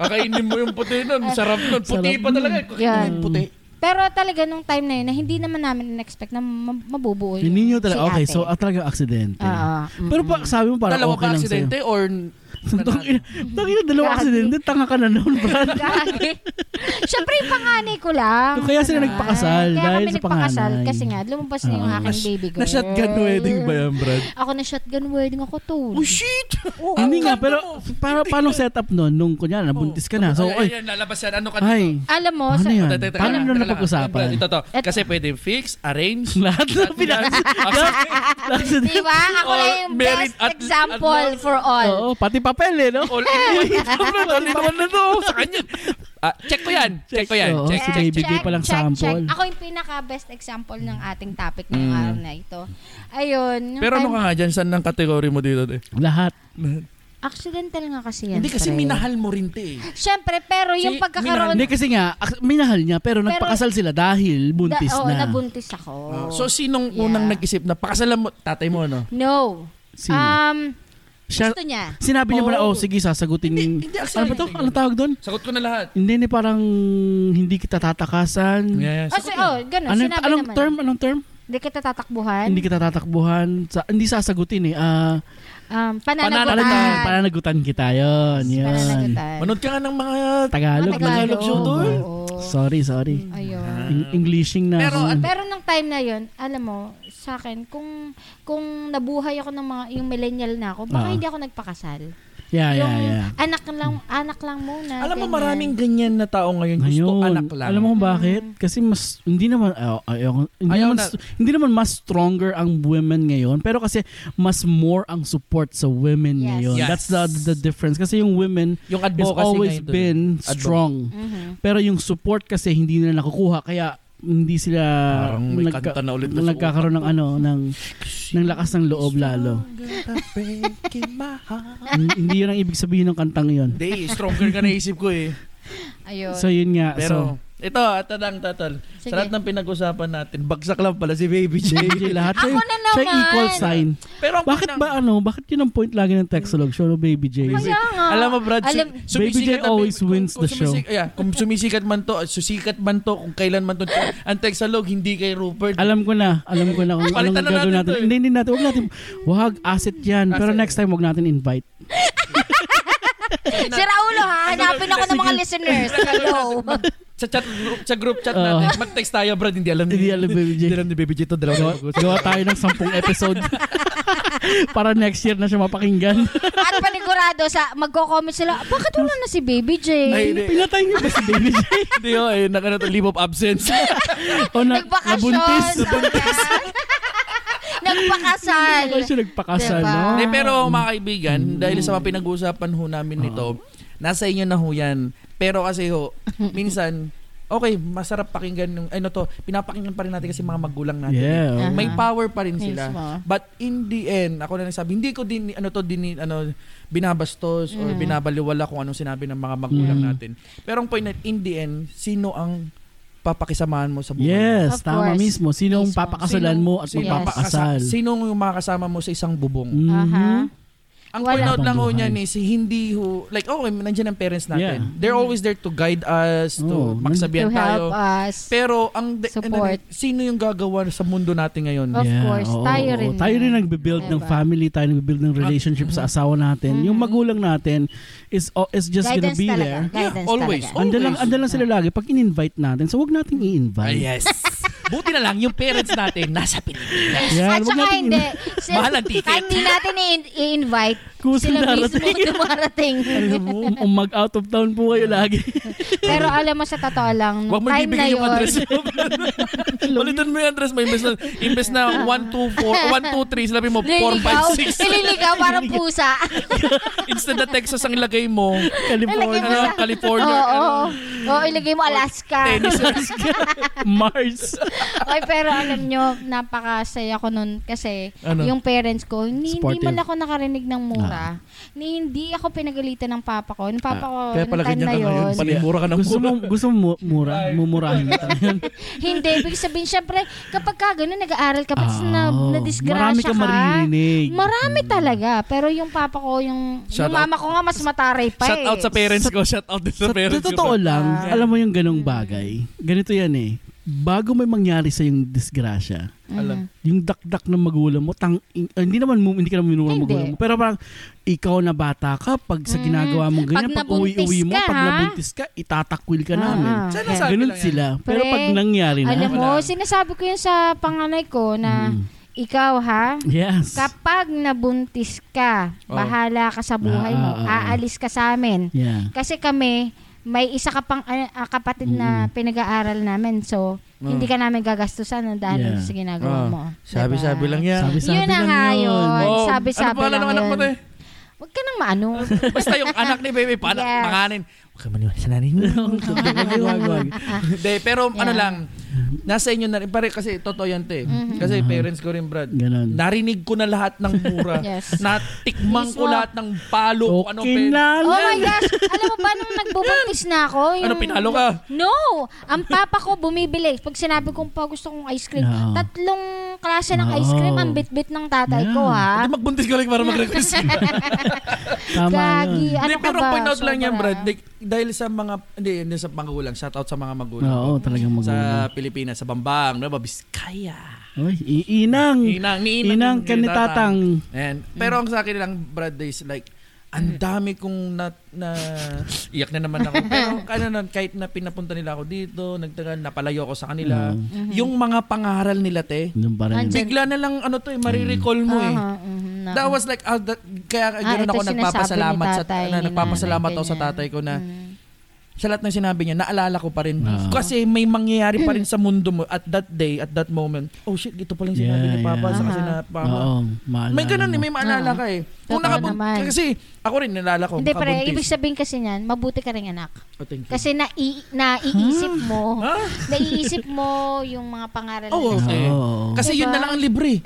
Speaker 3: Kakainin mo yung puti nun. Sarap nun. Puti
Speaker 2: Sarap
Speaker 3: pa
Speaker 2: nun.
Speaker 3: talaga. Kakainin
Speaker 1: Yan.
Speaker 3: mo puti.
Speaker 1: pero talaga nung time na yun, na hindi naman namin in-expect na ma- mabubuo yun.
Speaker 2: Hindi nyo talaga.
Speaker 1: si
Speaker 2: okay,
Speaker 1: ate.
Speaker 2: so ah, talaga aksidente.
Speaker 1: Oo. mm.
Speaker 2: Pero pa, sabi mo parang
Speaker 3: Dalawa
Speaker 2: okay
Speaker 3: pa
Speaker 2: lang sa'yo.
Speaker 3: aksidente or...
Speaker 2: Tangina, tangina, dalawa
Speaker 1: Grabe.
Speaker 2: aksidente. Tanga ka na noon, Brad.
Speaker 1: Gagi. Siyempre, yung panganay ko lang.
Speaker 2: Kaya sila
Speaker 1: Diba?
Speaker 2: nagpakasal
Speaker 1: Kaya
Speaker 2: dahil
Speaker 1: kami
Speaker 2: sa
Speaker 1: nagpakasal
Speaker 2: panganay.
Speaker 1: Kasi nga, lumabas na yung
Speaker 2: Ah.
Speaker 1: aking baby girl.
Speaker 3: yan, Brad?
Speaker 1: Ako na shotgun wedding ako to.
Speaker 3: Oh, shit! Oh,
Speaker 2: Hindi
Speaker 3: ang
Speaker 2: nga,
Speaker 3: ganda
Speaker 2: pero
Speaker 3: mo. Oh.
Speaker 2: para, paano setup nun? Nung kunya, nabuntis ka na. So,
Speaker 3: ay, ay,
Speaker 2: ay,
Speaker 3: ay, lalabas yan. Ano ka
Speaker 2: ay,
Speaker 1: Alam mo,
Speaker 2: paano
Speaker 1: Oh, sa,
Speaker 2: yan?
Speaker 3: Teka, teka,
Speaker 2: Paano
Speaker 3: teka,
Speaker 2: nyo
Speaker 3: teka lang.
Speaker 2: napag-usapan?
Speaker 3: Ito to.
Speaker 1: Eto.
Speaker 3: Kasi pwede fix, arrange.
Speaker 2: Lahat na pinas.
Speaker 3: Ah, sorry.
Speaker 1: di ba? Diba? Ako na
Speaker 3: Oh,
Speaker 1: yung
Speaker 3: merit
Speaker 1: best
Speaker 3: at-
Speaker 1: example
Speaker 3: at-
Speaker 1: for all.
Speaker 2: Oo, pati papel eh, no?
Speaker 3: All in one. All in one na to. Sa kanya. Ah, check ko yan. Check ko yan.
Speaker 2: Oo,
Speaker 3: Check,
Speaker 2: si
Speaker 3: check,
Speaker 2: Baby J palang sample.
Speaker 1: Ako yung pinaka-best example ng ating topic ngayong
Speaker 3: Mm.
Speaker 1: araw na ito. Ayun. yung
Speaker 3: Pero ano
Speaker 1: time-
Speaker 3: ka nga dyan? Saan ng kategory mo dito? Eh?
Speaker 2: Lahat.
Speaker 1: Accidental nga kasi yan.
Speaker 3: Hindi kasi
Speaker 1: pre.
Speaker 3: minahal mo rin 'te eh.
Speaker 1: Siyempre, pero yung
Speaker 3: Si-
Speaker 1: pagkakaroon...
Speaker 2: Hindi kasi nga, ak- minahal niya pero, nagpakasal sila dahil buntis
Speaker 1: na. Oo,
Speaker 2: na. Ah,
Speaker 1: nabuntis ako.
Speaker 3: So sinong
Speaker 1: Yeah.
Speaker 3: unang nag-isip na pakasalan mo tatay mo ano?"
Speaker 1: no.
Speaker 3: no?
Speaker 2: Sino?
Speaker 1: Um,
Speaker 2: Siya-
Speaker 1: gusto niya.
Speaker 2: sinabi niya pala, oh
Speaker 3: Oh.
Speaker 2: sige, sasagutin.
Speaker 3: Hindi, hindi
Speaker 2: ano ba to?
Speaker 3: accidental.
Speaker 2: Anong tawag doon?
Speaker 3: Sagot ko na lahat.
Speaker 2: Hindi, hindi parang hindi kita tatakasan.
Speaker 3: Yeah, yeah.
Speaker 1: Oh, so, oh, ganun.
Speaker 2: Ano,
Speaker 1: sinabi
Speaker 2: anong
Speaker 1: naman. Ano?
Speaker 2: term? Anong term?
Speaker 1: Hindi kita tatakbuhan.
Speaker 2: Hindi kita tatakbuhan. Sa, hindi sasagutin eh. Ah,
Speaker 1: Um, pananagutan.
Speaker 2: pananagutan. Pananagutan kita. Yun, yun.
Speaker 4: Pananagutan.
Speaker 3: Manood ka nga ng mga
Speaker 2: Tagalog.
Speaker 1: Matagalog.
Speaker 3: Tagalog show doon.
Speaker 1: Oo.
Speaker 2: Sorry, sorry.
Speaker 1: Ayun.
Speaker 2: Eng- Englishing na.
Speaker 3: Pero,
Speaker 2: ako.
Speaker 3: at-
Speaker 1: Pero nung time na yon, alam mo, sa akin, kung kung nabuhay ako ng mga yung millennial na ako, baka
Speaker 2: Ah.
Speaker 1: hindi ako nagpakasal.
Speaker 2: yeah,
Speaker 1: yung
Speaker 2: yeah, yeah.
Speaker 1: anak lang anak lang muna.
Speaker 3: Alam mo
Speaker 1: ganyan.
Speaker 3: maraming ganyan na tao ngayon gusto
Speaker 2: Ngayon,
Speaker 3: anak lang. Mm.
Speaker 2: alam mo kung bakit? Kasi mas, hindi naman, ayaw, ayaw, hindi,
Speaker 3: Ayaw
Speaker 2: naman,
Speaker 3: na-
Speaker 2: st- hindi naman mas stronger ang women ngayon, pero kasi mas more ang support sa women
Speaker 1: Yes.
Speaker 2: ngayon.
Speaker 3: Yes.
Speaker 2: That's the, the difference. Kasi yung women
Speaker 3: yung
Speaker 2: has
Speaker 3: advocacy
Speaker 2: always
Speaker 3: ngayon to,
Speaker 2: been uh,
Speaker 3: Advo-
Speaker 2: strong.
Speaker 1: Mhm.
Speaker 2: Pero yung support kasi hindi nila nakukuha, kaya hindi sila
Speaker 3: Parang may
Speaker 2: nagka-
Speaker 3: kanta na ulit na sa
Speaker 2: nagkakaroon ng ano ng ng lakas ng loob lalo. Hin- hindi yun ang ibig sabihin ng kantang yun.
Speaker 3: Hindi, stronger ka naisip ko eh.
Speaker 2: Ah,
Speaker 1: Ayun.
Speaker 2: So yun nga.
Speaker 3: Pero, ito, atadang tatal.
Speaker 1: Sige.
Speaker 3: Sa lahat ng pinag-usapan natin, bagsak lang pala si Baby
Speaker 2: so,
Speaker 3: J.
Speaker 2: DJ lahat.
Speaker 1: Ako
Speaker 2: siya-
Speaker 1: na
Speaker 2: Siya
Speaker 1: naman.
Speaker 2: equal sign.
Speaker 3: Pero ang
Speaker 2: Bakit
Speaker 3: pinang-
Speaker 2: ba ano? Bakit yun ang point lagi ng Texalog show no Baby J?
Speaker 3: Baby-
Speaker 1: Kaya nga.
Speaker 3: Ah, Alam mo Brad, su-
Speaker 1: Alam,
Speaker 3: sumisikat
Speaker 2: Baby J
Speaker 3: na
Speaker 2: always
Speaker 3: kung-
Speaker 2: wins
Speaker 3: kung
Speaker 2: the show.
Speaker 3: sumisi- yeah, kung sumisikat man to, susikat man to, kung kailan man to, ang Texalog, hindi kay Rupert.
Speaker 2: Alam ko na, alam ko na kung anong
Speaker 3: Palitan na
Speaker 2: gagawin
Speaker 3: natin
Speaker 2: natin.
Speaker 3: to eh.
Speaker 2: Hindi, hindi natin. Huwag natin. Wag, asset yan. Pero
Speaker 3: Asset.
Speaker 2: next time, wag natin invite.
Speaker 1: si Raulo ha, hanapin ako ng mga listeners. Hello.
Speaker 3: sa chat group, sa group chat
Speaker 2: Oo.
Speaker 3: natin, mag-text tayo Brad, hindi alam ni,
Speaker 2: Oh. Hindi alam, Baby J.
Speaker 3: hindi alam ni Baby J to,
Speaker 2: Gawa,
Speaker 3: dalawa.
Speaker 2: gawa tayo ng sampung episode. Para next year na siya mapakinggan.
Speaker 1: At panigurado sa magko-comment sila, bakit wala na si Baby J?
Speaker 3: Ay, hindi.
Speaker 2: Pinatay niyo ba si Baby J?
Speaker 3: Hindi oh, eh, naka na to, leave of absence.
Speaker 2: Ah. O na,
Speaker 1: Nagbakasyon.
Speaker 2: nabuntis.
Speaker 1: ayan. Nagpakasal.
Speaker 2: Bakit siya nagpakasal?
Speaker 1: Diba?
Speaker 2: no?
Speaker 3: Hindi, pero mga kaibigan, dahil sa mga pinag-uusapan ho namin nito,
Speaker 2: Ah.
Speaker 3: nasa inyo na ho yan. Pero kasi ho, minsan, okay, masarap pakinggan yung, ano to, pinapakinggan pa rin natin kasi mga magulang natin.
Speaker 2: Yeah.
Speaker 3: Eh.
Speaker 2: oh.
Speaker 1: Ah.
Speaker 3: May power pa rin sila.
Speaker 4: Mismo.
Speaker 3: But in the end, ako na nagsabi, hindi ko din, ano to, din, ano, binabastos
Speaker 1: Mm.
Speaker 3: or binabaliwala kung anong sinabi ng mga magulang
Speaker 2: Mm.
Speaker 3: natin. Pero ang point na, in the end, sino ang papakisamahan mo sa buhay?
Speaker 2: Yes,
Speaker 1: Of
Speaker 2: tama
Speaker 1: course.
Speaker 2: mismo. Sino ang
Speaker 1: Mismo.
Speaker 2: papakasalan
Speaker 3: Sino-
Speaker 2: mo at
Speaker 3: sino-
Speaker 2: magpapakasal?
Speaker 3: Sino yung makakasama mo sa isang bubong?
Speaker 2: Mhm.
Speaker 1: Mm-hmm.
Speaker 3: Uh-huh.
Speaker 4: Aha.
Speaker 3: Ang
Speaker 1: Wala.
Speaker 3: Wala. out lang ho
Speaker 2: Pambuhay.
Speaker 3: niyan is hindi ho, like okay, nandiyan ang parents
Speaker 2: Yeah.
Speaker 3: natin.
Speaker 2: Oh,
Speaker 3: They're always there to guide
Speaker 2: Oo,
Speaker 3: us, to
Speaker 2: nand-
Speaker 1: Mm. To
Speaker 3: magsabihan tayo.
Speaker 1: help us.
Speaker 3: Pero ang de-
Speaker 1: Support.
Speaker 3: ano, sino yung gagawa sa mundo natin ngayon?
Speaker 1: Of course,
Speaker 2: oo, oo.
Speaker 1: tayo rin
Speaker 2: Tayo
Speaker 1: yun.
Speaker 2: rin nagbe-build ng
Speaker 1: Diba? Mm-hmm.
Speaker 2: family, tayo nagbe-build ng relationship sa
Speaker 3: mm-hmm.
Speaker 2: asawa natin. Yung magulang natin is oh, is just gonna
Speaker 1: Guidance
Speaker 2: be
Speaker 1: talaga.
Speaker 2: there.
Speaker 1: Guidance
Speaker 3: always.
Speaker 1: talaga.
Speaker 3: Oh,
Speaker 2: Andan lang,
Speaker 3: Always.
Speaker 2: andan lang sila lagi. Pag in-invite natin, so wag nating
Speaker 3: Ah,
Speaker 2: i-invite.
Speaker 3: yes. Buti na lang yung parents natin nasa Pilipinas.
Speaker 2: Yeah,
Speaker 1: At
Speaker 2: wag
Speaker 1: saka
Speaker 2: nating
Speaker 1: hindi.
Speaker 2: i-
Speaker 1: Sin-
Speaker 3: Mahal ang ticket.
Speaker 1: Kahit hindi natin i- i-invite,
Speaker 2: Kung
Speaker 1: sila mismo
Speaker 2: darating.
Speaker 1: dumarating.
Speaker 3: Ano
Speaker 2: Alam mo, um, mag out of town po kayo lagi.
Speaker 1: Pero alam mo, sa totoo lang,
Speaker 3: Huwag
Speaker 1: nung
Speaker 3: mo
Speaker 1: time na
Speaker 3: ibibigay yung
Speaker 1: yun,
Speaker 3: address mo. Ulitan mo yung address mo. Imbes na, imbes
Speaker 1: Ah.
Speaker 3: na 1, 2, 4, 1, 2, 3, sinabi mo 4,
Speaker 1: nililigaw,
Speaker 3: 5, 6.
Speaker 1: nililigaw parang pusa.
Speaker 3: Instead na Texas ang ilagay mo,
Speaker 1: Ilagay mo
Speaker 2: California,
Speaker 1: sa-
Speaker 3: ano,
Speaker 1: Oo,
Speaker 3: California,
Speaker 1: oo. Oo, ilagay mo Alaska.
Speaker 3: ano? tennis.
Speaker 2: Mars.
Speaker 1: Oy, pero alam nyo, napakasaya ko nun kasi
Speaker 3: Ano?
Speaker 1: yung parents ko, hindi, hindi
Speaker 2: Supportive.
Speaker 1: man ako nakarinig ng mura. Ni, hindi ako pinagalitan ng papa ko. Yung papa ko,
Speaker 3: Kaya
Speaker 1: nung
Speaker 3: pala
Speaker 1: Oh, time
Speaker 3: ganyan
Speaker 1: na
Speaker 3: ka ngayon.
Speaker 1: yun,
Speaker 3: Palimura ka ng
Speaker 2: gusto mo gusto mo mu- mura, mumurahin ka tayo.
Speaker 1: hindi. Ibig sabihin, syempre, kapag ka ganun, nag-aaral ka,
Speaker 2: Ah.
Speaker 1: pag na,
Speaker 2: Oo. Marami
Speaker 1: na-disgrasya
Speaker 2: kang maririnig.
Speaker 1: Marami talaga. Pero yung papa ko, yung,
Speaker 3: Shout
Speaker 1: yung mama ko nga, mas mataray pa
Speaker 3: Shout
Speaker 1: eh.
Speaker 3: out sa parents ko. Shout out din sa parents
Speaker 2: Sa
Speaker 3: ko.
Speaker 1: Mm.
Speaker 2: totoo lang, alam mo yung ganong bagay. Ganito yan eh. Bago may mangyari sa yung disgrasya,
Speaker 1: Mm.
Speaker 3: Alam.
Speaker 2: yung dakdak ng magulang mo, tang, in- ah, hindi naman mo, hindi ka naman minura ng
Speaker 1: Hindi. Mm.
Speaker 2: magulang mo. Pero parang, ikaw na bata ka, pag sa ginagawa mong ganyan,
Speaker 1: Pag
Speaker 2: pag, uwi-uwi
Speaker 1: nabuntis
Speaker 2: mo,
Speaker 1: ka,
Speaker 2: pag
Speaker 1: ha?
Speaker 2: nabuntis ka, itatakwil ka
Speaker 1: Ah,
Speaker 2: namin.
Speaker 1: ah.
Speaker 3: Sana
Speaker 1: Okay.
Speaker 3: sa-
Speaker 2: Ganun
Speaker 3: Sabi lang yan.
Speaker 2: sila. Pero
Speaker 1: Pre,
Speaker 2: pag nangyari na,
Speaker 1: Alam mo,
Speaker 3: Wala.
Speaker 1: sinasabi ko yun sa panganay ko na,
Speaker 2: Mm.
Speaker 1: ikaw ha,
Speaker 2: yes.
Speaker 1: Kapag nabuntis ka,
Speaker 3: Oh.
Speaker 1: bahala ka sa buhay mo.
Speaker 2: Ah, ah, ah, ah.
Speaker 1: Aalis ka sa amin.
Speaker 2: yeah.
Speaker 1: Kasi kami, may isa ka pang ah, ah, kapatid na pinag-aaral namin. So,
Speaker 3: Oh.
Speaker 1: hindi ka namin gagastusan ng
Speaker 2: Yeah.
Speaker 1: dahil sa ginagawa
Speaker 3: Diba?
Speaker 1: mo. Diba?
Speaker 3: Sabi-sabi lang yan.
Speaker 2: Sabi-sabi
Speaker 1: Yun na
Speaker 2: lang
Speaker 1: nga
Speaker 2: yun.
Speaker 1: yun.
Speaker 3: Oo.
Speaker 1: Sabi-sabi
Speaker 3: ano Oh, pangalan
Speaker 1: lang
Speaker 3: ng anak mo
Speaker 1: yun.
Speaker 3: te?
Speaker 1: Huwag ka nang maano.
Speaker 3: Basta yung anak ni Baby, panak,
Speaker 1: Yes.
Speaker 3: panganin. Huwag Kaya maniwala sa nanay mo.
Speaker 2: Wag, wag.
Speaker 3: Hindi, pero
Speaker 4: Yeah.
Speaker 3: ano lang, nasa inyo na rin. Pare, kasi totoo yan, te.
Speaker 1: Mm-hmm.
Speaker 3: Kasi parents ko rin, Brad.
Speaker 2: Ganon.
Speaker 3: Narinig ko na lahat ng mura.
Speaker 4: Yes.
Speaker 3: Natikman ko
Speaker 1: Mismo.
Speaker 3: lahat ng palo. kung Ano,
Speaker 2: Okay
Speaker 3: pe-
Speaker 2: na
Speaker 1: Oh my
Speaker 2: lang.
Speaker 1: gosh! Alam mo ba, nung nagbubuntis na ako,
Speaker 3: Ano, pinalo ka?
Speaker 1: No! Ang papa ko bumibili. Pag sinabi kong pa gusto kong ice cream,
Speaker 2: No.
Speaker 3: Ah.
Speaker 1: tatlong klase ng
Speaker 2: No.
Speaker 1: ice
Speaker 3: Oh.
Speaker 1: cream ang bitbit ng tatay
Speaker 2: Yeah.
Speaker 1: ko, ha?
Speaker 3: Hindi, magbuntis ka lang para mag-request.
Speaker 2: Tama
Speaker 1: Gagi,
Speaker 2: yun.
Speaker 1: ano
Speaker 3: Hindi,
Speaker 1: ka
Speaker 3: pero
Speaker 1: ba?
Speaker 3: point out lang yan,
Speaker 1: Sobra.
Speaker 3: Brad. Di- dahil sa mga, hindi, hindi sa magulang. Shout out sa mga Ah, magulang.
Speaker 2: Oo, talagang magulang.
Speaker 3: Sa Pilipinas, sa Bambang, na Biskaya.
Speaker 2: Uy, iinang.
Speaker 3: Inang, ni Hmm. inang.
Speaker 2: Inang
Speaker 3: ni- ni
Speaker 2: kanitatang.
Speaker 3: And,
Speaker 2: Mm.
Speaker 3: pero ang sa akin lang, Brad, is like, ang dami kong na, na iyak na naman ako. Pero ano nun, kahit na pinapunta nila ako dito, nagtagal, napalayo ako sa kanila.
Speaker 2: Mm.
Speaker 4: Mm-hmm.
Speaker 3: Yung mga pangaral nila, te,
Speaker 2: Ganun pa rin.
Speaker 1: Andyan.
Speaker 3: bigla na lang, ano to eh, marirecall mo
Speaker 2: Mm.
Speaker 1: Uh-huh,
Speaker 3: eh.
Speaker 4: Aha, mhm, na-
Speaker 3: That was like, ah, that- kaya
Speaker 4: Ah,
Speaker 3: ganoon
Speaker 4: ito
Speaker 3: ako
Speaker 4: sinasabi ni
Speaker 3: nagpapasalamat sa,
Speaker 4: tatay,
Speaker 3: na,
Speaker 4: ni
Speaker 3: nagpapasalamat
Speaker 4: nanay,
Speaker 3: ako sa
Speaker 4: ganyan.
Speaker 3: tatay ko na
Speaker 4: Mm.
Speaker 3: sa lahat ng sinabi niya, naalala ko pa rin.
Speaker 2: Ah.
Speaker 3: Kasi may mangyayari pa rin sa mundo mo at that day, at that moment. Oh shit, ito pala yung sinabi
Speaker 2: Yeah,
Speaker 3: ni Papa
Speaker 2: yeah.
Speaker 3: sa kasi
Speaker 4: Aha.
Speaker 3: na Papa.
Speaker 2: Oo, maalala
Speaker 3: May ganun,
Speaker 2: mo.
Speaker 3: eh, may maalala
Speaker 4: Oo.
Speaker 3: ka eh. Kung
Speaker 4: Totoo
Speaker 3: nakabun-
Speaker 4: naman.
Speaker 3: kasi ako rin nilala ko,
Speaker 1: Ah. Hindi, pare, ibig
Speaker 3: Oh, kabuntis.
Speaker 1: sabihin kasi niyan, mabuti ka rin anak.
Speaker 3: Oh, thank you.
Speaker 1: Kasi nai- naiisip mo,
Speaker 3: Ha?
Speaker 1: naiisip mo yung mga pangaral nila.
Speaker 3: Oo. Okay.
Speaker 2: Oo.
Speaker 3: Kasi yun
Speaker 1: Diba?
Speaker 3: na lang ang libre.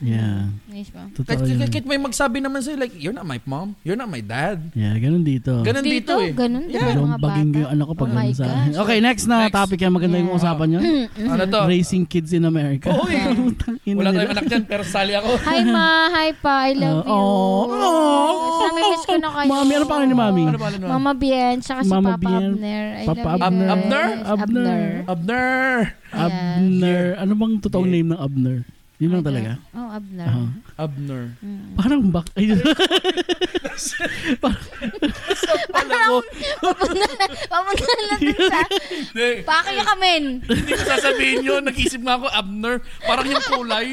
Speaker 2: Yeah.
Speaker 4: Mismo.
Speaker 2: Totoo
Speaker 3: Kahit,
Speaker 2: yun.
Speaker 3: kahit may magsabi naman sa'yo, like, you're not my mom, you're not my dad.
Speaker 2: Yeah, ganun dito.
Speaker 3: Ganun dito, eh.
Speaker 1: ganun din
Speaker 3: Yeah.
Speaker 2: Ganun
Speaker 1: ang mga
Speaker 2: baging
Speaker 1: bata.
Speaker 2: yung anak ko pag
Speaker 1: Oh my
Speaker 2: ganun sa akin.
Speaker 1: gosh.
Speaker 2: Okay, next na
Speaker 3: Next.
Speaker 2: topic yan. Maganda yung
Speaker 4: Yeah.
Speaker 2: usapan nyo.
Speaker 3: Ano to?
Speaker 2: Raising kids in America.
Speaker 3: Oo, eh.
Speaker 2: Putang ina
Speaker 3: Wala
Speaker 2: nila.
Speaker 3: tayong anak dyan, pero sali ako.
Speaker 1: Hi ma, hi pa, I love you.
Speaker 2: Oh, oh,
Speaker 1: Mas nami-miss ko na kayo.
Speaker 2: Mami, ano pangalan ni Mami?
Speaker 3: Ano pala naman?
Speaker 1: Mama Bien, saka si
Speaker 2: Mama
Speaker 1: Papa
Speaker 2: Bien.
Speaker 1: Abner. I
Speaker 2: Papa
Speaker 1: love you
Speaker 2: Abner.
Speaker 1: guys.
Speaker 3: Abner?
Speaker 1: Abner.
Speaker 3: Abner!
Speaker 2: Abner. Ano bang totoong name ng Abner? Yun lang talaga. Uh-huh.
Speaker 4: Oh, Abner.
Speaker 2: Aha.
Speaker 3: Abner.
Speaker 1: Mm.
Speaker 2: Parang bak... Ay,
Speaker 3: Alam ko,
Speaker 1: Papunta na dun sa,
Speaker 3: hindi,
Speaker 1: pakaya kami.
Speaker 3: hindi ko sasabihin yun. Nag-isip nga ako, Abner. Parang yung kulay.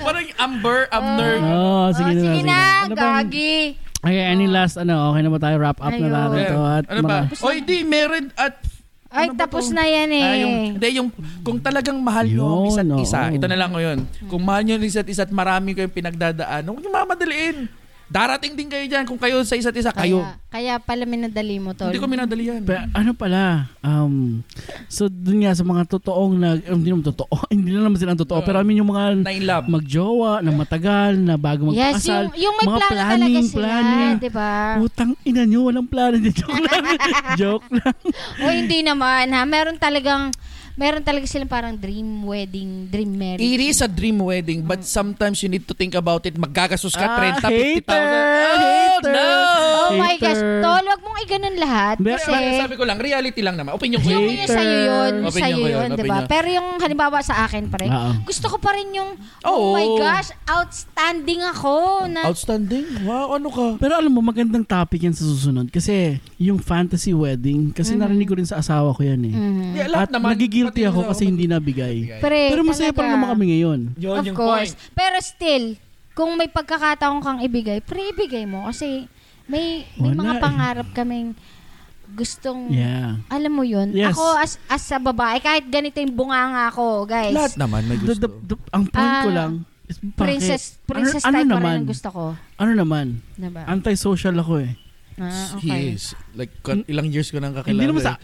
Speaker 3: Parang yung amber, Abner.
Speaker 1: Ah.
Speaker 2: oh, sige na.
Speaker 1: Sige na,
Speaker 2: Ano bang-
Speaker 1: gagi. Oh.
Speaker 2: Okay, any last, ano, okay na ba tayo? Wrap up na
Speaker 1: Ayun.
Speaker 2: natin
Speaker 3: Yeah.
Speaker 2: to. At
Speaker 3: ano ba?
Speaker 2: mga-
Speaker 3: Oy, di, married at
Speaker 1: Ay,
Speaker 3: Ano ba
Speaker 1: tapos
Speaker 3: to?
Speaker 1: na yan eh.
Speaker 3: Ah, yung, hindi, yung, kung talagang mahal nyo ang
Speaker 2: Yun,
Speaker 3: isa't
Speaker 2: oo.
Speaker 3: isa, ito na lang ko yun. Kung mahal nyo ang isa't isa at marami kayong pinagdadaan, huwag nyo mamadaliin. Darating din kayo dyan kung kayo sa isa't isa, kayo.
Speaker 4: Kaya, kaya pala minadali mo, Tol.
Speaker 3: Hindi ko minadali yan.
Speaker 2: Pero ano pala, um, so dun nga sa mga totoong nag, um, hindi naman totoo, hindi na naman sila ang
Speaker 3: Oh.
Speaker 2: totoo, pero I mean yung mga
Speaker 3: Na in love.
Speaker 2: magjowa, na matagal, na bago
Speaker 1: yes,
Speaker 2: magpakasal,
Speaker 1: yung, yung may
Speaker 2: mga
Speaker 1: plano talaga
Speaker 2: planning,
Speaker 1: sila,
Speaker 2: planning.
Speaker 1: di ba?
Speaker 2: Utang ina nyo, walang plano dyan. Joke lang. Joke lang.
Speaker 1: O hindi naman ha, meron talagang, meron talaga silang parang dream wedding, dream marriage.
Speaker 3: It is a dream wedding, but sometimes you need to think about it. Maggagastos
Speaker 1: Ah,
Speaker 3: ka, 30, 50,000.
Speaker 2: hater!
Speaker 3: Oh,
Speaker 2: Hater!
Speaker 3: no!
Speaker 1: Oh my
Speaker 2: Hater.
Speaker 1: gosh, tol, wag mong iganon lahat
Speaker 2: Ba-
Speaker 1: kasi
Speaker 3: Sabi, sabi ko lang, reality lang naman. Opinion ko
Speaker 1: yung
Speaker 3: yun.
Speaker 1: yun sa'yo yun,
Speaker 3: Opinion
Speaker 1: sa'yo
Speaker 3: ko yun,
Speaker 1: yun, di ba?
Speaker 3: opinion.
Speaker 1: Pero yung halimbawa sa akin pa rin,
Speaker 2: Oo.
Speaker 1: gusto ko pa rin yung, oh,
Speaker 3: Oo.
Speaker 1: my gosh, outstanding ako na
Speaker 3: Outstanding. Wow, ano ka?
Speaker 2: Pero alam mo, magandang topic yan sa susunod. Kasi yung fantasy wedding, kasi
Speaker 1: Mm.
Speaker 2: narinig ko rin sa asawa ko yan eh.
Speaker 3: Yeah,
Speaker 2: At
Speaker 3: lahat naman.
Speaker 2: nagigilty
Speaker 3: Pati
Speaker 2: ako
Speaker 3: yung
Speaker 2: kasi
Speaker 3: sa-
Speaker 2: hindi nabigay.
Speaker 1: Mm-hmm. pre,
Speaker 2: Pero masaya pa rin
Speaker 1: Eh, talaga. Mm.
Speaker 2: naman kami ngayon.
Speaker 3: Yun
Speaker 1: Of
Speaker 3: yung
Speaker 1: course.
Speaker 3: point.
Speaker 1: Pero still, kung may pagkakataon kang ibigay, pre, ibigay mo kasi may, may
Speaker 2: Wala
Speaker 1: mga
Speaker 2: eh.
Speaker 1: pangarap kaming gustong
Speaker 2: Yeah.
Speaker 1: Alam mo yun?
Speaker 2: Yes.
Speaker 1: Ako as, as sa babae, kahit ganito yung bunganga ako, guys.
Speaker 3: Lahat naman may
Speaker 2: The,
Speaker 3: gusto.
Speaker 2: the- the- ang point ko
Speaker 1: Ah,
Speaker 2: lang, is bakit?
Speaker 1: princess, princess
Speaker 2: ano,
Speaker 1: type
Speaker 2: ano
Speaker 1: pa
Speaker 2: naman?
Speaker 1: rin ang gusto ko.
Speaker 2: Ano naman?
Speaker 4: Diba?
Speaker 2: Anti-social ako eh.
Speaker 4: Ah,
Speaker 3: He
Speaker 4: okay.
Speaker 3: is. Like, ka- ilang years ko nang kakilala.
Speaker 2: Hindi naman sa...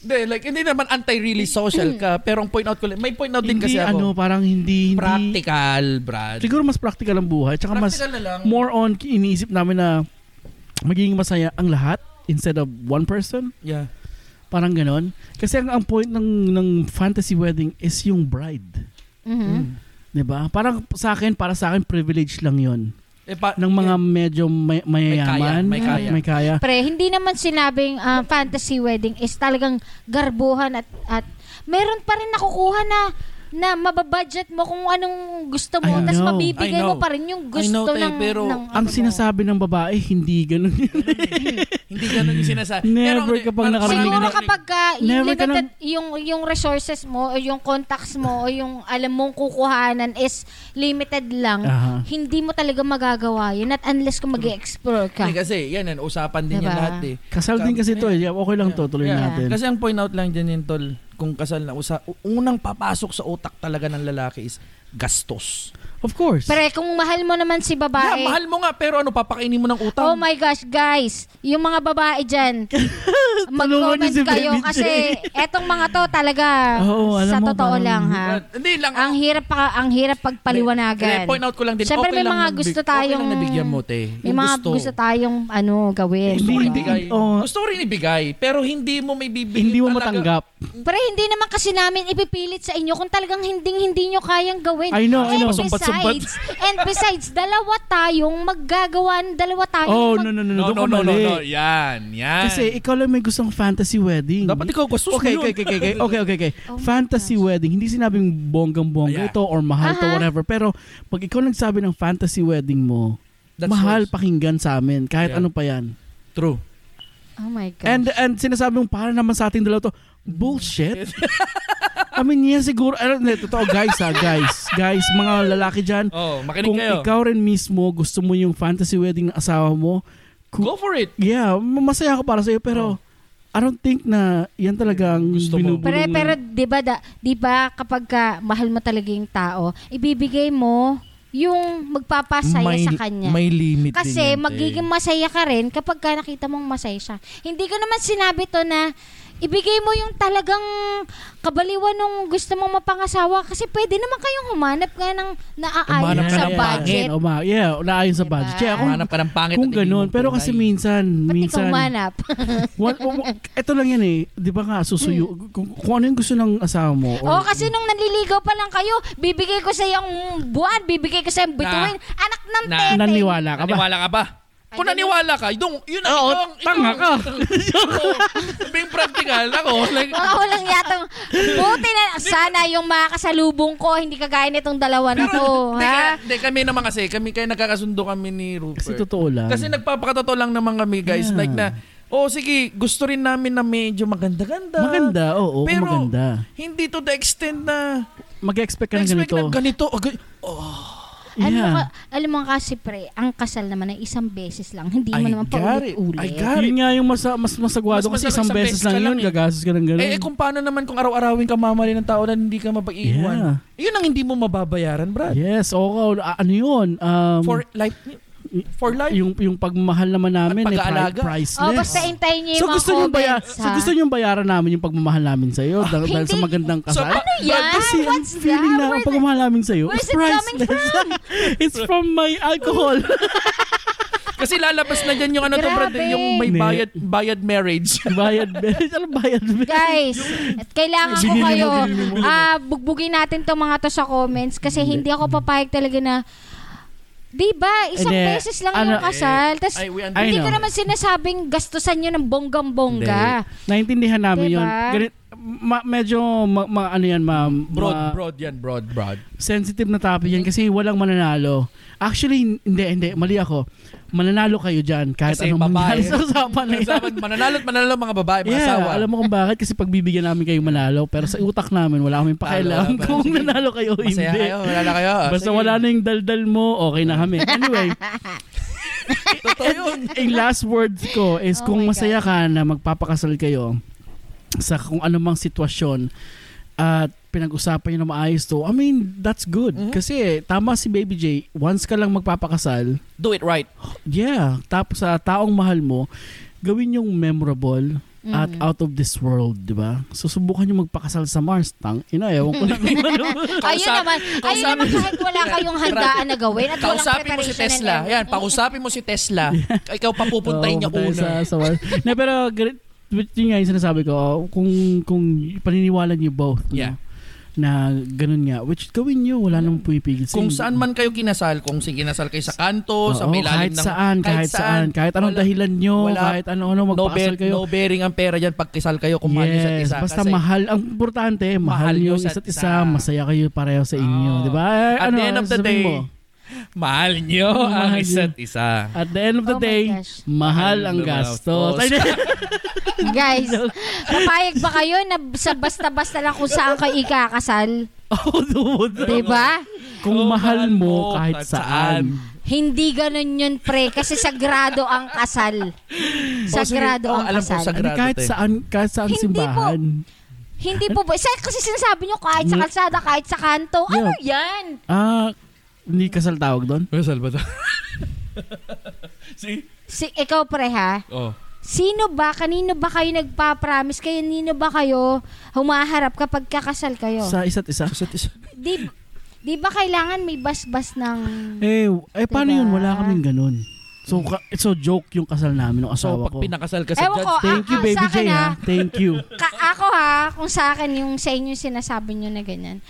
Speaker 3: Hindi, like, hindi naman anti-really social ka. Pero ang point out ko lang, may point out din
Speaker 2: Hindi
Speaker 3: kasi ako.
Speaker 2: ano, parang hindi... hindi
Speaker 3: practical, Brad.
Speaker 2: Siguro mas practical ang buhay. Tsaka mas
Speaker 3: Practical na lang.
Speaker 2: more on iniisip namin na magiging masaya ang lahat instead of one person.
Speaker 3: Yeah.
Speaker 2: Parang ganon. Kasi ang, ang point ng, ng fantasy wedding is yung bride.
Speaker 1: Mm-hmm.
Speaker 4: Mhm.
Speaker 2: Diba? Parang sa akin, para sa akin, privilege lang yon
Speaker 3: Eh, pa-
Speaker 2: Ng mga medyo may, mayayaman.
Speaker 3: May kaya, may kaya.
Speaker 1: Pre, hindi naman sinabing ah, fantasy wedding is talagang garbuhan at at meron pa rin nakukuha na na mababudget mo kung anong gusto mo
Speaker 2: I
Speaker 1: tapos
Speaker 2: know.
Speaker 1: mabibigay
Speaker 3: I know.
Speaker 1: mo pa rin yung
Speaker 3: I
Speaker 1: gusto
Speaker 3: know, te,
Speaker 1: ng
Speaker 3: pero
Speaker 1: ng
Speaker 2: Ang
Speaker 1: ano mo.
Speaker 2: sinasabi ng babae, hindi ganun yun.
Speaker 3: hindi ganun yung sinasabi.
Speaker 2: Never
Speaker 3: Pero,
Speaker 2: kapag
Speaker 3: parang-
Speaker 2: nakarinig
Speaker 1: Siguro
Speaker 2: Karamihan.
Speaker 1: kapag
Speaker 3: eh,
Speaker 1: ka, yung
Speaker 2: Never ka
Speaker 1: limited yung yung resources mo o yung contacts mo o yung alam mong kukuhanan is limited lang.
Speaker 3: Ah.
Speaker 2: Aha.
Speaker 1: Hindi mo talaga magagawa yun at unless kung mag-explore ka.
Speaker 3: Hindi, kasi, yan, yan, usapan din yan
Speaker 4: Diba?
Speaker 3: lahat eh.
Speaker 2: Kasal din kasi to eh. Okay lang to, tuloy
Speaker 3: Yeah.
Speaker 2: natin.
Speaker 3: Kasi ang point out lang dyan yun, Tol, kung kasal na, usa, unang papasok sa utak talaga ng lalaki is gastos.
Speaker 2: Of course.
Speaker 1: Pero eh, kung mahal mo naman si
Speaker 3: Yeah,
Speaker 1: babae,
Speaker 3: mahal mo nga, pero ano, papakainin mo ng utang.
Speaker 1: Oh my gosh, guys. Yung mga babae dyan,
Speaker 2: Tulungan niyo
Speaker 1: mag-comment
Speaker 2: si
Speaker 1: kayo
Speaker 2: Baby
Speaker 1: kasi etong mga to talaga
Speaker 2: Oo, alam
Speaker 1: sa
Speaker 2: mo,
Speaker 1: totoo
Speaker 2: parang-
Speaker 1: lang ha.
Speaker 3: Ah, hindi lang.
Speaker 1: Ang hirap pa, ang hirap pagpaliwanagan.
Speaker 3: Eh, point out ko lang din.
Speaker 1: Siyempre
Speaker 3: okay
Speaker 1: may
Speaker 3: lang
Speaker 1: mga
Speaker 3: nabig-
Speaker 1: gusto tayong
Speaker 3: Okay lang nabigyan mo, te.
Speaker 1: May
Speaker 3: Yung
Speaker 1: mga
Speaker 3: gusto.
Speaker 1: gusto. tayong ano gawin.
Speaker 3: Gusto ko rin
Speaker 2: Hindi-
Speaker 3: ibigay.
Speaker 2: oh.
Speaker 3: Gusto ko rin ibigay. Pero hindi mo may bibigay.
Speaker 2: hindi mo matanggap.
Speaker 3: talaga.
Speaker 1: Pero hindi naman kasi namin ipipilit sa inyo kung talagang hindi hindi nyo kayang gawin.
Speaker 2: I know, I
Speaker 1: and
Speaker 2: know.
Speaker 3: Sumbat-sumbat.
Speaker 1: Besides, and besides, dalawa tayong maggagawa, dalawa tayong
Speaker 2: Oh,
Speaker 1: mag-
Speaker 2: no, no, no, no.
Speaker 3: No,
Speaker 2: doon
Speaker 3: no,
Speaker 2: ka
Speaker 3: no, no,
Speaker 2: mali.
Speaker 3: no. Yan, yan.
Speaker 2: Kasi ikaw lang may gustong fantasy wedding.
Speaker 3: Dapat ikaw gusto
Speaker 2: Okay,
Speaker 3: mo yun.
Speaker 2: okay, okay, okay, okay, okay, okay.
Speaker 1: Oh my
Speaker 2: fantasy wedding, hindi sinabing bonggang-bongga
Speaker 3: Yeah.
Speaker 2: ito or mahal to
Speaker 1: Aha.
Speaker 2: whatever. Pero pag ikaw nagsabi ng fantasy wedding mo,
Speaker 3: That's
Speaker 2: mahal
Speaker 3: yours.
Speaker 2: pakinggan sa amin kahit
Speaker 3: Yeah.
Speaker 2: ano pa yan.
Speaker 3: True.
Speaker 1: Oh my God.
Speaker 2: And and sinasabi mong para naman sa ating dalawa to, bullshit. I mean, yan siguro, ano, hindi, totoo guys ha, guys. Guys, mga lalaki dyan,
Speaker 3: Oh, makinig
Speaker 2: kung
Speaker 3: kayo.
Speaker 2: ikaw rin mismo gusto mo yung fantasy wedding ng asawa mo, ku-
Speaker 3: Go for it.
Speaker 2: yeah, masaya ako para sa'yo, pero I don't think na yan talaga ang
Speaker 3: Oh. Gusto mo.
Speaker 2: binubulong
Speaker 1: Pero
Speaker 2: ng-
Speaker 1: pero 'di ba da, 'di ba kapag ka mahal mo talaga yung tao, ibibigay mo yung magpapasaya sa kanya.
Speaker 3: May eh. limit
Speaker 1: kasi magiging masaya ka rin kapag ka nakita mong masaya siya. Hindi ko naman sinabi to na ibigay mo yung talagang kabaliwan nung gusto mong mapangasawa kasi pwede naman kayong humanap nga ng naaayon
Speaker 3: Humanap ka
Speaker 1: sa
Speaker 3: ng
Speaker 1: budget.
Speaker 2: Yeah, uma, Oh, yeah, naayon sa
Speaker 1: Diba?
Speaker 2: budget. Yeah, kung,
Speaker 3: Hanap ka ng pangit.
Speaker 2: kung
Speaker 3: at hindi
Speaker 2: ganun.
Speaker 3: mo
Speaker 2: Pero
Speaker 3: kulay.
Speaker 2: kasi minsan,
Speaker 1: Pati ka
Speaker 2: minsan,
Speaker 1: humanap.
Speaker 2: wa- wa- wa- eto lang yan eh. Di ba nga, susuyo, kung, kung ano yung gusto ng asawa mo.
Speaker 1: Hmm. Oo, Oh, kasi nung nanliligaw pa lang kayo, bibigay ko sa yung buwan, bibigay ko sa yung bituin. Anak ng
Speaker 3: Na-
Speaker 1: tete.
Speaker 2: Naniwala ka ba?
Speaker 3: Naniwala ka ba? Kung
Speaker 1: Ay, ganun.
Speaker 3: naniwala ka, yung, yun ang
Speaker 2: Oo,
Speaker 3: itong,
Speaker 2: tanga ka.
Speaker 3: being practical, ako, like,
Speaker 1: Baka walang yatang, buti na, sana yung makakasalubong ko, hindi kagaya nitong dalawa na to,
Speaker 3: Hindi,
Speaker 1: ha?
Speaker 3: kaya- hindi, kami naman kasi, kami kaya nagkakasundo kami ni Rupert.
Speaker 2: Kasi totoo lang.
Speaker 3: Kasi nagpapakatotoo lang naman kami, guys.
Speaker 2: Um, Yeah.
Speaker 3: Like na, oh sige, gusto rin namin na medyo maganda-ganda.
Speaker 2: maganda, oo,
Speaker 3: Pero-
Speaker 2: maganda.
Speaker 3: Hindi to the extent na,
Speaker 2: Mag-expect ka ng
Speaker 3: expect
Speaker 2: ganito.
Speaker 3: na ganito. oh, gan-
Speaker 1: Alam, mo,
Speaker 2: Yeah.
Speaker 1: ka- alam mo kasi, pre, ang kasal naman ay isang beses lang. Hindi
Speaker 3: I
Speaker 1: mo naman
Speaker 3: got it. I
Speaker 1: paulit-ulit.
Speaker 3: got it.
Speaker 2: Yun nga yung mas, mas masagwado
Speaker 3: Mas
Speaker 2: kasi
Speaker 3: masagwa-
Speaker 2: isang
Speaker 3: isang
Speaker 2: beses
Speaker 3: beses
Speaker 2: lang
Speaker 3: ka
Speaker 2: yun,
Speaker 3: lang eh.
Speaker 2: gagastos ka ng ganun.
Speaker 3: Eh, eh, kung paano naman kung araw-arawin ka mamali ng tao na hindi ka
Speaker 2: Yeah.
Speaker 3: mapag-iwan. Yun ang hindi mo mababayaran, brad.
Speaker 2: Yes, oo. a- ano yun? Um,
Speaker 3: For life. For life.
Speaker 2: yung, yung pagmamahal naman namin, eh, pri-
Speaker 3: pag-aalaga.
Speaker 2: priceless.
Speaker 1: Oh, basta hintayin
Speaker 2: So
Speaker 1: niyo yung mga
Speaker 2: gusto niyo
Speaker 1: comments,
Speaker 2: baya,
Speaker 1: ha?
Speaker 2: so gusto niyo bayaran namin yung pagmamahal namin sa iyo dahil, dahil sa
Speaker 1: hindi.
Speaker 2: magandang
Speaker 3: So,
Speaker 2: kasal.
Speaker 3: ano
Speaker 1: yan?
Speaker 2: Kasi ang
Speaker 1: What's
Speaker 2: feeling
Speaker 1: that?
Speaker 2: na ang
Speaker 1: Where's it-
Speaker 2: pagmamahal namin sa iyo
Speaker 1: Where's
Speaker 2: is
Speaker 1: it coming
Speaker 2: priceless.
Speaker 1: from?
Speaker 2: it's from my alcohol.
Speaker 3: Kasi lalabas na dyan yung ano to, brad.
Speaker 1: Grabe.
Speaker 3: Yung may
Speaker 2: Ne.
Speaker 3: bayad, bayad marriage.
Speaker 2: bayad bill. Ano bayad bill?
Speaker 1: Guys, at kailangan ko
Speaker 2: Binili mo,
Speaker 1: kayo.
Speaker 2: binili mo. diba?
Speaker 1: Ah, bugbugin natin tong mga to sa comments kasi hindi ako papayag talaga na 'Di ba? Isang
Speaker 2: Hindi.
Speaker 1: beses lang
Speaker 2: Ano,
Speaker 1: yung kasal. Tapos
Speaker 3: Ay, we
Speaker 2: I
Speaker 1: hindi ko
Speaker 2: know.
Speaker 1: naman sinasabing gastusan nyo ng bonggam-bongga.
Speaker 2: Naintindihan namin
Speaker 1: Diba?
Speaker 2: yun. Ganit, ma- medyo ma- ma- ano yan, ma'am.
Speaker 3: Broad,
Speaker 2: ma-
Speaker 3: broad yan, broad, broad.
Speaker 2: sensitive na topic yan kasi walang mananalo. Actually, hindi, hindi. Mali ako. Mananalo kayo dyan kahit
Speaker 3: Kasi
Speaker 2: anong mangyari
Speaker 3: babae.
Speaker 2: sa usapan na yan.
Speaker 3: Sabi, mananalo at mananalo ang mga babae, mga
Speaker 2: Yeah,
Speaker 3: asawa.
Speaker 2: alam mo kung bakit? Kasi pagbibigyan namin kayo manalo, pero sa utak namin, wala kaming pakialam
Speaker 3: Talo, wala.
Speaker 2: kung
Speaker 3: Sige.
Speaker 2: nanalo kayo o hindi.
Speaker 3: Masaya kayo, wala na kayo.
Speaker 2: Basta
Speaker 3: Sige.
Speaker 2: wala na yung daldal mo, okay na kami. Anyway,
Speaker 3: Totoo yun.
Speaker 2: yung last words ko is
Speaker 1: Oh
Speaker 2: kung
Speaker 1: my
Speaker 2: masaya ka na magpapakasal kayo sa kung anumang sitwasyon at pinag-usapan nyo na maayos to, I mean, that's good.
Speaker 3: Mhm.
Speaker 2: Kasi tama si Baby J, once ka lang magpapakasal,
Speaker 3: Do it right.
Speaker 2: yeah, tapos sa taong mahal mo, gawin yung memorable
Speaker 1: Mm.
Speaker 3: Mm.
Speaker 2: at
Speaker 3: oh,
Speaker 2: out of this world, di ba? So, subukan nyo magpakasal sa Mars, tang. Ina, ewan ko ano. lang.
Speaker 1: Ayun
Speaker 3: Kausap-
Speaker 1: naman. Ayun
Speaker 3: kausapin-
Speaker 1: naman kahit wala kayong handaan na gawin at walang
Speaker 3: Kausapin mo si
Speaker 1: preparation and
Speaker 3: Tesla.
Speaker 1: everything.
Speaker 3: Yan, pakusapin mo si Tesla. Ikaw papupuntahin niya
Speaker 2: Oo, puntahin
Speaker 3: una.
Speaker 2: Sa, sa Mars. Na, pero, gre- which yun nga yung sinasabi ko, kung, kung paniniwala nyo both, no?
Speaker 3: Yeah.
Speaker 2: na ganun nga, which gawin nyo, wala namang pumipigil sa
Speaker 3: Kung
Speaker 2: inyo.
Speaker 3: saan man kayo kinasal, kung si kinasal kayo sa kanto,
Speaker 2: Oo,
Speaker 3: sa may
Speaker 2: kahit
Speaker 3: lalim ng...
Speaker 2: saan, kahit saan, kahit anong
Speaker 3: wala-
Speaker 2: dahilan nyo,
Speaker 3: wala-
Speaker 2: kahit ano-ano,
Speaker 3: no,
Speaker 2: magpakasal
Speaker 3: bear,
Speaker 2: kayo.
Speaker 3: no bearing ang pera dyan pag kisal kayo, kung mahal niyo isa't isa.
Speaker 2: basta
Speaker 3: Kasi
Speaker 2: mahal. Ang importante, mahal,
Speaker 3: Mahal
Speaker 2: yung
Speaker 3: yung
Speaker 2: isa't
Speaker 3: isa't
Speaker 2: isa,
Speaker 3: isa.
Speaker 2: masaya kayo pareho sa inyo.
Speaker 3: Oo.
Speaker 2: Di ba? Eh,
Speaker 3: At
Speaker 2: ano,
Speaker 3: the end of the
Speaker 2: sasabihin
Speaker 3: day,
Speaker 2: mo?
Speaker 3: mahal niyo ang
Speaker 2: Mahal
Speaker 3: isa't isa.
Speaker 2: At the end of the
Speaker 1: Oh my
Speaker 2: day,
Speaker 1: gosh.
Speaker 2: mahal ang
Speaker 3: Mahal ang
Speaker 2: gastos. Ay,
Speaker 1: Guys, papayag ba kayo na sa basta-basta lang kung saan kayo ikakasal? Diba?
Speaker 2: oh, dude.
Speaker 1: 'Di ba?
Speaker 2: Kung
Speaker 3: Oh,
Speaker 2: mahal mo kahit saan.
Speaker 1: Hindi ganun yun, pre. Kasi sagrado ang kasal.
Speaker 3: Oh, sige.
Speaker 1: Sagrado
Speaker 3: Oh,
Speaker 1: ang
Speaker 3: alam ko,
Speaker 1: kasal.
Speaker 3: sag-
Speaker 2: Hindi, kahit
Speaker 3: Grabe, eh. te.
Speaker 2: saan, kahit saan
Speaker 1: Hindi
Speaker 2: simbahan.
Speaker 1: Hindi po ba? Sa, kasi sinasabi nyo kahit sa kalsada, kahit sa kanto. Ano yan?
Speaker 2: Ah, hindi kasal tawag doon?
Speaker 3: Kasal ba ta? See?
Speaker 1: Si, ikaw pre ha?
Speaker 3: Oh.
Speaker 1: Sino ba? Kanino ba kayo nagpa-promise? Kanino ba kayo humaharap kapag kakasal kayo?
Speaker 2: Sa isa't isa?
Speaker 3: Isa't isa.
Speaker 1: Di, di ba kailangan may basbas ng...
Speaker 2: Eh, eh paano
Speaker 1: Diba?
Speaker 2: yun? Wala kaming ganun. So, ka- so joke yung kasal namin ng
Speaker 3: So,
Speaker 2: asawa
Speaker 3: pag
Speaker 2: ko.
Speaker 3: pinakasal ka sa
Speaker 1: Ewan
Speaker 3: judge,
Speaker 1: ko.
Speaker 2: Thank you,
Speaker 1: Ah, ah,
Speaker 2: baby
Speaker 1: sa akin,
Speaker 2: J, ha?
Speaker 1: ah.
Speaker 2: Thank you.
Speaker 1: Ka- ako ha, kung sa akin, yung sa inyo yung sinasabi nyo na ganyan.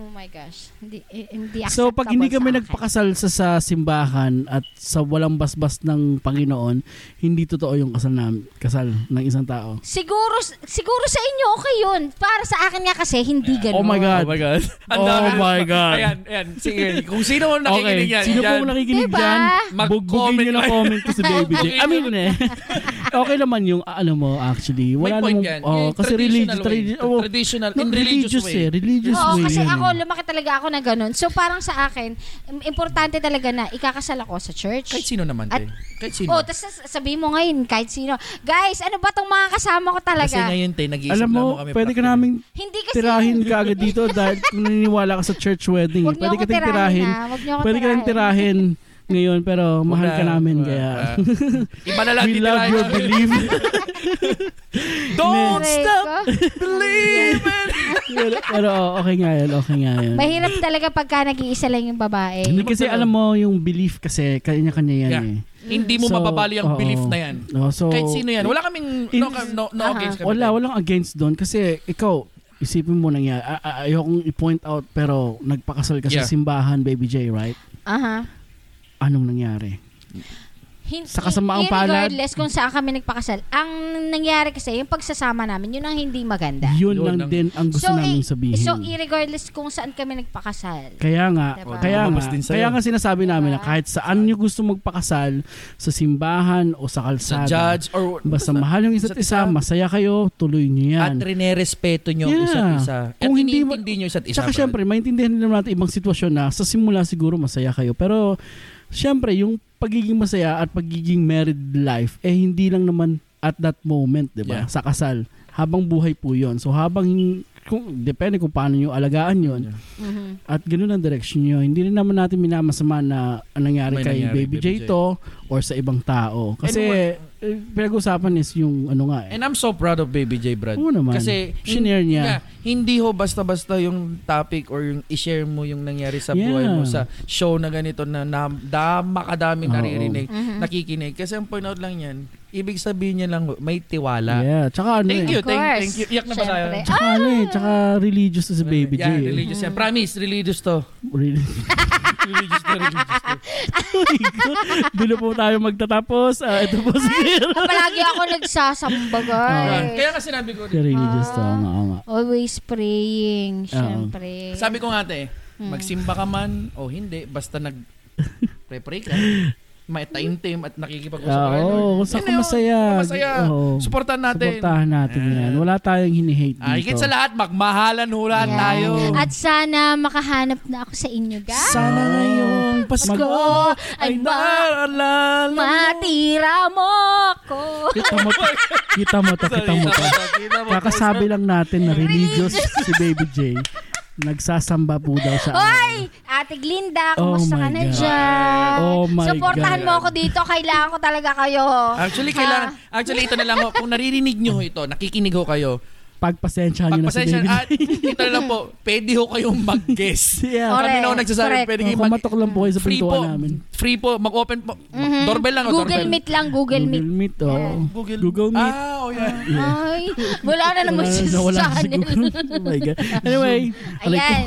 Speaker 1: Oh my gosh. Hindi, eh, hindi
Speaker 2: So, pag hindi kami
Speaker 1: acceptable sa akin.
Speaker 2: nagpakasal sa, sa simbahan at sa walang basbas ng Panginoon, hindi totoo yung kasal, namin, kasal ng isang tao.
Speaker 1: Siguro, siguro sa inyo, okay yun. Para sa akin nga kasi, hindi ganun.
Speaker 2: Oh my God.
Speaker 3: Oh my God. Ang
Speaker 2: Oh
Speaker 3: dami.
Speaker 2: my God.
Speaker 3: Ayan, ayan. Sige. Kung sino ang nakikinig yan.
Speaker 2: Sino po
Speaker 3: yan.
Speaker 2: nakikinig
Speaker 1: Diba?
Speaker 2: dyan?
Speaker 3: Mag-
Speaker 2: Bugbugin
Speaker 3: comment
Speaker 2: nyo na
Speaker 3: kayo.
Speaker 2: comment ko si Baby J. I mean, eh. okay naman yung, ah, ano mo, actually.
Speaker 3: May
Speaker 2: Wala
Speaker 3: point
Speaker 2: namang,
Speaker 3: yan.
Speaker 2: oh,
Speaker 3: Yung
Speaker 2: kasi religious,
Speaker 3: traditional way.
Speaker 2: tradi- oh,
Speaker 3: traditional,
Speaker 2: no,
Speaker 3: in religious,
Speaker 2: religious, eh,
Speaker 3: way.
Speaker 2: religious
Speaker 1: Oo,
Speaker 2: way.
Speaker 1: kasi
Speaker 2: yan.
Speaker 1: ako, lumaki talaga ako na ganun. So, parang sa akin, im- importante talaga na ikakasal ako sa church.
Speaker 3: Kahit sino naman,
Speaker 1: At-
Speaker 3: te. Kahit sino.
Speaker 1: Oh, tapos sabihin mo ngayon, kahit sino. Guys, ano ba tong mga kasama ko
Speaker 3: Kasi
Speaker 1: talaga?
Speaker 3: ngayon, te, nag-iisip
Speaker 2: Alam mo,
Speaker 3: lang kami.
Speaker 2: pwede ka
Speaker 3: practically.
Speaker 2: namin
Speaker 1: hindi kasi,
Speaker 2: tirahin ka agad dito dahil kung naniniwala ka sa church wedding. eh.
Speaker 1: huwag niyo
Speaker 2: Pwede
Speaker 1: ako
Speaker 2: ka ting
Speaker 1: tirahin,
Speaker 2: tirahin.
Speaker 1: ha. Huwag niyo ako
Speaker 2: Pwede ka lang tirahin ngayon pero mahal ka
Speaker 3: Wala.
Speaker 2: namin
Speaker 3: Wala.
Speaker 2: kaya
Speaker 3: Iba na lang
Speaker 2: we love
Speaker 3: titirahin
Speaker 2: your
Speaker 3: namin.
Speaker 2: belief.
Speaker 3: Don't
Speaker 1: Aray
Speaker 3: stop
Speaker 1: ko.
Speaker 3: believing.
Speaker 2: pero, pero okay nga yun, okay nga yun.
Speaker 1: Mahirap talaga pagka nag-iisa lang yung
Speaker 2: Hindi
Speaker 1: babae.
Speaker 2: kasi alam mo yung belief kasi kanya-kanya yan
Speaker 3: Eh, Yeah.
Speaker 2: eh.
Speaker 3: Hindi mo
Speaker 2: So,
Speaker 3: mababali ang
Speaker 2: oo.
Speaker 3: belief na yan.
Speaker 2: No, so,
Speaker 3: Kahit sino yan. Wala kaming, no,
Speaker 2: In-
Speaker 3: no, no
Speaker 1: Aha.
Speaker 3: against kami.
Speaker 2: wala, walang against doon kasi ikaw, isipin mo nangyari. A- a- ayokong i-point out pero nagpakasal ka
Speaker 3: Yeah.
Speaker 2: sa simbahan, Baby J, right?
Speaker 1: Aha.
Speaker 2: Anong nangyari?
Speaker 1: Hin-
Speaker 2: Sa kasamaang palad?
Speaker 1: Regardless kung saan kami nagpakasal. Ang nangyari kasi, yung pagsasama namin, yun ang hindi maganda.
Speaker 2: Yun,
Speaker 3: Yun
Speaker 2: lang
Speaker 3: ang-
Speaker 2: din ang gusto namin
Speaker 1: i-
Speaker 2: sabihin.
Speaker 1: So, regardless kung saan kami nagpakasal.
Speaker 2: Kaya nga,
Speaker 1: Diba?
Speaker 2: kaya nga,
Speaker 3: Lumabas din sa'yo.
Speaker 2: kaya nga sinasabi namin na
Speaker 1: Diba?
Speaker 2: kahit saan nyo gusto magpakasal, sa simbahan o sa
Speaker 3: Sa
Speaker 2: kalsada,
Speaker 3: judge or
Speaker 2: basta mahal yung isa't
Speaker 3: isa't
Speaker 2: isa,
Speaker 3: isa.
Speaker 2: masaya kayo, tuloy nyo
Speaker 3: at
Speaker 2: yan.
Speaker 3: rinerespeto nyo ang
Speaker 2: Yeah.
Speaker 3: isa't isa. At
Speaker 2: Kung hindi mo-
Speaker 3: iniintindi nyo isa't isa.
Speaker 2: Tsaka
Speaker 3: brad.
Speaker 2: syempre, maintindihan din naman natin ibang sitwasyon na sa simula siguro masaya kayo. Pero syempre, yung pagiging masaya at pagiging married life, eh hindi lang naman at that moment, di ba?
Speaker 3: Yeah.
Speaker 2: Sa kasal. Habang buhay po yon So habang, kung, depende kung paano nyo alagaan yon
Speaker 3: Yeah.
Speaker 1: Mhm.
Speaker 2: At ganun ang direction nyo. Hindi rin naman natin minamasama na ang nangyari
Speaker 3: May
Speaker 2: kay
Speaker 3: nangyari,
Speaker 2: Baby,
Speaker 3: Baby J.
Speaker 2: J to or sa ibang tao. Kasi
Speaker 3: And
Speaker 2: eh, pinag-usapan is yung ano nga eh.
Speaker 3: And I'm so proud of Baby J, Brad.
Speaker 2: Oo naman.
Speaker 3: Kasi
Speaker 2: Shinare niya.
Speaker 3: Yeah, hindi ho basta-basta yung topic or yung i-share mo yung nangyari sa
Speaker 2: Yeah.
Speaker 3: buhay mo sa show na ganito na, na, da, makadaming
Speaker 2: Oo.
Speaker 3: naririnig,
Speaker 1: Mhm.
Speaker 3: nakikinig. Kasi ang point out lang yan, ibig sabihin niya lang ho, may tiwala.
Speaker 2: Yeah. Tsaka ano
Speaker 3: Thank
Speaker 2: eh.
Speaker 3: you,
Speaker 1: Of
Speaker 3: thank,
Speaker 1: course.
Speaker 3: thank you. Iyak na ba tayo?
Speaker 1: Siyempre.
Speaker 2: Tsaka ano eh. Tsaka religious to si Baby J.
Speaker 3: yeah,
Speaker 2: eh.
Speaker 3: religious yan. Promise, religious to.
Speaker 2: Really?
Speaker 3: religious to, religious to.
Speaker 2: Doon na po tayo magtatapos. Ah, ito po si Sir.
Speaker 1: Palagi ako nagsasamba,
Speaker 2: Ah.
Speaker 3: Yeah.
Speaker 1: guys.
Speaker 3: Kaya nga sinabi ko,
Speaker 2: Kaya religious to. Oo nga, oo nga.
Speaker 1: Always praying,
Speaker 2: Ah.
Speaker 1: syempre.
Speaker 3: sabi ko nga ate, magsimba ka man o hindi, basta nag pre-pray ka, may time-time at nakikipag-usap ka.
Speaker 2: Ah, Oo, kung saan
Speaker 3: Yun
Speaker 2: ka
Speaker 3: na yun,
Speaker 2: masaya.
Speaker 3: kung masaya.
Speaker 2: Oo.
Speaker 3: Supportan natin.
Speaker 2: Supportahan natin yan. Wala tayong hinihate dito.
Speaker 3: Ah, higit sa lahat, magmahalan ho lahat
Speaker 1: Ayan.
Speaker 3: tayo.
Speaker 1: At sana makahanap na ako sa inyo, guys.
Speaker 2: Sana ngayon, Pasko.
Speaker 1: Ko ay ma-
Speaker 3: maalala mo.
Speaker 1: matira mo ko.
Speaker 2: Kita mo to. Kita mo to. Kita mo to.
Speaker 3: Kita mo to.
Speaker 2: Kakasabi lang natin na religious si Baby J. Nagsasamba po daw sa
Speaker 3: Ah!
Speaker 2: amin.
Speaker 1: Hoy! Ate Glinda,
Speaker 2: Oh
Speaker 1: kumusta
Speaker 2: my
Speaker 1: ka na
Speaker 2: God.
Speaker 1: dyan?
Speaker 2: Oh my
Speaker 1: Supportahan
Speaker 2: God. Ah,
Speaker 1: mo ako dito. Kailangan ko talaga kayo.
Speaker 3: Actually, kailangan,
Speaker 1: Ah.
Speaker 3: actually, ito na lang ho. Kung naririnig nyo ho ito, nakikinig ho kayo,
Speaker 2: Pagpasensyahan nyo na si
Speaker 3: pagpasensya
Speaker 2: Baby
Speaker 3: at
Speaker 2: J.
Speaker 3: ito na lang po, pwede ho kayong mag-guess.
Speaker 2: Yeah.
Speaker 1: Correct.
Speaker 3: Kami na ho nagsasabi,
Speaker 1: Correct.
Speaker 3: pwede kayong
Speaker 2: Kung
Speaker 3: Ah, mag-
Speaker 2: matok lang po kayo sa
Speaker 3: Free po.
Speaker 2: pintuan namin.
Speaker 3: Free po. Mag-open po.
Speaker 1: Mhm.
Speaker 3: Doorbell lang. o,
Speaker 1: Google
Speaker 3: doorbell.
Speaker 1: Meet lang, Google Meet.
Speaker 2: Google Meet. oo.
Speaker 3: Google,
Speaker 2: Google Meet. Ah,
Speaker 3: Ah, oh yeah.
Speaker 1: Ay, wala na naman siya sa
Speaker 2: Nawala na
Speaker 1: channel.
Speaker 2: siguro. oh my God. Anyway. aray ko.
Speaker 1: Ayan.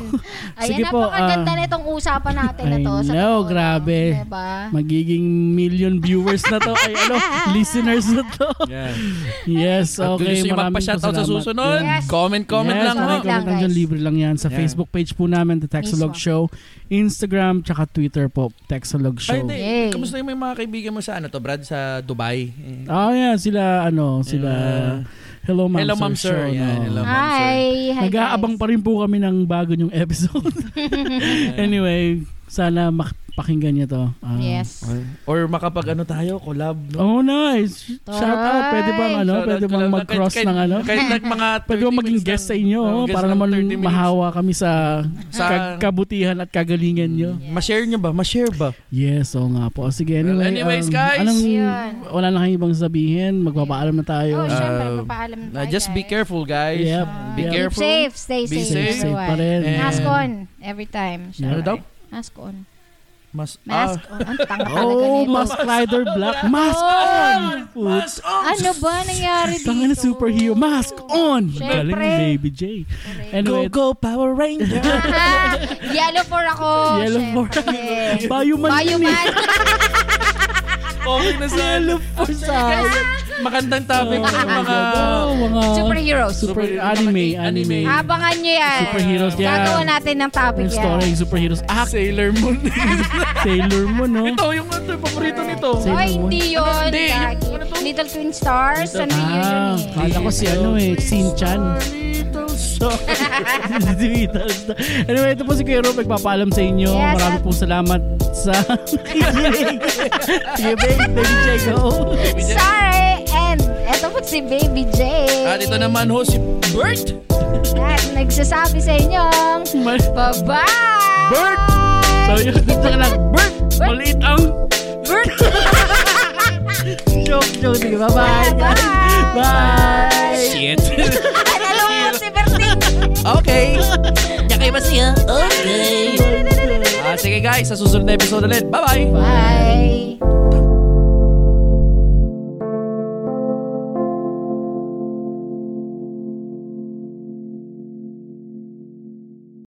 Speaker 1: Ayan,
Speaker 2: Sige po,
Speaker 1: napakaganda
Speaker 2: ah.
Speaker 1: na itong usapan natin na
Speaker 2: I
Speaker 1: to.
Speaker 2: know,
Speaker 1: sa totoo lang.
Speaker 2: grabe.
Speaker 1: Diba?
Speaker 2: Magiging million viewers na to. Ay, ano, listeners na to. Yes,
Speaker 3: At kung
Speaker 2: okay.
Speaker 3: gusto nyo
Speaker 2: maraming
Speaker 3: magpa-shoutout sa
Speaker 2: salamat.
Speaker 3: susunod,
Speaker 2: Yan.
Speaker 1: Yes.
Speaker 3: comment, comment
Speaker 2: yes,
Speaker 3: lang. oh. ho.
Speaker 2: Comment lang dyan,
Speaker 1: guys.
Speaker 2: libre lang yan. Sa
Speaker 3: Yeah.
Speaker 2: Facebook page po namin, The Texalog
Speaker 1: Mismo.
Speaker 2: Show. Instagram, tsaka Twitter po, Texalog
Speaker 3: Ay,
Speaker 2: Show.
Speaker 3: hindi.
Speaker 1: Yay.
Speaker 3: Kamusta yung may mga kaibigan mo sa ano to, Brad? Sa Dubai? Eh.
Speaker 2: Ah, yeah, sila, ano, sila, Hello Ma'am Sir,
Speaker 3: Hello, Ma'am Sir.
Speaker 2: Show,
Speaker 3: Yan,
Speaker 2: no.
Speaker 3: hello. Ma'am,
Speaker 1: Hi. hi
Speaker 2: Nag-aabang
Speaker 1: guys.
Speaker 2: pa rin po kami ng bago niyong episode. anyway, sana mak- pakinggan niya to. Ah.
Speaker 1: Yes.
Speaker 3: Or makapag ano tayo, collab. No?
Speaker 2: Oh, nice. Shout out. Pwede bang ano?
Speaker 3: Shout out,
Speaker 2: Pwede bang
Speaker 3: collab.
Speaker 2: mag-cross
Speaker 3: Kahit-
Speaker 2: ng ano?
Speaker 3: Kahit like mga 30
Speaker 2: Pwede bang maging
Speaker 3: minutes
Speaker 2: guest sa
Speaker 3: lang.
Speaker 2: inyo?
Speaker 3: Oh,
Speaker 2: oh,
Speaker 3: guest
Speaker 2: para
Speaker 3: ng
Speaker 2: naman
Speaker 3: 30 minutes.
Speaker 2: mahawa kami sa,
Speaker 3: Sa- ano?
Speaker 2: kag- kabutihan at kagalingan nyo.
Speaker 3: Ma-share niyo ba? Ma-share ba?
Speaker 2: Yes, oo nga po. Sige,
Speaker 3: Well,
Speaker 2: anyway.
Speaker 3: anyways,
Speaker 2: um,
Speaker 3: guys.
Speaker 2: Anong,
Speaker 1: Yun.
Speaker 2: wala na kayong ibang sabihin. Magpapaalam na tayo.
Speaker 1: Oh, syempre,
Speaker 2: Ah,
Speaker 3: Uh,
Speaker 1: papaalam na
Speaker 3: Uh,
Speaker 1: tayo,
Speaker 3: just be
Speaker 1: guys.
Speaker 3: careful, guys.
Speaker 2: Yep.
Speaker 3: Be
Speaker 2: Yep.
Speaker 1: Keep
Speaker 3: careful.
Speaker 1: Ah, safe, stay
Speaker 3: Be
Speaker 1: safe. everyone.
Speaker 3: safe.
Speaker 2: Safe pa rin. Oh,
Speaker 1: Mask
Speaker 3: And-
Speaker 1: on every time.
Speaker 2: Yeah.
Speaker 3: Ano daw?
Speaker 1: Mask on.
Speaker 3: Mas, ah.
Speaker 1: Mask on. Ang tanga talaga
Speaker 2: Ah. Oh,
Speaker 1: nito.
Speaker 2: Mask Rider Black. Mask on! Put-
Speaker 3: Mas, oh!
Speaker 1: Ano ba nangyari dito?
Speaker 2: Tanga na superhero. Mask on!
Speaker 1: Syempre.
Speaker 2: Galing ni Baby J.
Speaker 1: Ano?
Speaker 2: Anyway,
Speaker 3: go, Power Ranger!
Speaker 1: Ah, Yellow for ako.
Speaker 2: Yellow for-
Speaker 1: syempre.
Speaker 2: Bayuman
Speaker 1: Bayo
Speaker 2: yun eh.
Speaker 1: man.
Speaker 3: okay na sa
Speaker 2: ah.
Speaker 3: Makandang topic na yung mga...
Speaker 2: Oh, mga
Speaker 1: Superheroes.
Speaker 2: super anime, anime.
Speaker 1: Abangan nyo yan.
Speaker 2: Superheroes yan.
Speaker 1: Gagawa natin ng topic
Speaker 2: Yung story
Speaker 1: yan.
Speaker 2: ng superheroes. Ah,
Speaker 3: Sailor Moon.
Speaker 2: Sailor Moon, no?
Speaker 3: Ito yung ano, yung paborito nito.
Speaker 2: Sailor
Speaker 1: Ay,
Speaker 2: Moon.
Speaker 1: hindi yun.
Speaker 3: Hindi, yung-
Speaker 1: Gagi.
Speaker 3: ano to?
Speaker 1: Little Twin Stars. Ano yun
Speaker 2: Ah,
Speaker 1: yun eh?
Speaker 2: kala ko si ano eh, Sinchan.
Speaker 3: Little song.
Speaker 2: anyway, ito po si Kuya Rob, nagpapaalam sa inyo.
Speaker 1: Yes,
Speaker 2: Marami
Speaker 1: at-
Speaker 2: pong salamat sa nakikinig. Sige, babe, baby check go.
Speaker 1: Sorry. And eto po si Baby J.
Speaker 3: At ito ah, naman ho si Bert.
Speaker 1: At nagsasabi sa inyong
Speaker 2: Ma-
Speaker 1: bye-bye.
Speaker 2: Bert! So yun, dito ka lang. Bert! Maliit ang...
Speaker 1: Bert.
Speaker 2: Joke, joke. Sige, bye-bye.
Speaker 1: Bye.
Speaker 2: Bye!
Speaker 3: Shit.
Speaker 1: Ano mo si Bertin?
Speaker 3: okay. Yakay ba siya? Okay. Ah, sige guys, sa susunod na episode ulit. Bye-bye.
Speaker 1: Bye.